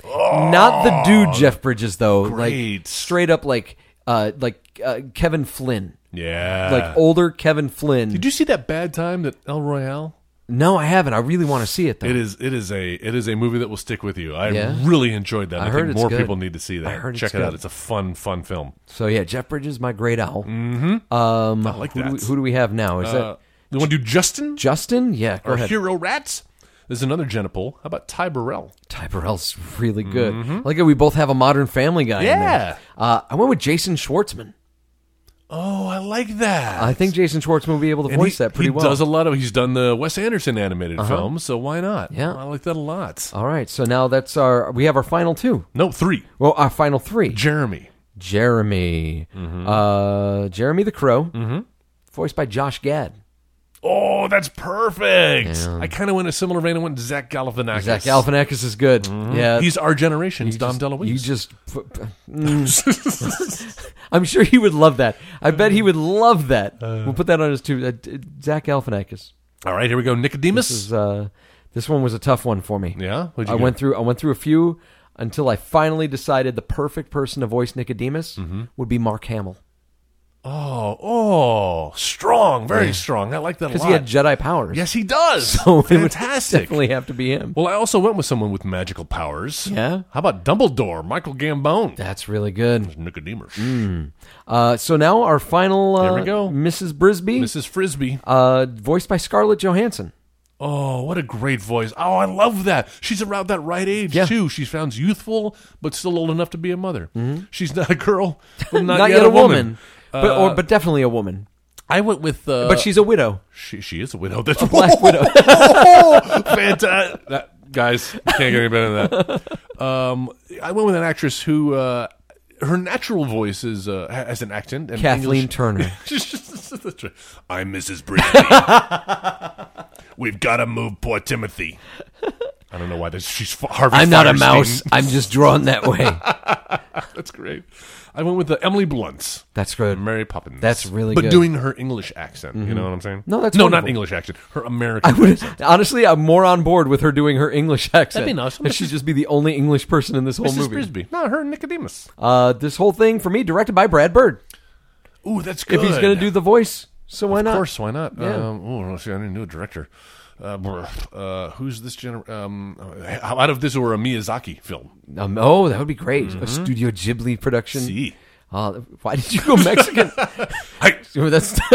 Speaker 4: Not the dude Jeff Bridges though. Like
Speaker 3: Great.
Speaker 4: straight up like uh like uh, Kevin Flynn.
Speaker 3: Yeah.
Speaker 4: Like oh. older Kevin Flynn.
Speaker 3: Uh, did you see that bad time that El Royale?
Speaker 4: no, I haven't. I really want to see it though.
Speaker 3: It is it is a it is a movie that will stick with you. I
Speaker 4: Yeah?
Speaker 3: really enjoyed that. I,
Speaker 4: heard
Speaker 3: think
Speaker 4: it's
Speaker 3: more
Speaker 4: good.
Speaker 3: people need to see that.
Speaker 4: I heard it's
Speaker 3: Check it out.
Speaker 4: good.
Speaker 3: It's a fun fun film.
Speaker 4: so yeah, Jeff Bridges, my great owl.
Speaker 3: I Mm, like
Speaker 4: Who,
Speaker 3: that.
Speaker 4: do we, who do we have now? Is
Speaker 3: uh,
Speaker 4: that
Speaker 3: you want to do Justin
Speaker 4: Justin? Yeah, go
Speaker 3: or
Speaker 4: ahead.
Speaker 3: Hero Rats? There's another Genipole. How about Ty Burrell?
Speaker 4: Ty Burrell's really good. I Like that we both have a modern family guy. in there.
Speaker 3: Mm-hmm. Yeah.
Speaker 4: Uh, I went with Jason Schwartzman.
Speaker 3: Oh, I like that.
Speaker 4: I think Jason Schwartzman will be able to
Speaker 3: And
Speaker 4: voice
Speaker 3: he,
Speaker 4: that pretty
Speaker 3: he
Speaker 4: well. Uh-huh.
Speaker 3: does a lot of. He's done the Wes Anderson animated films, so why not?
Speaker 4: Yeah.
Speaker 3: I like that a lot.
Speaker 4: All right, so now that's our we have our final two.
Speaker 3: No, three.
Speaker 4: Well, our final three:
Speaker 3: Jeremy.
Speaker 4: Jeremy,
Speaker 3: Mm-hmm.
Speaker 4: uh, Jeremy the Crow, voiced by Josh Gad.
Speaker 3: Oh, that's perfect. I kind of went a similar vein. I went Zach Galifianakis.
Speaker 4: Zach Galifianakis is good. Yeah,
Speaker 3: Mm-hmm. He's our generation's Dom DeLuise.
Speaker 4: you just. p- p- mm. I'm sure he would love that. I bet he would love that. we'll put that on his tube. Uh, d- Zach Galifianakis.
Speaker 3: All right, here we go. Nicodemus.
Speaker 4: This is, uh, this one was a tough one for me.
Speaker 3: Yeah? What'd
Speaker 4: I
Speaker 3: you do?
Speaker 4: went through. I went through a few until I finally decided the perfect person to voice Nicodemus
Speaker 3: Mm-hmm.
Speaker 4: would be Mark Hamill.
Speaker 3: Oh, oh, strong, very strong. I like that a
Speaker 4: Because
Speaker 3: lot.
Speaker 4: he had Jedi powers.
Speaker 3: yes, he does.
Speaker 4: So it would
Speaker 3: fantastic.
Speaker 4: definitely have to be him.
Speaker 3: Well, I also went with someone with magical powers.
Speaker 4: Yeah.
Speaker 3: How about Dumbledore, Michael Gambon,
Speaker 4: That's really good.
Speaker 3: Nicodemus,
Speaker 4: Mm. Uh, so now our final uh,
Speaker 3: There we go.
Speaker 4: Mrs. Brisby,
Speaker 3: Mrs. Frisbee?
Speaker 4: Uh, voiced by Scarlett Johansson.
Speaker 3: oh, what a great voice! Oh, I love that. She's around that right age
Speaker 4: Yeah.
Speaker 3: too. She sounds youthful, but still old enough to be a mother. She's not a girl, but
Speaker 4: Mm-hmm. Not,
Speaker 3: not,
Speaker 4: yet, a woman, but
Speaker 3: Uh,
Speaker 4: or, but definitely a woman.
Speaker 3: I went with, uh,
Speaker 4: But she's a widow.
Speaker 3: she she is a widow. That's a black widow. Fantastic. That, guys, can't get any better than that. Um, I went with an actress who uh, her natural voice is uh, ha- has an accent. And
Speaker 4: Kathleen
Speaker 3: English-
Speaker 4: Turner.
Speaker 3: She's just- that's right. I'm Mrs. Brisby. We've got to move poor Timothy. I don't know why this. She's Fa- Harvey.
Speaker 4: I'm not a
Speaker 3: Fierstein.
Speaker 4: mouse. I'm just drawn that way.
Speaker 3: That's great. I went with the Emily Blunt.
Speaker 4: That's good.
Speaker 3: Mary Poppins.
Speaker 4: That's really
Speaker 3: but
Speaker 4: good. Mm-hmm.
Speaker 3: doing her English accent. You know what I'm saying?
Speaker 4: No, that's
Speaker 3: no,
Speaker 4: wonderful.
Speaker 3: not English accent. Her
Speaker 4: I
Speaker 3: American.
Speaker 4: would honestly, I'm more on board with her doing her English accent.
Speaker 3: be nice.
Speaker 4: That she'd just be the only English person in this whole
Speaker 3: Mrs.
Speaker 4: movie.
Speaker 3: Brisby. No, her Nicodemus.
Speaker 4: Uh, this whole thing for me, directed by Brad Bird.
Speaker 3: Ooh, that's good.
Speaker 4: If he's going to do the voice, so why not?
Speaker 3: Of course, why not?
Speaker 4: Yeah.
Speaker 3: Um, oh, let's see, I need a new director. Uh, brr, uh, who's this gener- um, uh, out of this or a Miyazaki film?
Speaker 4: Um, oh, that would be great. A
Speaker 3: Mm-hmm.
Speaker 4: Studio Ghibli production.
Speaker 3: See.
Speaker 4: Uh, why did you go Mexican?
Speaker 3: Hey,
Speaker 4: Oh, That's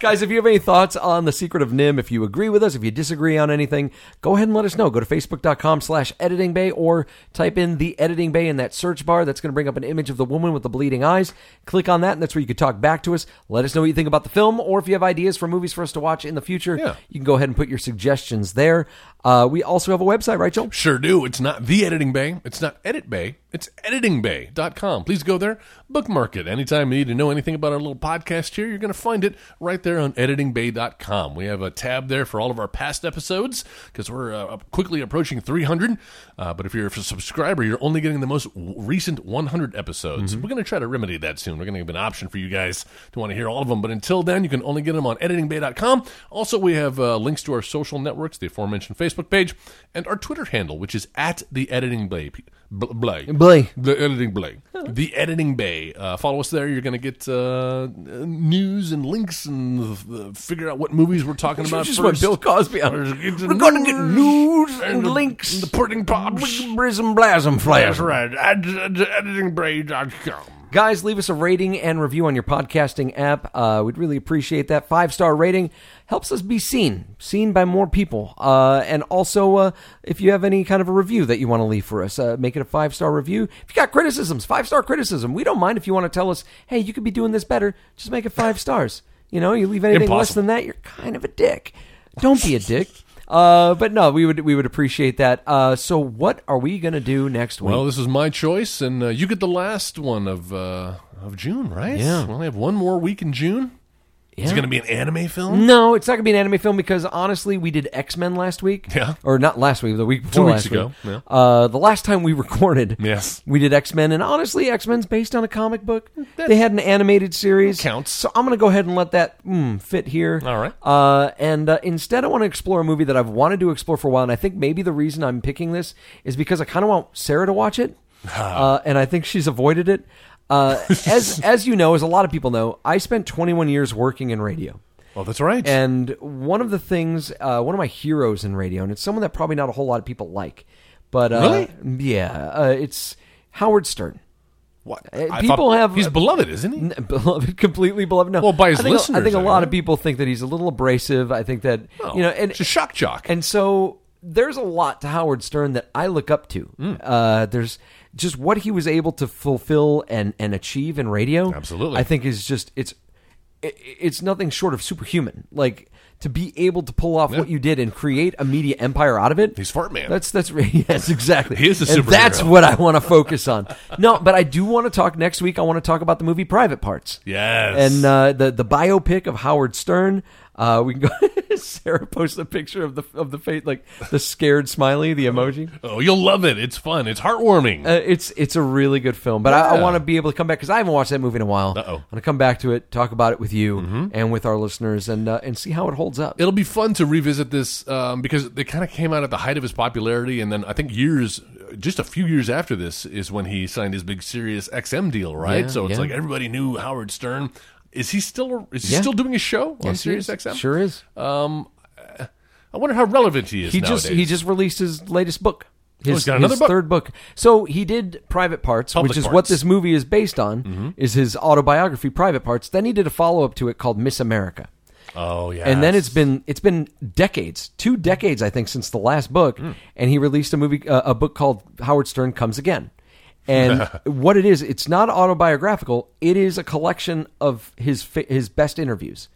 Speaker 4: guys. If you have any thoughts on the secret of Nim, if you agree with us, if you disagree on anything, go ahead and let us know. Go to facebook.com/slash editing bay or type in the editing bay in that search bar. That's going to bring up an image of the woman with the bleeding eyes. Click on that, and that's where you can talk back to us. Let us know what you think about the film, or if you have ideas for movies for us to watch in the future.
Speaker 3: Yeah.
Speaker 4: You can go ahead and put your suggestions there. Uh, we also have a website, right, Joel?
Speaker 3: Sure do. It's not the editing bay. It's not edit bay. It's editingbay.com. Please go there, bookmark it. Anytime you need to know anything about our little podcast here, you're going to find it right there on editingbay.com. We have a tab there for all of our past episodes because we're uh, quickly approaching 300. Uh, but if you're a subscriber, you're only getting the most w- recent 100 episodes. We're going to try to remedy that soon. We're going to give an option for you guys to want to hear all of them. But until then, you can only get them on editingbay.com. Also, we have uh, links to our social networks, the aforementioned Facebook page, and our Twitter handle, which is at the editing bay. Bl- Blay.
Speaker 4: Blay.
Speaker 3: The editing bay. The editing bay. Uh, follow us there. You're going to get uh, news and links and uh, figure out what movies we're talking about.
Speaker 4: just went
Speaker 3: first.
Speaker 4: Bill Cosby on.
Speaker 3: We're
Speaker 4: We're going to get news and,
Speaker 3: the-
Speaker 4: links.
Speaker 3: The pudding pops.
Speaker 4: Brism blasm
Speaker 3: That's
Speaker 4: flash.
Speaker 3: right. At, at editingbray.com.
Speaker 4: Guys, leave us a rating and review on your podcasting app. Uh, we'd really appreciate that. Five star rating helps us be seen, seen by more people. Uh, and also, uh, if you have any kind of a review that you want to leave for us, uh, make it a five star review. If you got criticisms, five star criticism. We don't mind if you want to tell us, hey, you could be doing this better. Just make it five stars. You know, you leave anything less
Speaker 3: Impossible.
Speaker 4: than that, you're kind of a dick. Don't be a dick. Uh, but no, we would we would appreciate that. Uh, so what are we gonna do next week?
Speaker 3: Well, this is my choice, and uh, you get the last one of uh, of June, right?
Speaker 4: Yeah.
Speaker 3: We only have one more week in June. Is
Speaker 4: Yeah. Mm-hmm.
Speaker 3: it going to be an anime film?
Speaker 4: No, it's not gonna be an anime film because honestly, we did X Men last week.
Speaker 3: Yeah.
Speaker 4: or not last week, the week before.
Speaker 3: weeks
Speaker 4: last
Speaker 3: ago,
Speaker 4: week.
Speaker 3: yeah.
Speaker 4: Uh, the last time we recorded,
Speaker 3: Yes.
Speaker 4: we did X Men, and honestly, X Men's based on a comic book. they had an animated series.
Speaker 3: counts.
Speaker 4: So I'm gonna go ahead and let that mm, fit here.
Speaker 3: All right.
Speaker 4: Uh, and uh, instead, I want to explore a movie that I've wanted to explore for a while, and I think maybe the reason I'm picking this is because I kind of want Sarah to watch it, uh, and I think she's avoided it. Uh, as as you know, as a lot of people know, I spent 21 years working in radio.
Speaker 3: Oh, that's right.
Speaker 4: And one of the things, uh, one of my heroes in radio, and it's someone that probably not a whole lot of people like, but uh, yeah, uh, it's Howard Stern.
Speaker 3: what?
Speaker 4: uh, people have-
Speaker 3: He's beloved, isn't he?
Speaker 4: N- Beloved, completely beloved. No,
Speaker 3: Well, by his
Speaker 4: I think, I
Speaker 3: listeners,
Speaker 4: think a
Speaker 3: I
Speaker 4: lot of
Speaker 3: mean.
Speaker 4: people think that he's a little abrasive. I think that
Speaker 3: Oh,
Speaker 4: you know, and
Speaker 3: it's a shock jock.
Speaker 4: and so there's a lot to Howard Stern that I look up to.
Speaker 3: Hmm.
Speaker 4: Uh, there's just what he was able to fulfill and and achieve in radio.
Speaker 3: Absolutely.
Speaker 4: I think is just it's it, it's nothing short of superhuman. Like to be able to pull off what you did and create a media empire out of it.
Speaker 3: He's fart man.
Speaker 4: That's that's yes, exactly.
Speaker 3: He is a
Speaker 4: And That's
Speaker 3: superhero.
Speaker 4: what I want to focus on. no, but I do want to talk next week. I want to talk about the movie Private Parts.
Speaker 3: Yes.
Speaker 4: And uh, the the biopic of Howard Stern. Uh, we can go. Sarah posts a picture of the of the face, like the scared smiley, the emoji.
Speaker 3: oh, you'll love it. It's fun. It's heartwarming.
Speaker 4: Uh, it's it's a really good film, but I, I
Speaker 3: Yeah.
Speaker 4: want to be able to come back because I haven't watched that movie in a while.
Speaker 3: Uh-oh. Mm-hmm.
Speaker 4: I'm gonna come back to it, talk about it with you and with our listeners, and uh, and see how it holds up.
Speaker 3: It'll be fun to revisit this um, because they kind of came out at the height of his popularity, and then I think years, just a few years after this, is when he signed his big Sirius XM deal, right?
Speaker 4: Yeah,
Speaker 3: so it's
Speaker 4: yeah.
Speaker 3: like everybody knew Howard Stern. Is he still? Is he
Speaker 4: Yeah.
Speaker 3: still doing a show on
Speaker 4: Yes,
Speaker 3: Sirius
Speaker 4: it is.
Speaker 3: XM?
Speaker 4: Sure is.
Speaker 3: I wonder how relevant he is.
Speaker 4: he
Speaker 3: nowadays. Oh,
Speaker 4: just he just released his latest book. His,
Speaker 3: he's got another
Speaker 4: his
Speaker 3: book.
Speaker 4: third book. So he did Private Parts,
Speaker 3: Public
Speaker 4: which is what
Speaker 3: Parts. Mm-hmm.
Speaker 4: this movie is based on, is his autobiography, Private Parts. Then he did a follow up to it called Miss America.
Speaker 3: Oh yeah.
Speaker 4: And then it's been it's been decades, two decades I think since the last book,
Speaker 3: Hmm.
Speaker 4: and he released a movie uh, a book called Howard Stern Comes Again. And what it is, it's not autobiographical. It is a collection of his fa- his best interviews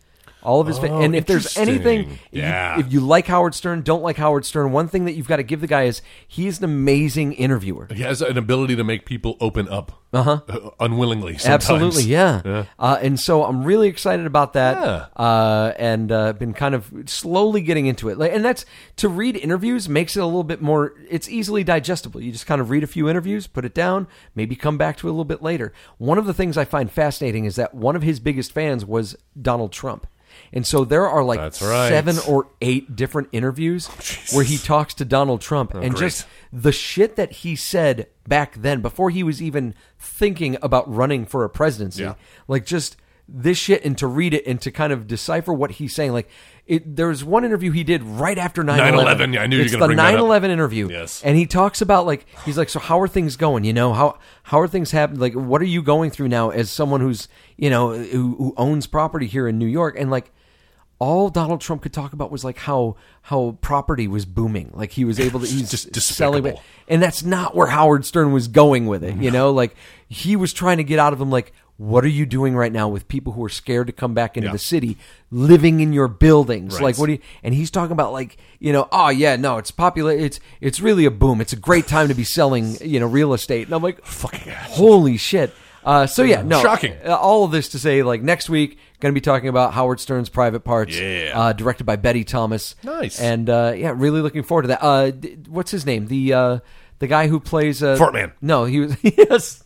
Speaker 4: All of his, fa-
Speaker 3: Oh,
Speaker 4: and if there's
Speaker 3: interesting.
Speaker 4: anything, you-
Speaker 3: Yeah.
Speaker 4: if you like Howard Stern, don't like Howard Stern, one thing that you've got to give the guy is he's an amazing interviewer.
Speaker 3: He has an ability to make people open up uh-huh. unwillingly. Sometimes.
Speaker 4: Absolutely, yeah. Uh, and so I'm really excited about that,
Speaker 3: Yeah.
Speaker 4: uh, and uh, been kind of slowly getting into it. Like, and that's to read interviews makes it a little bit more. It's easily digestible. You just kind of read a few interviews, put it down, maybe come back to it a little bit later. One of the things I find fascinating is that one of his biggest fans was Donald Trump. And so there are like
Speaker 3: That's right.
Speaker 4: seven or eight different interviews where he talks to Donald Trump and
Speaker 3: Oh, great.
Speaker 4: just the shit that he said back then before he was even thinking about running for a presidency
Speaker 3: Yeah.
Speaker 4: like just this shit and to read it and to kind of decipher what he's saying like it, there's one interview he did right after 9-11
Speaker 3: 9/11, yeah, I knew you were
Speaker 4: it's
Speaker 3: gonna
Speaker 4: the
Speaker 3: bring that up.
Speaker 4: 9-11 interview
Speaker 3: Yes.
Speaker 4: and he talks about like he's like so how are things going you know how how are things happening like what are you going through now as someone who's you know who, who owns property here in new york and like all Donald Trump could talk about was like how how property was booming, like he was able to he's
Speaker 3: Just
Speaker 4: selling it,
Speaker 3: despicable.
Speaker 4: and that's not where Howard Stern was going with it. You know, like he was trying to get out of him like. What are you doing right now with people who are scared to come back into
Speaker 3: Yeah.
Speaker 4: the city, living in your buildings?
Speaker 3: Right.
Speaker 4: Like, what do you? And he's talking about like, you know, oh yeah, no, it's popular. It's it's really a boom. It's a great time to be selling, you know, real estate. And I'm like,
Speaker 3: Fucking ass.
Speaker 4: Holy shit. Uh, so yeah, no,
Speaker 3: Shocking.
Speaker 4: uh, All of this to say, like next week, going to be talking about Howard Stern's Private Parts,
Speaker 3: Yeah.
Speaker 4: uh, directed by Betty Thomas.
Speaker 3: Nice.
Speaker 4: and uh, yeah, really looking forward to that. Uh, d- what's his name? The uh, the guy who plays uh,
Speaker 3: Fortman.
Speaker 4: No, he was yes,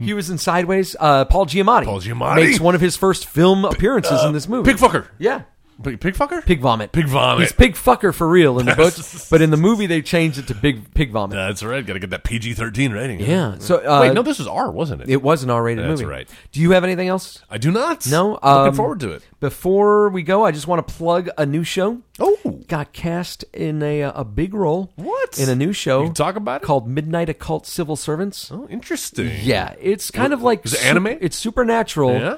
Speaker 4: he was in Sideways. Uh, Paul Giamatti.
Speaker 3: Paul Giamatti. Uh,
Speaker 4: makes one of his first film appearances in this movie.
Speaker 3: Pig fucker.
Speaker 4: yeah,
Speaker 3: Pig, pig fucker?
Speaker 4: pig vomit.
Speaker 3: Pig vomit.
Speaker 4: He's pig fucker for real in the book, but in the movie they changed it to big pig vomit.
Speaker 3: That's right. Got to get that PG 13 rating.
Speaker 4: Yeah. So uh,
Speaker 3: Wait, no, this is R, wasn't it?
Speaker 4: It was an R-rated
Speaker 3: That's
Speaker 4: movie.
Speaker 3: right.
Speaker 4: Do you have anything else?
Speaker 3: I do not.
Speaker 4: No. um,
Speaker 3: Looking forward to it.
Speaker 4: Before we go, I just want to plug a new show.
Speaker 3: Oh.
Speaker 4: Got cast in a uh, a big role.
Speaker 3: What?
Speaker 4: in a new show?
Speaker 3: You can talk about it?
Speaker 4: called Midnight Occult Civil Servants.
Speaker 3: Oh, interesting.
Speaker 4: Yeah, it's kind of like
Speaker 3: Is it
Speaker 4: su-
Speaker 3: anime?
Speaker 4: It's supernatural.
Speaker 3: Yeah?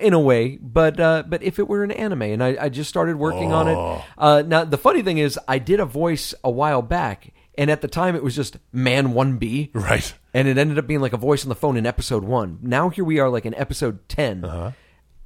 Speaker 4: In a way, but uh, but if it were an anime, and I, I just started working on
Speaker 3: Oh.
Speaker 4: it. Uh, now the funny thing is, I did a voice a while back, and at the time it was just man one B,
Speaker 3: Right.
Speaker 4: and it ended up being like a voice on the phone in episode one. Now here we are, like in episode 10
Speaker 3: Uh-huh.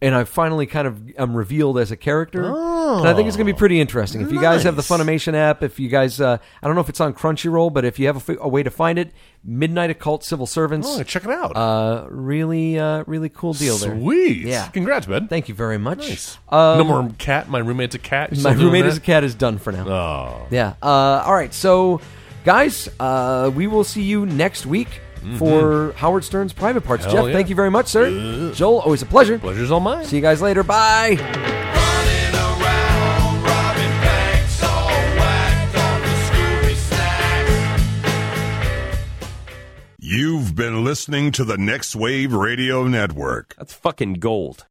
Speaker 4: and I finally kind of am revealed as a character. And I think it's going
Speaker 3: Oh.
Speaker 4: to be pretty interesting. If you guys have the Funimation app, if you guys, uh, I don't know if it's on Crunchyroll, but if you have a fi- a way to find it, Midnight Occult Civil Servants,
Speaker 3: Oh, check it out.
Speaker 4: uh, really, uh, really cool deal there.
Speaker 3: Sweet.
Speaker 4: Yeah.
Speaker 3: Congrats, bud.
Speaker 4: Thank you very much.
Speaker 3: Nice.
Speaker 4: Um,
Speaker 3: no more cat. My roommate's a cat. You
Speaker 4: my
Speaker 3: still doing
Speaker 4: roommate
Speaker 3: that?
Speaker 4: is a cat is done for now.
Speaker 3: Oh.
Speaker 4: Yeah. Uh, all right. So, guys, uh, we will see you next week for Howard Stern's Private Parts.
Speaker 3: Mm-hmm. Hell
Speaker 4: Jeff,
Speaker 3: yeah. Uh,
Speaker 4: thank you very much, sir. Joel, always a pleasure.
Speaker 3: Pleasure's all mine.
Speaker 4: See you guys later. Bye.
Speaker 5: Running around, robbing banks, all whacked on the Scooby Snacks.
Speaker 1: You've been listening to the Next Wave Radio Network.
Speaker 6: That's fucking gold.